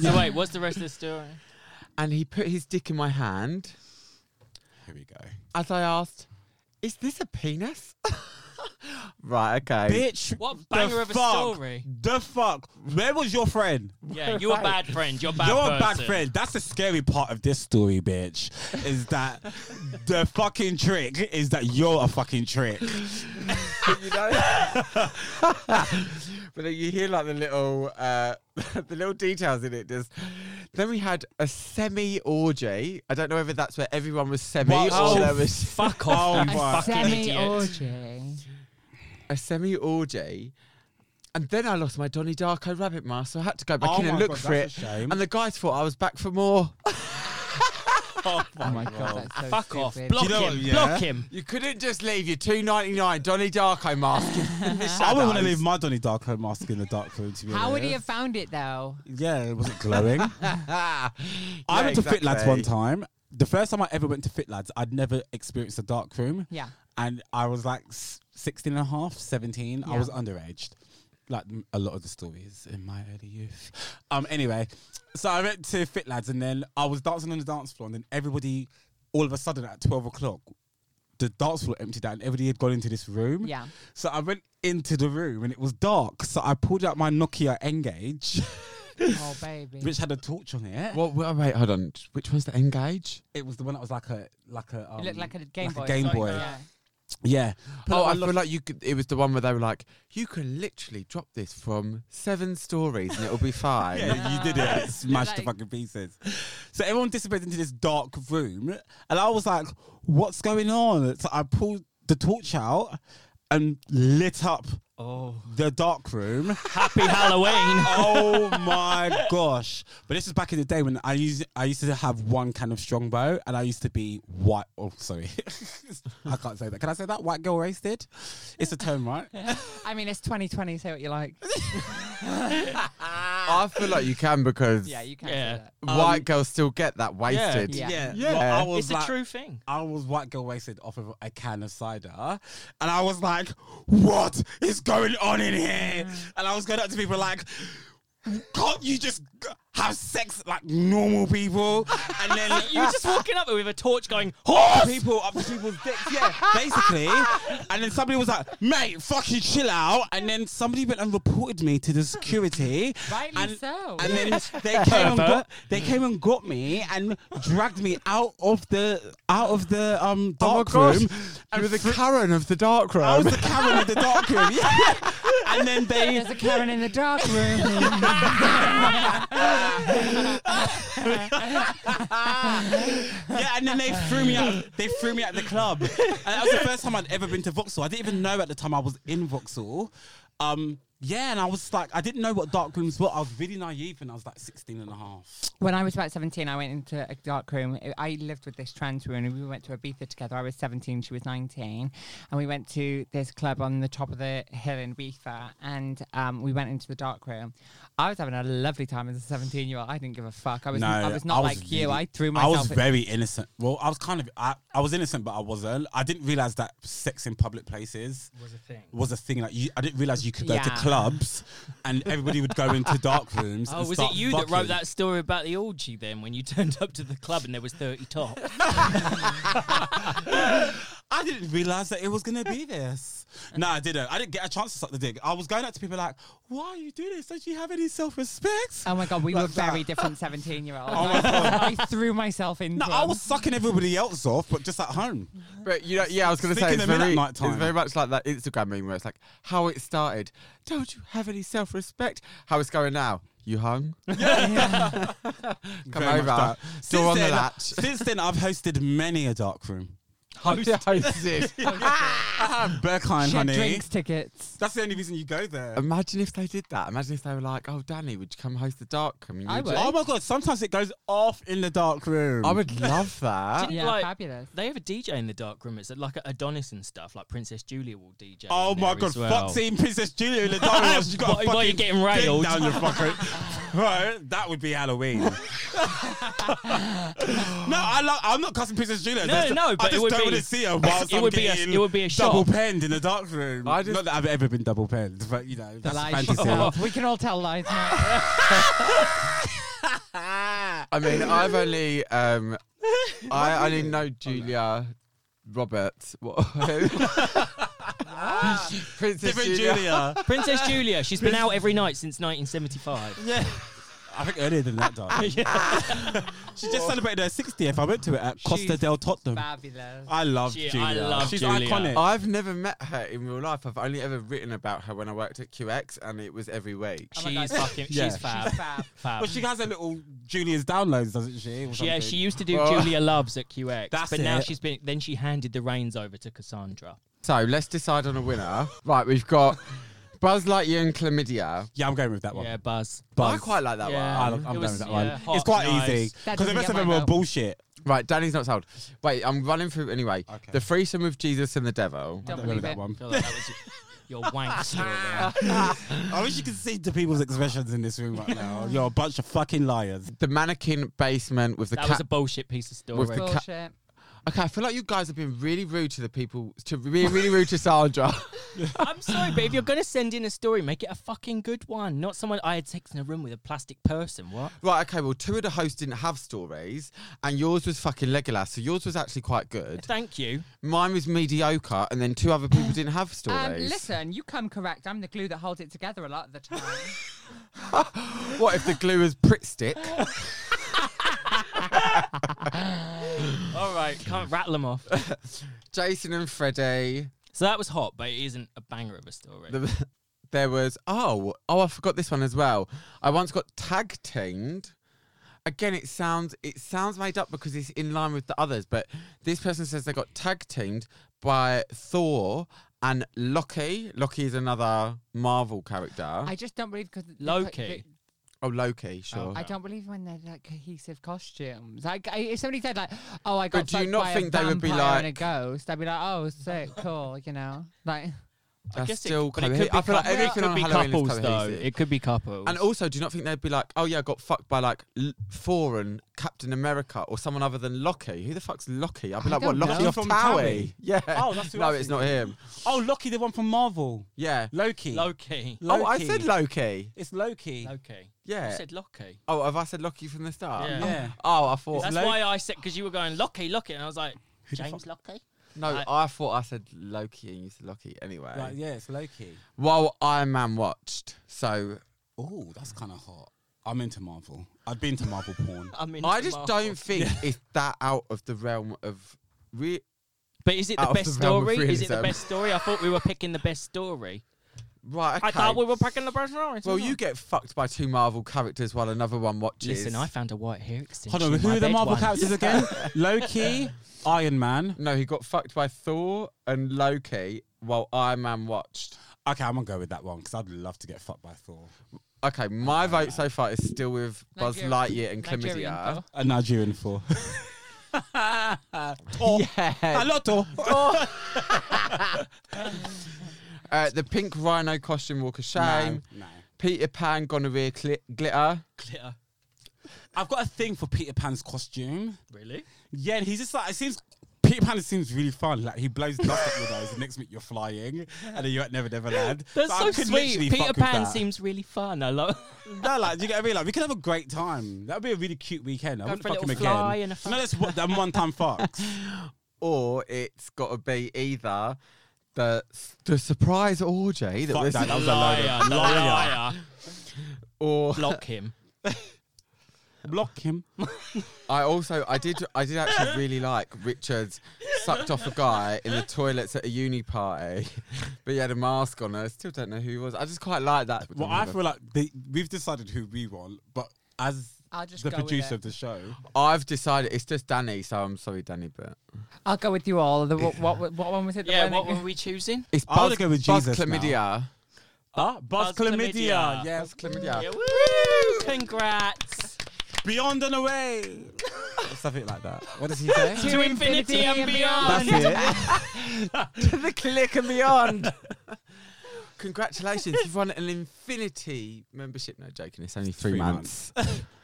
Speaker 2: so wait, what's the rest of the story?
Speaker 1: and he put his dick in my hand
Speaker 4: here we go.
Speaker 1: as I asked, "Is this a penis?" right. Okay.
Speaker 4: Bitch,
Speaker 2: What
Speaker 4: the
Speaker 2: banger of a
Speaker 4: fuck?
Speaker 2: story.
Speaker 4: The fuck? Where was your friend?
Speaker 2: Yeah, you're a bad friend. You're a bad
Speaker 4: You're a bad
Speaker 2: person.
Speaker 4: friend. That's the scary part of this story, bitch. Is that the fucking trick? Is that you're a fucking trick?
Speaker 1: but you know. but then you hear like the little uh, the little details in it. Just then we had a semi orgy. I don't know whether that's where everyone was semi
Speaker 4: What?
Speaker 1: or
Speaker 4: Oh,
Speaker 1: there was
Speaker 2: Fuck off, you
Speaker 4: my
Speaker 2: fucking idiot.
Speaker 3: Semi-orgy.
Speaker 1: a semi orgy. And then I lost my Donnie Darko rabbit mask, so I had to go back
Speaker 4: Oh
Speaker 1: in and
Speaker 4: my
Speaker 1: look
Speaker 4: God,
Speaker 1: for it.
Speaker 4: that's a shame.
Speaker 1: And the guys thought I was back for more.
Speaker 3: Oh my god, that's so
Speaker 2: Fuck off.
Speaker 3: stupid.
Speaker 2: Block
Speaker 4: You know
Speaker 2: him.
Speaker 4: what, yeah?
Speaker 2: Block him.
Speaker 1: You couldn't just leave your two ninety nine Donnie Darko mask. in the
Speaker 4: I would want to
Speaker 1: shadows.
Speaker 4: leave my Donnie Darko mask in the dark room. To be
Speaker 3: How would he have
Speaker 4: honest.
Speaker 3: found it though?
Speaker 4: Yeah, it wasn't glowing.
Speaker 1: Ah.
Speaker 4: I
Speaker 1: Yeah,
Speaker 4: went to Fit Lads
Speaker 1: exactly.
Speaker 4: one time. The first time I ever went to Fit Lads, I'd never experienced a dark room.
Speaker 3: Yeah.
Speaker 4: And I was like s- 16 and a half, 17. I
Speaker 3: Yeah.
Speaker 4: was underage. Like m- a lot of the stories in my early youth. Um. Anyway, so I went to Fit Lads and then I was dancing on the dance floor and then everybody, all of a sudden at 12 o'clock, the dance floor emptied out and everybody had gone into this room.
Speaker 3: Yeah.
Speaker 4: So I went into the room and it was dark. So I pulled out my Nokia Engage
Speaker 3: oh baby.
Speaker 4: which had a torch on it.
Speaker 1: Well, wait, wait, hold on. Which one's the Engage?
Speaker 4: It was the one that was like a like a. Um,
Speaker 3: it looked like a Game
Speaker 4: like a
Speaker 3: Boy.
Speaker 4: Game
Speaker 3: Sorry,
Speaker 4: Boy.
Speaker 3: Yeah.
Speaker 4: yeah. Put
Speaker 1: oh,
Speaker 4: it
Speaker 1: I
Speaker 4: on
Speaker 1: feel like you could. It was the one where they were like, you can literally drop this from seven stories and it'll be fine.
Speaker 4: Yeah, you did it.
Speaker 3: Yeah.
Speaker 4: It smashed to
Speaker 3: Like-
Speaker 4: fucking pieces. So everyone disappeared into this dark room, and I was like, "What's going on?" So I pulled the torch out and lit up
Speaker 2: Oh,
Speaker 4: the dark room.
Speaker 2: happy Halloween.
Speaker 4: oh my gosh! But this was back in the day when I used I used to have one kind of strongbow, and I used to be white. Oh, sorry, I can't say that. Can I say that white girl wasted? It's a term, right?
Speaker 3: I mean, it's 2020. Say what you like.
Speaker 1: I feel like you can because
Speaker 3: Yeah, you can.
Speaker 2: Yeah.
Speaker 3: Say that.
Speaker 1: white girls still get that wasted.
Speaker 3: Yeah.
Speaker 1: Yeah.
Speaker 4: Well, I was
Speaker 2: It's a
Speaker 4: like-
Speaker 2: true thing.
Speaker 4: I was white girl wasted off of a can of cider, and I was like, "What is going on in here?" And I was going up to people like, "Can't you just g- have sex like normal people?" And then
Speaker 2: You were just walking up with a torch going,
Speaker 4: horse people up to people's dicks, yeah, basically. And then somebody was like, "Mate, fucking chill out." And then somebody went and reported me to the security.
Speaker 3: Rightly
Speaker 4: and,
Speaker 3: so.
Speaker 4: And then they came and got they came and got me and dragged me out of the out of the um
Speaker 1: Oh my
Speaker 4: dark
Speaker 1: gosh,
Speaker 4: room.
Speaker 1: you were the Karen of the dark room.
Speaker 4: I was the Karen of the dark room. Yeah. And then they
Speaker 3: There's a Karen in the dark room.
Speaker 4: yeah, and then they threw me out. They threw me out the club. And that was the first time I'd ever been to Vauxhall. I didn't even know at the time I was in Vauxhall. Um, yeah, and I was like, I didn't know what dark rooms were. I was really naive, and I was like 16 and a half.
Speaker 3: when I was about 17, I went into a dark room. I- I lived with this trans woman and we went to Ibiza together. I was 17, she was 19. And we went to this club on the top of the hill in Ibiza and um, we went into the dark room. I was having a lovely time as a 17 year old. I didn't give a fuck. I was, I was not like you. I threw myself.
Speaker 4: I was very innocent. Well, I was kind of, I, I was innocent, but I wasn't. I didn't realize that sex in public places
Speaker 2: was a thing.
Speaker 4: was a thing. Like, you, I didn't realize you could go to
Speaker 3: Yeah.
Speaker 4: clubs, and everybody would go into dark rooms.
Speaker 2: Oh,
Speaker 4: and
Speaker 2: was it
Speaker 4: start
Speaker 2: you that wrote
Speaker 4: fucking.
Speaker 2: that story about the orgy then when you turned up to the club and there was 30 top?
Speaker 4: I didn't realize that it was gonna be this. no, I didn't. I didn't get a chance to suck the dick. I was going up to people like, "Why are you doing this? Don't you have any self-respect?"
Speaker 3: oh my God, we
Speaker 4: Like
Speaker 3: were very
Speaker 4: that. Oh
Speaker 3: different 17 year olds.
Speaker 4: my
Speaker 3: I threw myself into
Speaker 4: no, I was sucking everybody else off, but just at home.
Speaker 1: But you know, yeah, I was going to say
Speaker 4: Sneaking
Speaker 1: it's
Speaker 4: them in at
Speaker 1: very,
Speaker 4: night
Speaker 1: it's
Speaker 4: time.
Speaker 1: very much like that Instagram meme where it's like how it started. Don't you have any self-respect? How it's going now? You hung? Come
Speaker 4: Very much
Speaker 1: over.
Speaker 4: that.
Speaker 1: Door on the
Speaker 4: then,
Speaker 1: latch.
Speaker 4: Since then, I've hosted many a dark room.
Speaker 1: Hosted. Ah,
Speaker 4: Berkheim,
Speaker 3: Shit
Speaker 4: honey.
Speaker 3: drinks tickets.
Speaker 4: That's the only reason you go there.
Speaker 1: Imagine if they did that. Imagine if they were like, "Oh, Danny, would you come host the dark room?" And
Speaker 3: I
Speaker 1: you
Speaker 3: would.
Speaker 4: oh my god! Sometimes it goes off in the dark room.
Speaker 1: I would love that.
Speaker 2: Do
Speaker 3: Yeah,
Speaker 2: Like-
Speaker 3: fabulous.
Speaker 2: They have a DJ in the dark room. It's like Adonis and stuff, like Princess Julia will DJ.
Speaker 4: Oh
Speaker 2: in
Speaker 4: my
Speaker 2: there as
Speaker 4: god,
Speaker 2: well.
Speaker 4: fuck seeing Princess Julia in the dark room. You got
Speaker 2: Why-
Speaker 4: a
Speaker 2: why are you
Speaker 4: fucking
Speaker 2: getting
Speaker 4: dick
Speaker 2: railed?
Speaker 4: down your fucking. Bro, that would be Halloween. no, I love. I'm not cussing Princess Julia.
Speaker 2: No,
Speaker 4: That's-
Speaker 2: no, but
Speaker 4: I
Speaker 2: it
Speaker 4: just
Speaker 2: would
Speaker 4: don't
Speaker 2: be-
Speaker 4: want to see her whilst
Speaker 2: it
Speaker 4: I'm
Speaker 2: would be a-
Speaker 4: getting
Speaker 2: it would be a
Speaker 4: double
Speaker 2: shock.
Speaker 4: penned in the dark room.
Speaker 1: I just-
Speaker 4: not that I've ever been double penned, but you know,
Speaker 3: The
Speaker 4: that's a
Speaker 3: lies she
Speaker 4: fantasy.
Speaker 3: told. We can all tell lies now.
Speaker 1: I mean, I've only, um, I only know Julia Roberts. What? Princess
Speaker 4: Different
Speaker 1: Julia.
Speaker 4: Julia.
Speaker 2: Princess Julia, she's been out every night since 1975.
Speaker 4: yeah. I think earlier than that, dark. She just celebrated her 60th. I went to it at Costa
Speaker 3: She's
Speaker 4: del Tottenham.
Speaker 3: fabulous.
Speaker 4: I love
Speaker 2: She- I
Speaker 4: Julia.
Speaker 2: love
Speaker 4: She's
Speaker 2: Julia.
Speaker 4: iconic.
Speaker 1: I've never met her in real life. I've only ever written about her when I worked at QX, and it was every week.
Speaker 3: Oh my
Speaker 2: she's
Speaker 3: God.
Speaker 2: fucking,
Speaker 4: Yeah.
Speaker 2: she's fab.
Speaker 3: Fab.
Speaker 2: fab.
Speaker 4: Well, she has a little Julia's downloads, doesn't she? or
Speaker 2: She- yeah,
Speaker 4: something?
Speaker 2: she used to do
Speaker 1: Well-
Speaker 2: Julia Loves at QX,
Speaker 4: Oh. That's
Speaker 2: but now
Speaker 4: it.
Speaker 2: she's been. Then she handed the reins over to Cassandra.
Speaker 1: So let's decide on a winner. Right, we've got Buzz Lightyear and Chlamydia.
Speaker 4: Yeah, I'm going with that one.
Speaker 2: Yeah, Buzz.
Speaker 1: I
Speaker 4: Buzz.
Speaker 1: quite like that
Speaker 2: Yeah.
Speaker 4: I
Speaker 1: one.
Speaker 4: love, I'm
Speaker 2: It
Speaker 4: going
Speaker 2: was-
Speaker 4: with that
Speaker 2: yeah,
Speaker 4: one.
Speaker 2: hot,
Speaker 4: it's quite
Speaker 2: nice.
Speaker 4: easy
Speaker 3: That
Speaker 4: because the
Speaker 3: doesn't
Speaker 4: rest
Speaker 3: get
Speaker 4: of them
Speaker 3: my
Speaker 4: are
Speaker 3: vote.
Speaker 4: bullshit.
Speaker 1: Right, Danny's not sold. Wait, I'm running through anyway.
Speaker 4: Okay.
Speaker 1: The threesome with Jesus and the devil.
Speaker 3: Don't
Speaker 4: I'm going
Speaker 3: believe
Speaker 4: with that
Speaker 3: it.
Speaker 4: one.
Speaker 2: Feel like that was your wank story. there.
Speaker 4: I wish you could see the people's expressions in this room right now. You're a bunch of fucking liars.
Speaker 1: The mannequin basement with the
Speaker 2: That
Speaker 1: cat.
Speaker 2: was a bullshit piece of story.
Speaker 1: With the ca-
Speaker 3: Bullshit.
Speaker 1: okay, I feel like you guys have been really rude to the people. To being really rude to Sandra.
Speaker 2: I'm sorry, but if you're gonna send in a story, make it a fucking good one, not someone I had sex in a room with a plastic person. What?
Speaker 1: right, okay. Well, two of the hosts didn't have stories, and yours was fucking Legolas. So yours was actually quite good.
Speaker 2: Thank you.
Speaker 1: Mine was mediocre, and then two other people didn't have stories.
Speaker 3: Um, listen, you come correct. I'm the glue that holds it together a lot of the time.
Speaker 1: What if the glue is Pritt stick?
Speaker 2: All right, can't rattle them off.
Speaker 1: Jason and Freddie.
Speaker 2: So that was hot, but it isn't a banger of a story.
Speaker 1: The, there was oh oh I forgot this one as well. I once got tag teamed. Again, it sounds it sounds made up because it's in line with the others, but this person says they got tag teamed by Thor and Loki. Loki is another Marvel character.
Speaker 3: I just don't believe because
Speaker 2: Loki.
Speaker 1: oh, Loki, sure.
Speaker 3: I don't believe when they're like cohesive costumes. Like I, if somebody said like, "Oh, I got,"
Speaker 1: But do you
Speaker 3: fucked
Speaker 1: not
Speaker 3: by
Speaker 1: think
Speaker 3: a
Speaker 1: they would be
Speaker 3: vampire and a
Speaker 1: like-
Speaker 3: ghost? I'd be like, "Oh, sick, cool," you know, like.
Speaker 2: I
Speaker 1: That's
Speaker 2: guess
Speaker 1: still
Speaker 2: it, but it could
Speaker 1: cohe-
Speaker 2: be,
Speaker 1: I feel like
Speaker 2: cou- it
Speaker 1: everything
Speaker 2: could
Speaker 1: on
Speaker 2: be
Speaker 1: Halloween is
Speaker 2: couples though.
Speaker 1: cohesive.
Speaker 2: It could be couples.
Speaker 1: And also, do you not think they'd be like, oh yeah, I got fucked by like L- Thor and Captain America or someone other than Loki? Who the fuck's Loki? I'd be
Speaker 3: I
Speaker 1: like, what,
Speaker 3: don't
Speaker 1: Loki
Speaker 3: know.
Speaker 1: from
Speaker 4: From
Speaker 1: Towie?
Speaker 4: Towie?
Speaker 1: Yeah.
Speaker 4: Oh, that's who
Speaker 1: no,
Speaker 4: I was
Speaker 1: it's not him.
Speaker 4: Oh, Loki, the one from Marvel.
Speaker 1: Yeah.
Speaker 4: Loki.
Speaker 2: Loki.
Speaker 1: Oh, I said Loki.
Speaker 4: It's Loki.
Speaker 2: Loki.
Speaker 1: Yeah.
Speaker 2: You said Loki.
Speaker 1: oh, have I said Loki from the start?
Speaker 2: Yeah.
Speaker 4: Yeah.
Speaker 1: Oh, I thought
Speaker 2: That's
Speaker 4: Lo-
Speaker 2: why I said because you were going Loki, Loki, and I was like James Loki.
Speaker 1: no, I, thought I said Loki and you said Loki anyway.
Speaker 4: Like, yeah, it's Loki.
Speaker 1: While Iron Man watched, so
Speaker 4: Oh, that's kind of hot. I'm into Marvel. I've been to Marvel porn.
Speaker 2: I mean,
Speaker 1: I just don't think it's that out of the realm of. Re-
Speaker 2: But is it the
Speaker 1: out of
Speaker 2: best
Speaker 1: the realm of
Speaker 2: story? Is it the
Speaker 1: realism.
Speaker 2: best story? I thought we were picking the best story.
Speaker 1: right, okay.
Speaker 2: I thought we were picking the best story.
Speaker 1: well, you get fucked by two Marvel characters while another one watches.
Speaker 2: listen. I found a white hair extension.
Speaker 4: Hold on,
Speaker 2: in
Speaker 4: who
Speaker 2: my
Speaker 4: are the
Speaker 2: bed
Speaker 4: Marvel
Speaker 2: once.
Speaker 4: characters again? Loki, Iron Man.
Speaker 1: No, he got fucked by Thor and Loki while Iron Man watched.
Speaker 4: Okay, I'm gonna go with that one because I'd love to get fucked by Thor.
Speaker 1: Okay,
Speaker 2: Oh,
Speaker 1: my vote so far is still with Buzz
Speaker 3: Nigeria-
Speaker 1: Lightyear and
Speaker 3: Nigerian
Speaker 1: Chlamydia.
Speaker 4: A Nigerian Thor.
Speaker 1: Yeah.
Speaker 4: Hello,
Speaker 1: Uh, the pink rhino costume walk of shame.
Speaker 4: No, no.
Speaker 1: Peter Pan gonorrhea cli- glitter.
Speaker 2: Glitter.
Speaker 4: I've got a thing for Peter Pan's costume.
Speaker 2: Really?
Speaker 4: Yeah, and he's just like it seems. Peter Pan seems really fun. Like he blows dust at your nose, and next minute you're flying, and then you're at Never Never Land.
Speaker 2: That's
Speaker 4: I
Speaker 2: so,
Speaker 4: could literally
Speaker 2: sweet.
Speaker 4: fuck
Speaker 2: Peter
Speaker 4: with
Speaker 2: Pan
Speaker 4: that.
Speaker 2: seems really fun. I love.
Speaker 4: No, like, do you get what I mean? Like, we could have a great time. That would be a really cute weekend. I
Speaker 2: Go
Speaker 4: wouldn't
Speaker 2: for a
Speaker 4: fuck him
Speaker 2: little fly
Speaker 4: again.
Speaker 2: and a
Speaker 4: no, that's what them one time fucks.
Speaker 1: Or it's got to be either the the surprise orgy that
Speaker 4: Fuck
Speaker 1: was,
Speaker 4: that, that was a
Speaker 2: liar,
Speaker 4: load. Liar.
Speaker 2: liar.
Speaker 1: or
Speaker 2: Block him.
Speaker 4: Block him.
Speaker 1: I also I did I did actually really like Richards sucked off a guy in the toilets at a uni party, but he had a mask on. I still don't know who he was. I just quite like that.
Speaker 4: Well, I feel like they, we've decided who we want, but as
Speaker 3: I'll just
Speaker 4: the
Speaker 3: go with
Speaker 4: producer
Speaker 3: it.
Speaker 4: of the show,
Speaker 1: I've decided it's just Danny, so I'm sorry, Danny, but
Speaker 3: I'll go with you all. The, what, what, what one was it? The
Speaker 2: Yeah.
Speaker 3: one
Speaker 2: What
Speaker 3: that-
Speaker 2: were we choosing?
Speaker 1: it's
Speaker 4: I wanna
Speaker 1: Buzz,
Speaker 4: go with
Speaker 1: Buzz
Speaker 4: Jesus now.
Speaker 1: Chlamydia.
Speaker 4: ah,
Speaker 2: Buzz
Speaker 4: Buzz, Chlamydia.
Speaker 2: Chlamydia.
Speaker 4: Yes,
Speaker 1: Chlamydia.
Speaker 2: Yeah, woo! Congrats.
Speaker 4: Beyond and away. Something like that. What does he say?
Speaker 2: to infinity and beyond.
Speaker 4: That's
Speaker 1: to the click and beyond. Congratulations, you've won an Infinity membership. No, joking, it's only three,
Speaker 4: Three
Speaker 1: months.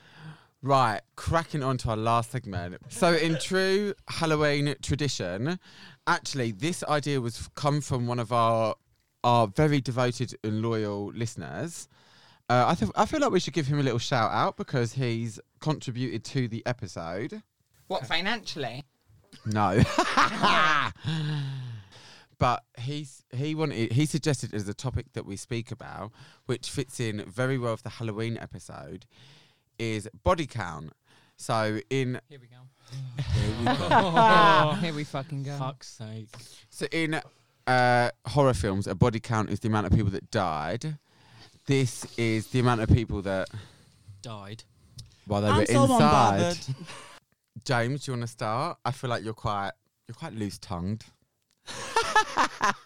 Speaker 1: right, cracking on to our last segment. So, in true Halloween tradition, actually, this idea was f- come from one of our our very devoted and loyal listeners. Uh, I, th- I feel like we should give him a little shout out because he's contributed to the episode.
Speaker 3: What financially?
Speaker 1: No. but he's he wanted he suggested as a topic that we speak about, which fits in very well with the Halloween episode, is body count. So in
Speaker 2: Here we go.
Speaker 4: it.
Speaker 3: Ah, here we fucking go.
Speaker 2: Fuck's sake.
Speaker 1: so in uh, horror films, a body count is the amount of people that died. This is the amount of people that
Speaker 2: Died.
Speaker 1: while they
Speaker 4: I'm
Speaker 1: were
Speaker 4: so
Speaker 1: inside.
Speaker 4: unbothered.
Speaker 1: James, do you want to start? I feel like you're quite you're quite loose tongued.
Speaker 2: I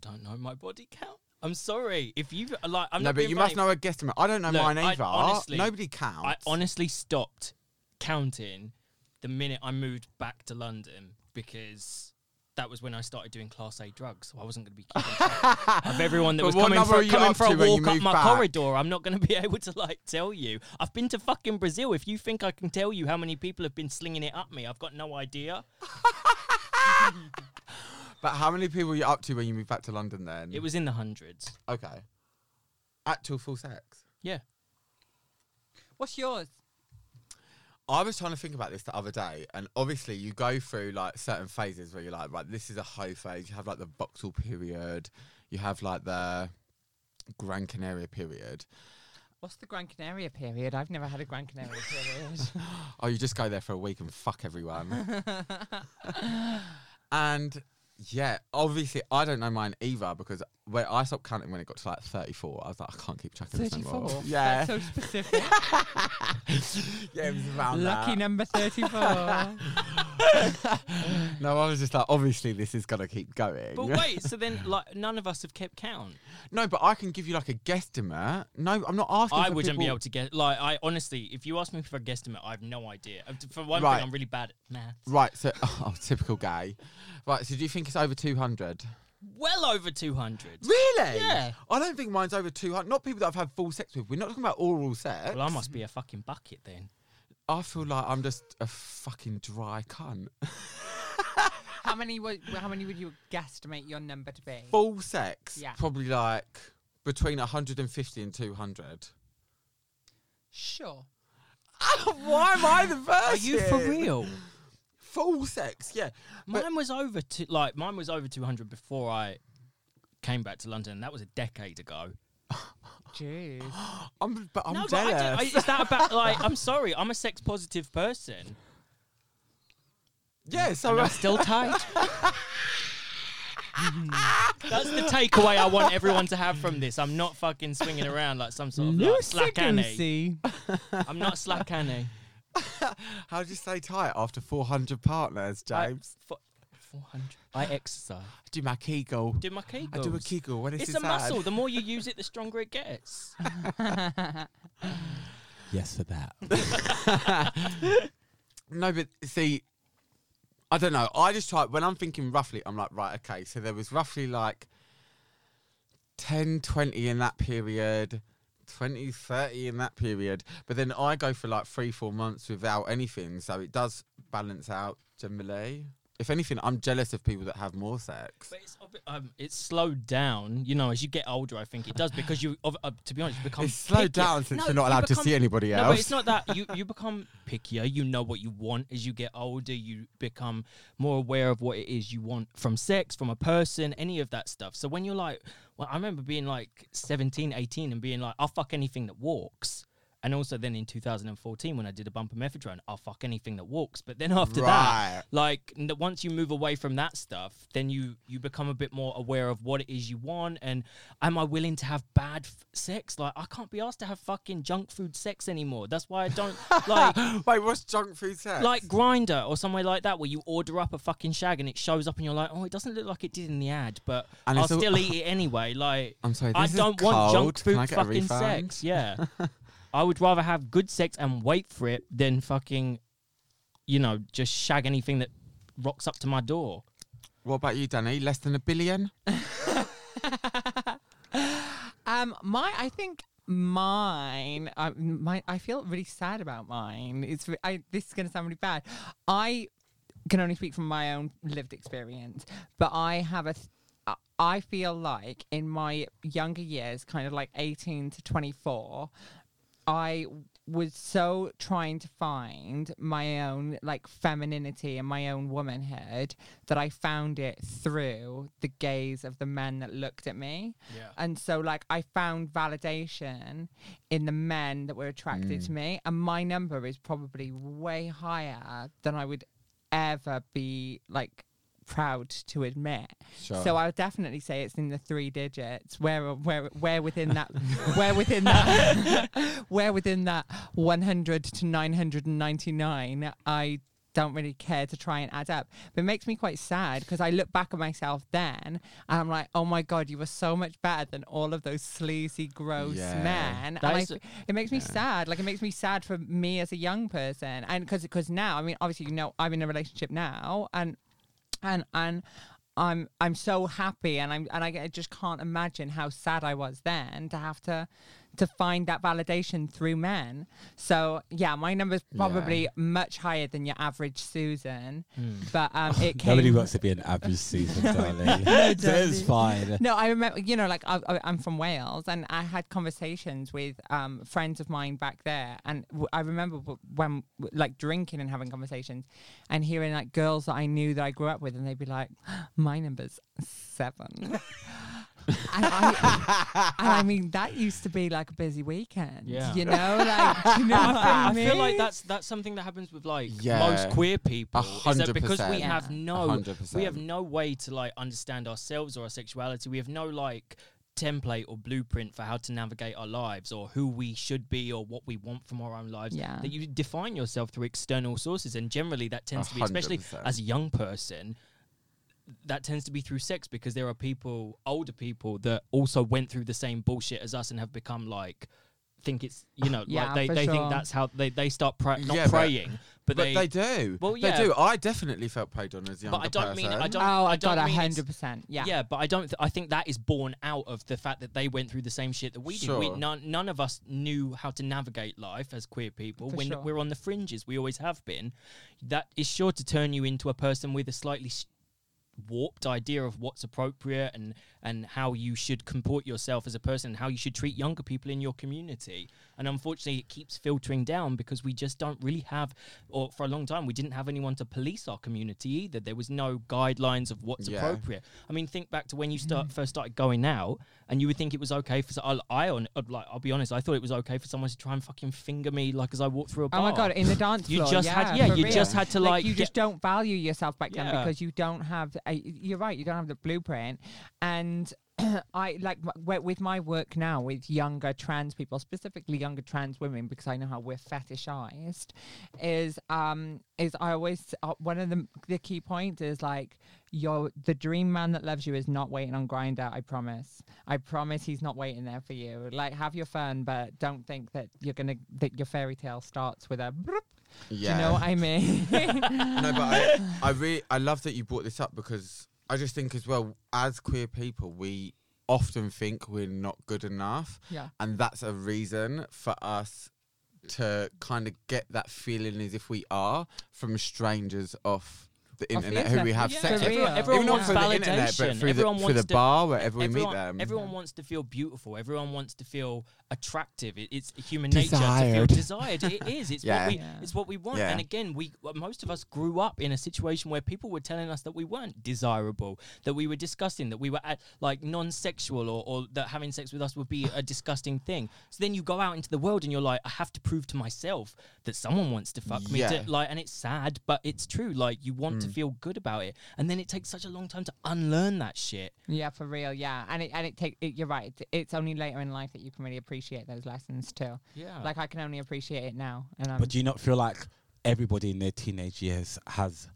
Speaker 2: don't know my body count. I'm sorry. If you like, I'm
Speaker 1: No,
Speaker 2: not.
Speaker 1: but
Speaker 2: being
Speaker 1: you must
Speaker 2: funny.
Speaker 1: know a guesstimate. I don't know
Speaker 2: Look,
Speaker 1: mine
Speaker 2: I
Speaker 1: either.
Speaker 2: honestly-
Speaker 1: Nobody counts.
Speaker 2: I honestly stopped counting the minute I moved back to London because that was when I started doing Class A drugs. So I wasn't going to be keeping track of everyone that
Speaker 1: But
Speaker 2: was
Speaker 1: what
Speaker 2: coming
Speaker 1: number are
Speaker 2: for,
Speaker 1: you
Speaker 2: coming
Speaker 1: up
Speaker 2: for a
Speaker 1: to when you
Speaker 2: walk up
Speaker 1: move
Speaker 2: my
Speaker 1: back?
Speaker 2: corridor. I'm not going to be able to like tell you. I've been to fucking Brazil. If you think I can tell you how many people have been slinging it up me, I've got no idea.
Speaker 1: But how many people were you up to when you moved back to London then?
Speaker 2: It was in the hundreds.
Speaker 1: okay. Actual full sex.
Speaker 2: Yeah.
Speaker 3: What's yours?
Speaker 1: I was trying to think about this the other day, and obviously you go through like certain phases where you're like, right, this is a hoe phase. You have like the voxel period. You have like the Gran Canaria period.
Speaker 3: What's the Gran Canaria period? I've never had a Gran Canaria period.
Speaker 1: Oh, you just go there for a week and fuck everyone. and yeah, obviously I don't know mine either because when I stopped counting when it got to like 34, I was like, I can't keep track of this anymore.
Speaker 3: 34.
Speaker 1: Yeah,
Speaker 3: That's so specific.
Speaker 1: yeah, it was around
Speaker 3: Lucky
Speaker 1: that.
Speaker 3: number 34.
Speaker 1: No, I was just like, obviously this is gonna keep going.
Speaker 2: But wait, so then like none of us have kept count.
Speaker 1: no, but I can give you like a guesstimate. No, I'm not asking.
Speaker 2: I
Speaker 1: for
Speaker 2: wouldn't be
Speaker 1: people-
Speaker 2: able to get like I honestly, if you ask me for a guesstimate, I have no idea. Uh, For one
Speaker 1: Right.
Speaker 2: thing, I'm really bad at math.
Speaker 1: Right, so oh, typical gay. Right, so do you think it's over 200?
Speaker 2: Well over two hundred.
Speaker 1: Really?
Speaker 2: Yeah.
Speaker 1: I don't think mine's over 200. Not people that I've had full sex with. We're not talking about oral sex.
Speaker 2: Well, I must be a fucking bucket then.
Speaker 1: I feel like I'm just a fucking dry cunt.
Speaker 3: how many would how many would you guesstimate your number to be?
Speaker 1: Full sex,
Speaker 3: Yeah.
Speaker 1: probably like between 150 and 200.
Speaker 3: Sure.
Speaker 1: Why am I the first?
Speaker 2: Are you for real?
Speaker 1: Full sex, yeah. But-
Speaker 2: Mine was over to like mine was over two hundred before I came back to London. and That was a decade ago.
Speaker 3: Jeez.
Speaker 1: I'm, but I'm
Speaker 2: no, but I
Speaker 1: jealous.
Speaker 2: don't- I- is that about like? I'm sorry, I'm a sex positive person.
Speaker 1: yeah, so
Speaker 2: And
Speaker 1: uh,
Speaker 2: I'm still tight. That's the takeaway I want everyone to have from this. I'm not fucking swinging around like some sort of like, slack Annie. I'm not slack Annie.
Speaker 1: how do you stay tight after 400 partners, James?
Speaker 2: I, fo- 400. I exercise.
Speaker 1: do my kegel.
Speaker 2: Do my kegels.
Speaker 1: I do a kegel when it's,
Speaker 2: It's a
Speaker 1: inside.
Speaker 2: muscle. The more you use it, the stronger it gets.
Speaker 4: Yes, for that.
Speaker 1: No, but see, I don't know. I just try when I'm thinking roughly, I'm like, right, okay. So there was roughly like 10, 20 in that period, 20, 30 in that period. But then I go for like three, four months without anything. So it does balance out generally. If anything, I'm jealous of people that have more sex.
Speaker 2: But it's, obvi- um, it's slowed down. You know, as you get older, I think it does because you, of, uh, to be honest, you become
Speaker 1: It's slowed
Speaker 2: pickier.
Speaker 1: down since
Speaker 2: No,
Speaker 1: you're not allowed
Speaker 2: become-
Speaker 1: to see anybody
Speaker 2: No, but
Speaker 1: else.
Speaker 2: it's not that you you become pickier. You know what you want as you get older. You become more aware of what it is you want from sex, from a person, any of that stuff. So when you're like, well, I remember being like 17, 18 and being like, I'll fuck anything that walks. And also then in 2014 when I did a bump of methadone, I'll fuck anything that walks. But then after
Speaker 1: Right.
Speaker 2: that, like n- once you move away from that stuff, then you you become a bit more aware of what it is you want and am I willing to have bad f- sex? Like I can't be asked to have fucking junk food sex anymore. That's why I don't like
Speaker 1: Wait, what's junk food sex?
Speaker 2: like Grinder or somewhere like that where you order up a fucking shag and it shows up and you're like, oh, it doesn't look like it did in the ad, but
Speaker 1: And
Speaker 2: I'll
Speaker 1: it's all-
Speaker 2: still eat it anyway. Like
Speaker 1: I'm sorry,
Speaker 2: I
Speaker 1: this is
Speaker 2: don't want
Speaker 1: cold.
Speaker 2: junk
Speaker 1: Can
Speaker 2: food
Speaker 1: I get a
Speaker 2: fucking
Speaker 1: refund?
Speaker 2: sex. Yeah, I would rather have good sex and wait for it than fucking, you know, just shag anything that rocks up to my door.
Speaker 1: what about you, Danny? Less than a billion?
Speaker 3: Um, my, I think mine. I, my, I feel really sad about mine. It's. re- I, this is going to sound really bad. I can only speak from my own lived experience, but I have a. th- I- I feel like in my younger years, kind of like eighteen to twenty-four, I was so trying to find my own like femininity and my own womanhood that I found it through the gaze of the men that looked at me.
Speaker 2: Yeah.
Speaker 3: And so like I found validation in the men that were attracted to me and my number is probably way higher than I would ever be like proud to admit.
Speaker 1: Sure.
Speaker 3: So I would definitely say it's in the three digits. Where where where within that where within that where within that one hundred to nine hundred and ninety nine I don't really care to try and add up. But it makes me quite sad because I look back at myself then and I'm like, oh my God, you were so much better than all of those sleazy, gross
Speaker 1: Yeah.
Speaker 3: men. And
Speaker 2: That
Speaker 3: I
Speaker 2: is-
Speaker 3: f- it makes me sad. Like it makes me sad for me as a young person. And because because now, I mean, obviously, you know, I'm in a relationship now and and and I'm I'm so happy and I'm and I, I just can't imagine how sad I was then to have to to find that validation through men. So yeah, my number's probably much higher than your average Susan, but um, it came.
Speaker 4: Nobody wants to be an average season, darling. so it's fine.
Speaker 3: No, I remember. You know, like I, I, I'm from Wales, and I had conversations with um, friends of mine back there, and w- I remember w- when w- like drinking and having conversations, and hearing like girls that I knew that I grew up with, and they'd be like, "My number's seven. And I, and I mean, that used to be like a busy weekend.
Speaker 2: Yeah.
Speaker 3: You know, like, do you know what I
Speaker 2: I feel like
Speaker 3: mean?
Speaker 2: that's that's something that happens with like
Speaker 1: Yeah.
Speaker 2: most queer people.
Speaker 1: A
Speaker 2: is that
Speaker 1: hundred
Speaker 2: because we
Speaker 1: percent.
Speaker 2: have
Speaker 3: Yeah.
Speaker 2: no
Speaker 1: 100%.
Speaker 2: we have no way to like understand ourselves or our sexuality. We have no like template or blueprint for how to navigate our lives or who we should be or what we want from our own lives.
Speaker 3: Yeah.
Speaker 2: That you define yourself through external sources and generally that tends
Speaker 1: A
Speaker 2: to be especially
Speaker 1: hundred percent.
Speaker 2: as a young person that tends to be through sex because there are people, older people, that also went through the same bullshit as us and have become like think it's you know
Speaker 3: Yeah,
Speaker 2: like they,
Speaker 3: for
Speaker 2: they think
Speaker 3: sure.
Speaker 2: that's how they they start pra- not
Speaker 1: Yeah, but-
Speaker 2: praying but,
Speaker 1: But
Speaker 2: they,
Speaker 1: they, do.
Speaker 2: Well,
Speaker 1: Well, yeah.
Speaker 2: yeah.
Speaker 1: They do. I definitely felt preyed on as a younger
Speaker 2: but I don't
Speaker 1: person.
Speaker 2: mean I don't
Speaker 3: oh,
Speaker 2: I
Speaker 3: I
Speaker 2: don't
Speaker 3: got a
Speaker 2: mean it's-
Speaker 3: 100%. Yeah.
Speaker 2: yeah. but I don't th- I think that is born out of the fact that they went through the same shit that we did
Speaker 1: Sure.
Speaker 2: we, none, none of us knew how to navigate life as queer people
Speaker 3: For
Speaker 2: when
Speaker 3: sure.
Speaker 2: we're on the fringes we always have been that is sure to turn you into a person with a slightly s- warped idea of what's appropriate and and how you should comport yourself as a person how you should treat younger people in your community and unfortunately it keeps filtering down because we just don't really have or for a long time we didn't have anyone to police our community either there was no guidelines of what's
Speaker 1: Yeah.
Speaker 2: appropriate i mean think back to when you
Speaker 3: Mm.
Speaker 2: start first started going out and you would think it was okay for so- I'll, I on I'd like I'll be honest I thought it was okay for someone to try and fucking finger me like as I walked through a bar
Speaker 3: Oh my god! In the dance
Speaker 2: you
Speaker 3: floor,
Speaker 2: just
Speaker 3: yeah,
Speaker 2: had yeah
Speaker 3: for
Speaker 2: you
Speaker 3: real.
Speaker 2: just had to like,
Speaker 3: you
Speaker 2: get-
Speaker 3: just don't value yourself back then
Speaker 2: Yeah.
Speaker 3: because you don't have a, you're right you don't have the blueprint and i like w- wi- with my work now with younger trans people specifically younger trans women because i know how we're fetishized is um is i always uh, one of the the key points is like your the dream man that loves you is not waiting on grinder i promise i promise he's not waiting there for you like have your fun but don't think that you're gonna that your fairy tale starts with a broop.
Speaker 1: Yeah.
Speaker 3: Do you know what I mean?
Speaker 1: no, but I, I really, I love that you brought this up because I just think as well, as queer people, we often think we're not good enough,
Speaker 3: yeah.
Speaker 1: and that's a reason for us to kind of get that feeling as if we are from strangers off the
Speaker 3: Off the
Speaker 1: internet who we
Speaker 3: internet.
Speaker 1: have
Speaker 2: Yeah,
Speaker 1: sex
Speaker 3: for
Speaker 1: with.
Speaker 3: real.
Speaker 2: everyone,
Speaker 3: Even
Speaker 2: everyone
Speaker 1: Even not
Speaker 2: wants
Speaker 1: through the internet, but
Speaker 2: validation.
Speaker 1: through
Speaker 2: everyone
Speaker 1: the, through
Speaker 2: wants
Speaker 1: the
Speaker 2: to,
Speaker 1: bar, wherever we meet
Speaker 2: everyone,
Speaker 1: them.
Speaker 2: Everyone wants to feel beautiful. Everyone wants to feel attractive. It, it's human nature to feel
Speaker 1: Desired.
Speaker 2: desired. It is. It's
Speaker 1: Yeah.
Speaker 2: what we.
Speaker 3: Yeah.
Speaker 2: It's what we want.
Speaker 1: Yeah.
Speaker 2: And again, we well, most of us grew up in a situation where people were telling us that we weren't desirable, that we were disgusting, that we were at, like non-sexual, or, or that having sex with us would be a disgusting thing. So then you go out into the world and you're like, I have to prove to myself that someone wants to fuck me.
Speaker 1: Yeah. Mm.
Speaker 2: To, like, and it's sad, but it's true. Like, you want to feel good about it, and then it takes such a long time to unlearn that shit.
Speaker 3: Yeah, for real. Yeah, and it and it take it, you're right. It's, it's only later in life that you can really appreciate those lessons too.
Speaker 2: Yeah.
Speaker 3: Like I can only appreciate it now, and I'm
Speaker 4: But do you not feel like everybody in their teenage years has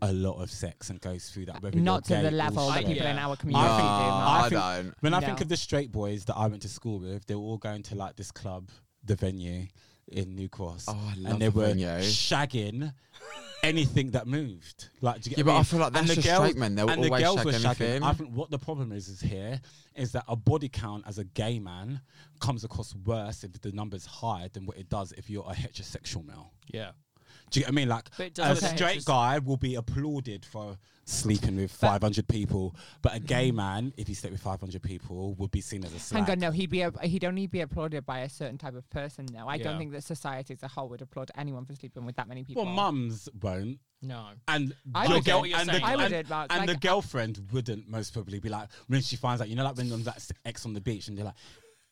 Speaker 4: a lot of sex and goes through that? whether
Speaker 3: not
Speaker 4: you're
Speaker 3: to the
Speaker 4: gay or
Speaker 3: level that
Speaker 4: straight?
Speaker 2: shit.
Speaker 3: people in
Speaker 2: Yeah.
Speaker 3: our
Speaker 1: No,
Speaker 3: community
Speaker 4: I
Speaker 1: I
Speaker 4: think-
Speaker 1: don't.
Speaker 4: When I think
Speaker 3: No.
Speaker 4: of the straight boys that I went to school with, they were all going to like this club, the venue in New Cross,
Speaker 1: Oh, I love
Speaker 4: and they
Speaker 1: the
Speaker 4: were
Speaker 1: venue.
Speaker 4: shagging anything that moved. Like, do you get
Speaker 1: Yeah,
Speaker 4: what
Speaker 1: but I
Speaker 4: mean?
Speaker 1: feel like that's
Speaker 4: and the
Speaker 1: just
Speaker 4: girls,
Speaker 1: straight men. They will
Speaker 4: and the
Speaker 1: always
Speaker 4: girls
Speaker 1: shag
Speaker 4: were shagging.
Speaker 1: anything.
Speaker 4: I think what the problem is is here is that a body count as a gay man comes across worse if the number's higher than what it does if you're a heterosexual male.
Speaker 2: Yeah.
Speaker 4: Do you get what I mean? Like
Speaker 2: But it
Speaker 4: a
Speaker 2: doesn't affect
Speaker 4: straight
Speaker 2: us.
Speaker 4: guy will be applauded for sleeping with 500 people, but a gay
Speaker 2: Mm-hmm.
Speaker 4: man, if he slept with 500 people, would be seen as a slag.
Speaker 3: Hang on, no, he'd be a- he'd only be applauded by a certain type of person. Though I
Speaker 2: Yeah.
Speaker 3: don't think that society as a whole would applaud anyone for sleeping with that many people.
Speaker 4: Well, mums won't,
Speaker 2: No.
Speaker 4: and
Speaker 3: I
Speaker 4: your
Speaker 3: would
Speaker 4: girl,
Speaker 2: do.
Speaker 4: and, the,
Speaker 2: I would
Speaker 4: and,
Speaker 3: do, like-
Speaker 4: and the
Speaker 3: like-
Speaker 4: girlfriend wouldn't most probably be like when she finds out. You know, like when on that s- ex on the beach, and they're like,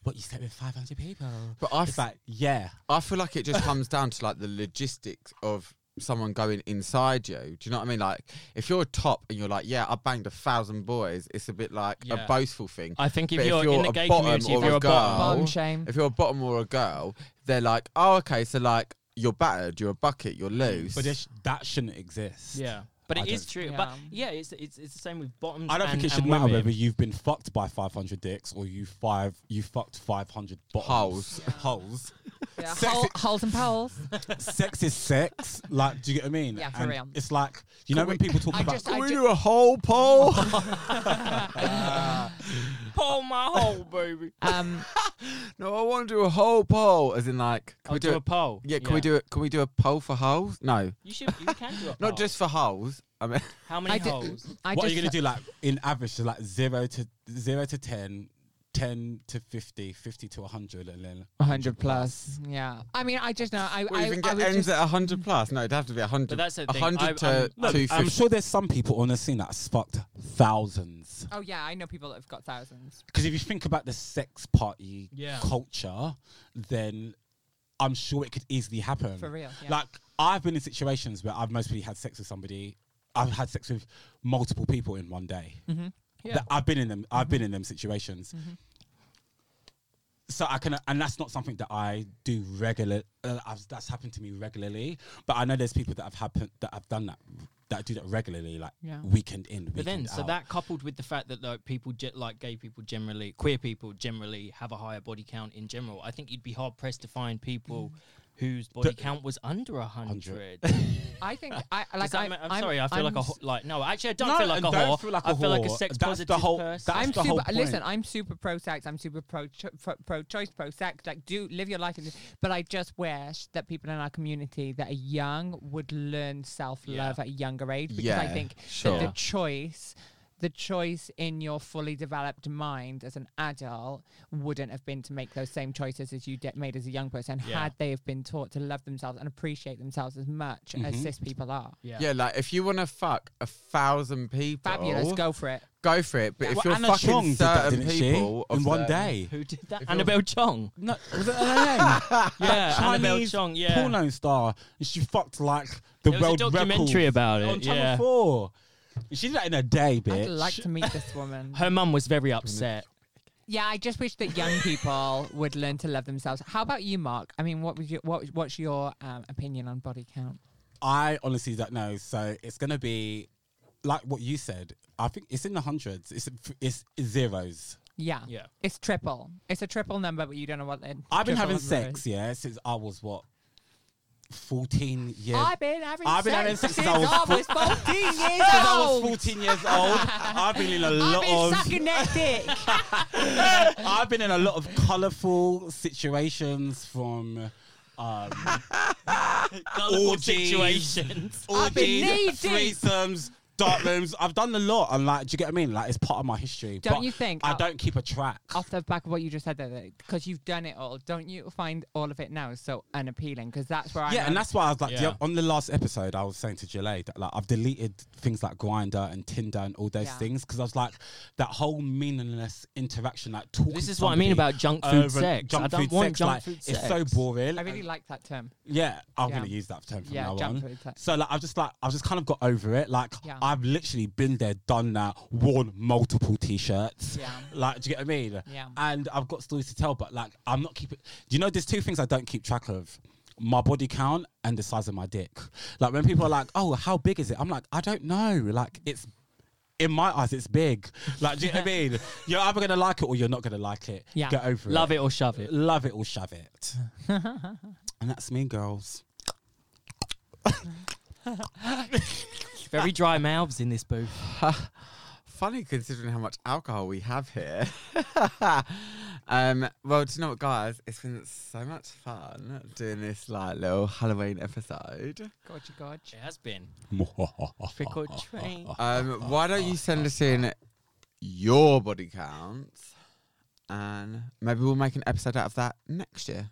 Speaker 4: "What you slept with 500 people?"
Speaker 1: But I
Speaker 4: It's like, yeah,
Speaker 1: I feel like it just comes down to like the logistics of someone going inside you. Do you know what I mean? Like if you're top and you're like, yeah, I banged a thousand boys, it's a bit like
Speaker 2: Yeah.
Speaker 1: a boastful thing.
Speaker 2: I think if
Speaker 1: But
Speaker 2: you're, in the
Speaker 1: a
Speaker 2: gay
Speaker 1: bottom
Speaker 2: community, if
Speaker 1: or
Speaker 2: you're a bottom,
Speaker 1: girl-
Speaker 3: Bottom shame.
Speaker 1: If you're a bottom or a girl, they're like, oh, okay, so like you're battered, you're a bucket, you're loose.
Speaker 4: but this, that shouldn't exist.
Speaker 2: yeah. But
Speaker 4: I
Speaker 2: it is
Speaker 4: don't-
Speaker 2: true.
Speaker 3: Yeah.
Speaker 2: But yeah, it's, it's it's the same with bottoms.
Speaker 4: I don't
Speaker 2: and,
Speaker 4: think it should
Speaker 2: and
Speaker 4: matter
Speaker 2: women.
Speaker 4: whether you've been fucked by 500 dicks or you five you fucked 500
Speaker 1: Holes.
Speaker 4: bottles. Holes.
Speaker 3: Yeah.
Speaker 4: Sexy-
Speaker 3: Hole- holes and poles.
Speaker 4: sex is sex. Like, do you get what I mean?
Speaker 3: Yeah, for
Speaker 4: And
Speaker 3: real.
Speaker 4: It's like you know when people talk
Speaker 3: I
Speaker 4: about.
Speaker 3: just-
Speaker 1: Can
Speaker 3: I
Speaker 1: we
Speaker 3: ju-
Speaker 1: do a whole poll?
Speaker 2: Pull my hole, baby.
Speaker 3: Um,
Speaker 1: no, I want to do a whole poll. As in, like, can
Speaker 2: I'll
Speaker 1: we do,
Speaker 2: do
Speaker 1: it-
Speaker 2: a poll.
Speaker 1: Yeah, can we do it? Can we do a poll for holes? No,
Speaker 2: You should. You can do a poll.
Speaker 1: not just for holes. I mean,
Speaker 2: how many
Speaker 3: I did-
Speaker 2: holes.
Speaker 3: I
Speaker 4: what are
Speaker 3: just
Speaker 4: you gonna do? Like in average, like zero to zero to ten 10 to 50, 50 to 100, and then
Speaker 3: 100 plus. Yeah. I mean, I just know. I,
Speaker 1: Well,
Speaker 3: I,
Speaker 1: even
Speaker 3: I
Speaker 1: get
Speaker 3: would
Speaker 1: ends
Speaker 3: just-
Speaker 1: at 100 plus. No, it'd have to be 100.
Speaker 2: But that's the thing,
Speaker 1: 100
Speaker 2: I-
Speaker 1: to
Speaker 2: I'm-
Speaker 4: Look, I'm
Speaker 1: 250.
Speaker 4: sure there's some people on the scene that sparked thousands.
Speaker 3: Oh, yeah. I know people that have got thousands.
Speaker 4: Because if you think about the sex party
Speaker 2: Yeah.
Speaker 4: culture, then I'm sure it could easily happen.
Speaker 3: For real, yeah.
Speaker 4: Like, I've been in situations where I've mostly had sex with somebody, I've had sex with multiple people in one day.
Speaker 3: Mm-hmm. Yeah.
Speaker 4: That I've been in them. I've been
Speaker 3: Mm-hmm.
Speaker 4: in them situations. So I can, and that's not something that I do regular. Uh, I've, that's happened to me regularly, but I know there's people that have happened that have done that, that do that regularly, like
Speaker 3: Yeah.
Speaker 4: weekend in, weekend
Speaker 2: But then, so
Speaker 4: out.
Speaker 2: that coupled with the fact that like people, ge- like gay people generally, queer people generally have a higher body count in general, I think you'd be hard pressed to find people whose body
Speaker 4: Th-
Speaker 2: count was under a hundred.
Speaker 3: I think. I,
Speaker 2: Like,
Speaker 3: like,
Speaker 2: that, ma- I'm, sorry, I feel like a ho- like no, actually, I don't
Speaker 4: No,
Speaker 2: feel like
Speaker 4: and
Speaker 2: a
Speaker 4: don't
Speaker 2: whore.
Speaker 4: feel like a
Speaker 2: I feel like a
Speaker 4: whore.
Speaker 2: sex
Speaker 4: That's the
Speaker 2: positive
Speaker 4: whole-
Speaker 2: person.
Speaker 4: that's
Speaker 3: I'm
Speaker 4: the
Speaker 3: super.
Speaker 4: whole
Speaker 3: Listen,
Speaker 4: point.
Speaker 3: I'm super pro sex. I'm super pro cho- pro- pro choice, pro sex. Like, do live your life. in this- But I just wish that people in our community that are young would learn self love
Speaker 2: Yeah.
Speaker 3: at a younger age because I
Speaker 1: Yeah,
Speaker 3: think
Speaker 1: sure.
Speaker 3: that the choice. The choice in your fully developed mind as an adult wouldn't have been to make those same choices as you de- made as a young person
Speaker 2: Yeah.
Speaker 3: had they have been taught to love themselves and appreciate themselves as much as cis people are.
Speaker 2: yeah.
Speaker 1: Yeah, like if you want to fuck a thousand people,
Speaker 3: Fabulous, go for it.
Speaker 1: go for it. But if
Speaker 4: Well,
Speaker 1: you're
Speaker 4: Anna
Speaker 1: fucking
Speaker 4: Chong did that,
Speaker 1: certain
Speaker 4: didn't she?
Speaker 1: people
Speaker 4: in
Speaker 1: of
Speaker 4: one
Speaker 1: the-
Speaker 4: day.
Speaker 2: Who did that?
Speaker 1: If you're-
Speaker 2: Annabelle Chong.
Speaker 4: No, was it her name?
Speaker 2: Yeah, Annabelle
Speaker 4: Chinese
Speaker 2: Chong. Yeah,
Speaker 4: porno star. And she fucked like the
Speaker 2: there was
Speaker 4: world
Speaker 2: a documentary
Speaker 4: record
Speaker 2: about it.
Speaker 4: on Channel
Speaker 2: yeah,
Speaker 4: Four. And She did that in a day, bitch.
Speaker 3: I'd like to meet this woman.
Speaker 2: her mum was very upset.
Speaker 3: Yeah, I just wish that young people would learn to love themselves. How about you, Mark? I mean, what was your what, what's your um, opinion on body count?
Speaker 4: I honestly don't know. So it's gonna be like what you said. I think it's in the hundreds. It's it's zeros.
Speaker 3: Yeah,
Speaker 2: Yeah.
Speaker 3: it's triple. It's a triple number, but you don't know what. the
Speaker 4: I've
Speaker 3: triple
Speaker 4: been having
Speaker 3: number
Speaker 4: sex,
Speaker 3: is.
Speaker 4: yeah, since I was what fourteen years.
Speaker 3: I've been having
Speaker 4: I've been
Speaker 3: sex
Speaker 4: having sex since
Speaker 3: since
Speaker 4: I was
Speaker 3: fourteen years old.
Speaker 4: since I was fourteen years old. I've been in a
Speaker 3: I've
Speaker 4: lot
Speaker 3: been
Speaker 4: of.
Speaker 3: sucking that dick.
Speaker 4: I've been in a lot of colourful situations from um,
Speaker 2: Colourful
Speaker 4: Orgies.
Speaker 2: situations.
Speaker 3: I've been
Speaker 4: orgies,
Speaker 3: knee-deep.
Speaker 4: threesomes, dark rooms. I've done a lot, and like, do you get what I mean? Like, it's part of my history.
Speaker 3: Don't
Speaker 4: but
Speaker 3: you think- Oh.
Speaker 4: I don't keep a track.
Speaker 3: Off the back of what you just said, there, because you've done it all, don't you find all of it now so unappealing? Because that's where I
Speaker 4: yeah,
Speaker 3: am.
Speaker 4: and that's why I was like,
Speaker 2: Yeah.
Speaker 4: the, on the last episode, I was saying to Jalay that like I've deleted things like Grinder and Tinder and all those
Speaker 3: Yeah.
Speaker 4: things because I was like, that whole meaningless interaction, like talking.
Speaker 2: This
Speaker 4: to
Speaker 2: is what I mean
Speaker 4: somebody
Speaker 2: about junk food
Speaker 4: over
Speaker 2: sex.
Speaker 4: Junk
Speaker 2: I don't
Speaker 4: food
Speaker 2: want
Speaker 4: sex,
Speaker 2: junk
Speaker 4: like,
Speaker 2: food
Speaker 4: It's so
Speaker 2: sex.
Speaker 4: boring.
Speaker 3: I really like that term.
Speaker 4: Yeah, I'm
Speaker 3: Yeah.
Speaker 4: gonna use that term from
Speaker 3: Yeah,
Speaker 4: now
Speaker 3: jump
Speaker 4: on.
Speaker 3: through that.
Speaker 4: So like, I've just like, I've just kind of got over it. Like,
Speaker 3: Yeah.
Speaker 4: I've literally been there, done that, worn multiple t-shirts.
Speaker 3: Yeah.
Speaker 4: Like, do you get what I mean?
Speaker 3: Yeah.
Speaker 4: And I've got stories to tell, but like, I'm not keeping. Do you know there's two things I don't keep track of? My body count and the size of my dick. Like when people are like, "Oh, how big is it?" I'm like, I don't know. Like it's. In my eyes, it's big. Like, do you know what I mean? You're either gonna like it or you're not gonna like it.
Speaker 3: Yeah.
Speaker 4: Get over it.
Speaker 2: Love it or shove it.
Speaker 4: Love it or shove it. and that's me, girls.
Speaker 2: Very dry mouths in this booth.
Speaker 1: Funny considering how much alcohol we have here. um, well, do you know what, guys? It's been so much fun doing this like little Halloween episode.
Speaker 3: Gorge, gorge.
Speaker 2: It has been.
Speaker 4: Trick
Speaker 1: Um, why don't you send us in your body counts, and maybe we'll make an episode out of that next year.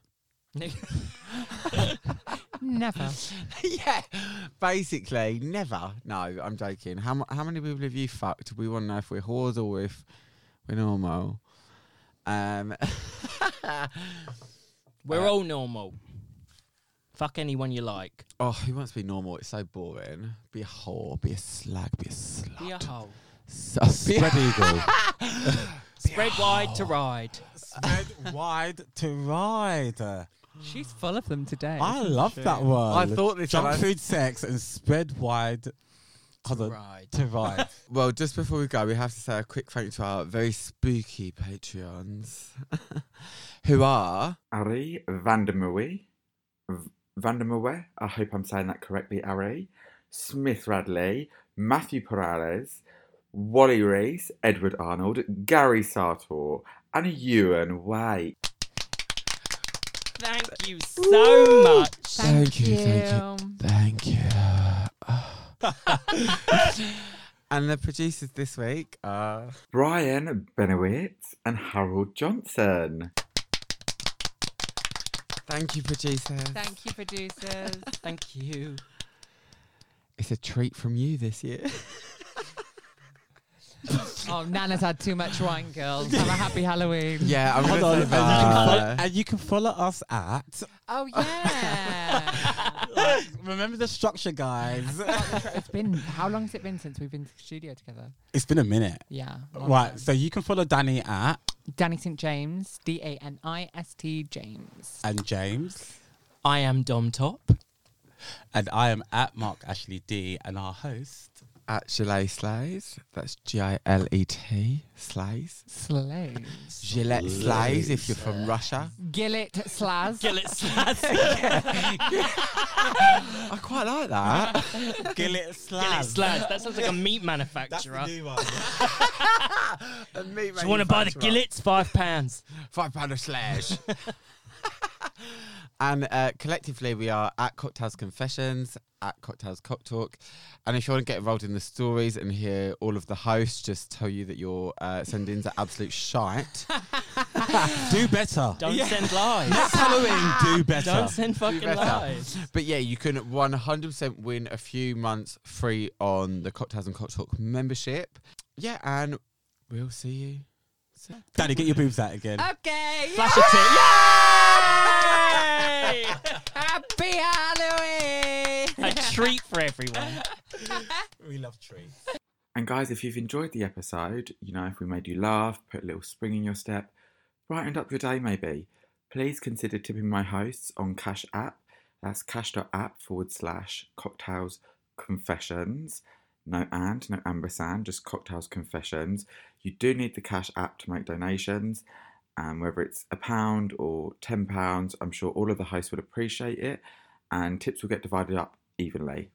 Speaker 3: Never.
Speaker 1: yeah, basically, never. No, I'm joking. How mu- how many people have you fucked? We want to know if we're whores or if we're normal. Um,
Speaker 2: We're
Speaker 1: Uh,
Speaker 2: all normal. Fuck anyone you like.
Speaker 1: oh, who wants to be normal? It's so boring. Be a whore. Be a slag. Be a slut.
Speaker 2: Be a hoe.
Speaker 1: So- be a-
Speaker 4: Spread eagle.
Speaker 2: Spread wide to ride.
Speaker 4: Spread wide to ride.
Speaker 3: She's full of them today.
Speaker 4: I love that one.
Speaker 1: I thought this
Speaker 4: Junk
Speaker 1: and I-
Speaker 4: food sex and spread wide hold on,
Speaker 2: ride.
Speaker 4: to ride.
Speaker 1: Well, just before we go, we have to say a quick thank you to our very spooky Patreons, who are
Speaker 5: Ari Vandermooey. V- Vandermooey, I hope I'm saying that correctly, Ari. Smith Radley, Matthew Perales, Wally Reese, Edward Arnold, Gary Sartor, and Ewan Way.
Speaker 2: Thank you so much.
Speaker 1: Thank you, thank you. Thank you. And the producers this week are
Speaker 5: Brian Benowitz and Harold Johnson.
Speaker 1: thank you, producers.
Speaker 3: Thank you, producers.
Speaker 2: Thank you.
Speaker 1: It's a treat from you this year.
Speaker 3: oh, Nana's had too much wine, girls. Have a happy Halloween.
Speaker 1: yeah, I'm
Speaker 4: Hold on.
Speaker 1: gonna
Speaker 4: And you,
Speaker 1: say
Speaker 4: can follow,
Speaker 1: that.
Speaker 4: and you can follow us at.
Speaker 3: Oh yeah.
Speaker 4: Like, remember the structure, guys.
Speaker 3: it's been how long has it been since we've been to the studio together?
Speaker 4: it's been a minute.
Speaker 3: Yeah. a long
Speaker 4: Right.
Speaker 3: time.
Speaker 4: So you can follow Danny at
Speaker 3: Danny St James, D A N I S T James.
Speaker 4: and James.
Speaker 2: I am Dom Top.
Speaker 4: And I am at Mark Ashley D and our host.
Speaker 1: At Gillette Slays. That's G I L E T Slays.
Speaker 3: Slay.
Speaker 1: Gillette Slays if you're from Russia.
Speaker 3: Gillet Slaz.
Speaker 2: Gillet Slaz.
Speaker 1: I quite like that.
Speaker 4: Gillet
Speaker 2: Gillet
Speaker 4: Slaz.
Speaker 2: Slaz. That sounds like a meat manufacturer. Do
Speaker 4: one.
Speaker 2: you want to buy the gillets? Five pounds.
Speaker 1: Five pound of slash. and uh, collectively, we are at Cocktails Confessions, at Cocktails Cock Talk. And if you want to get involved in the stories and hear all of the hosts just tell you that your uh, send ins are absolute shite,
Speaker 4: Do better.
Speaker 2: Don't send lies.
Speaker 4: Next Halloween, do better.
Speaker 2: Don't send fucking
Speaker 1: better.
Speaker 2: lies.
Speaker 1: But yeah, you can 100% win a few months free on the Cocktails and Cock Talk membership. Yeah, and we'll see you. soon.
Speaker 4: Danny, get your boobs out again.
Speaker 3: Okay.
Speaker 2: Flash a tip. Yay!
Speaker 3: Happy Halloween.
Speaker 2: a treat for everyone.
Speaker 4: we love trees.
Speaker 5: And guys, if you've enjoyed the episode, you know, if we made you laugh, put a little spring in your step, brightened up your day maybe, please consider tipping my hosts on Cash App. That's cash.app forward slash cocktails confessions. No and, no ampersand, just cocktails confessions. You do need the Cash App to make donations. And whether it's a pound or £10, I'm sure all of the hosts would appreciate it. And tips will get divided up evenly.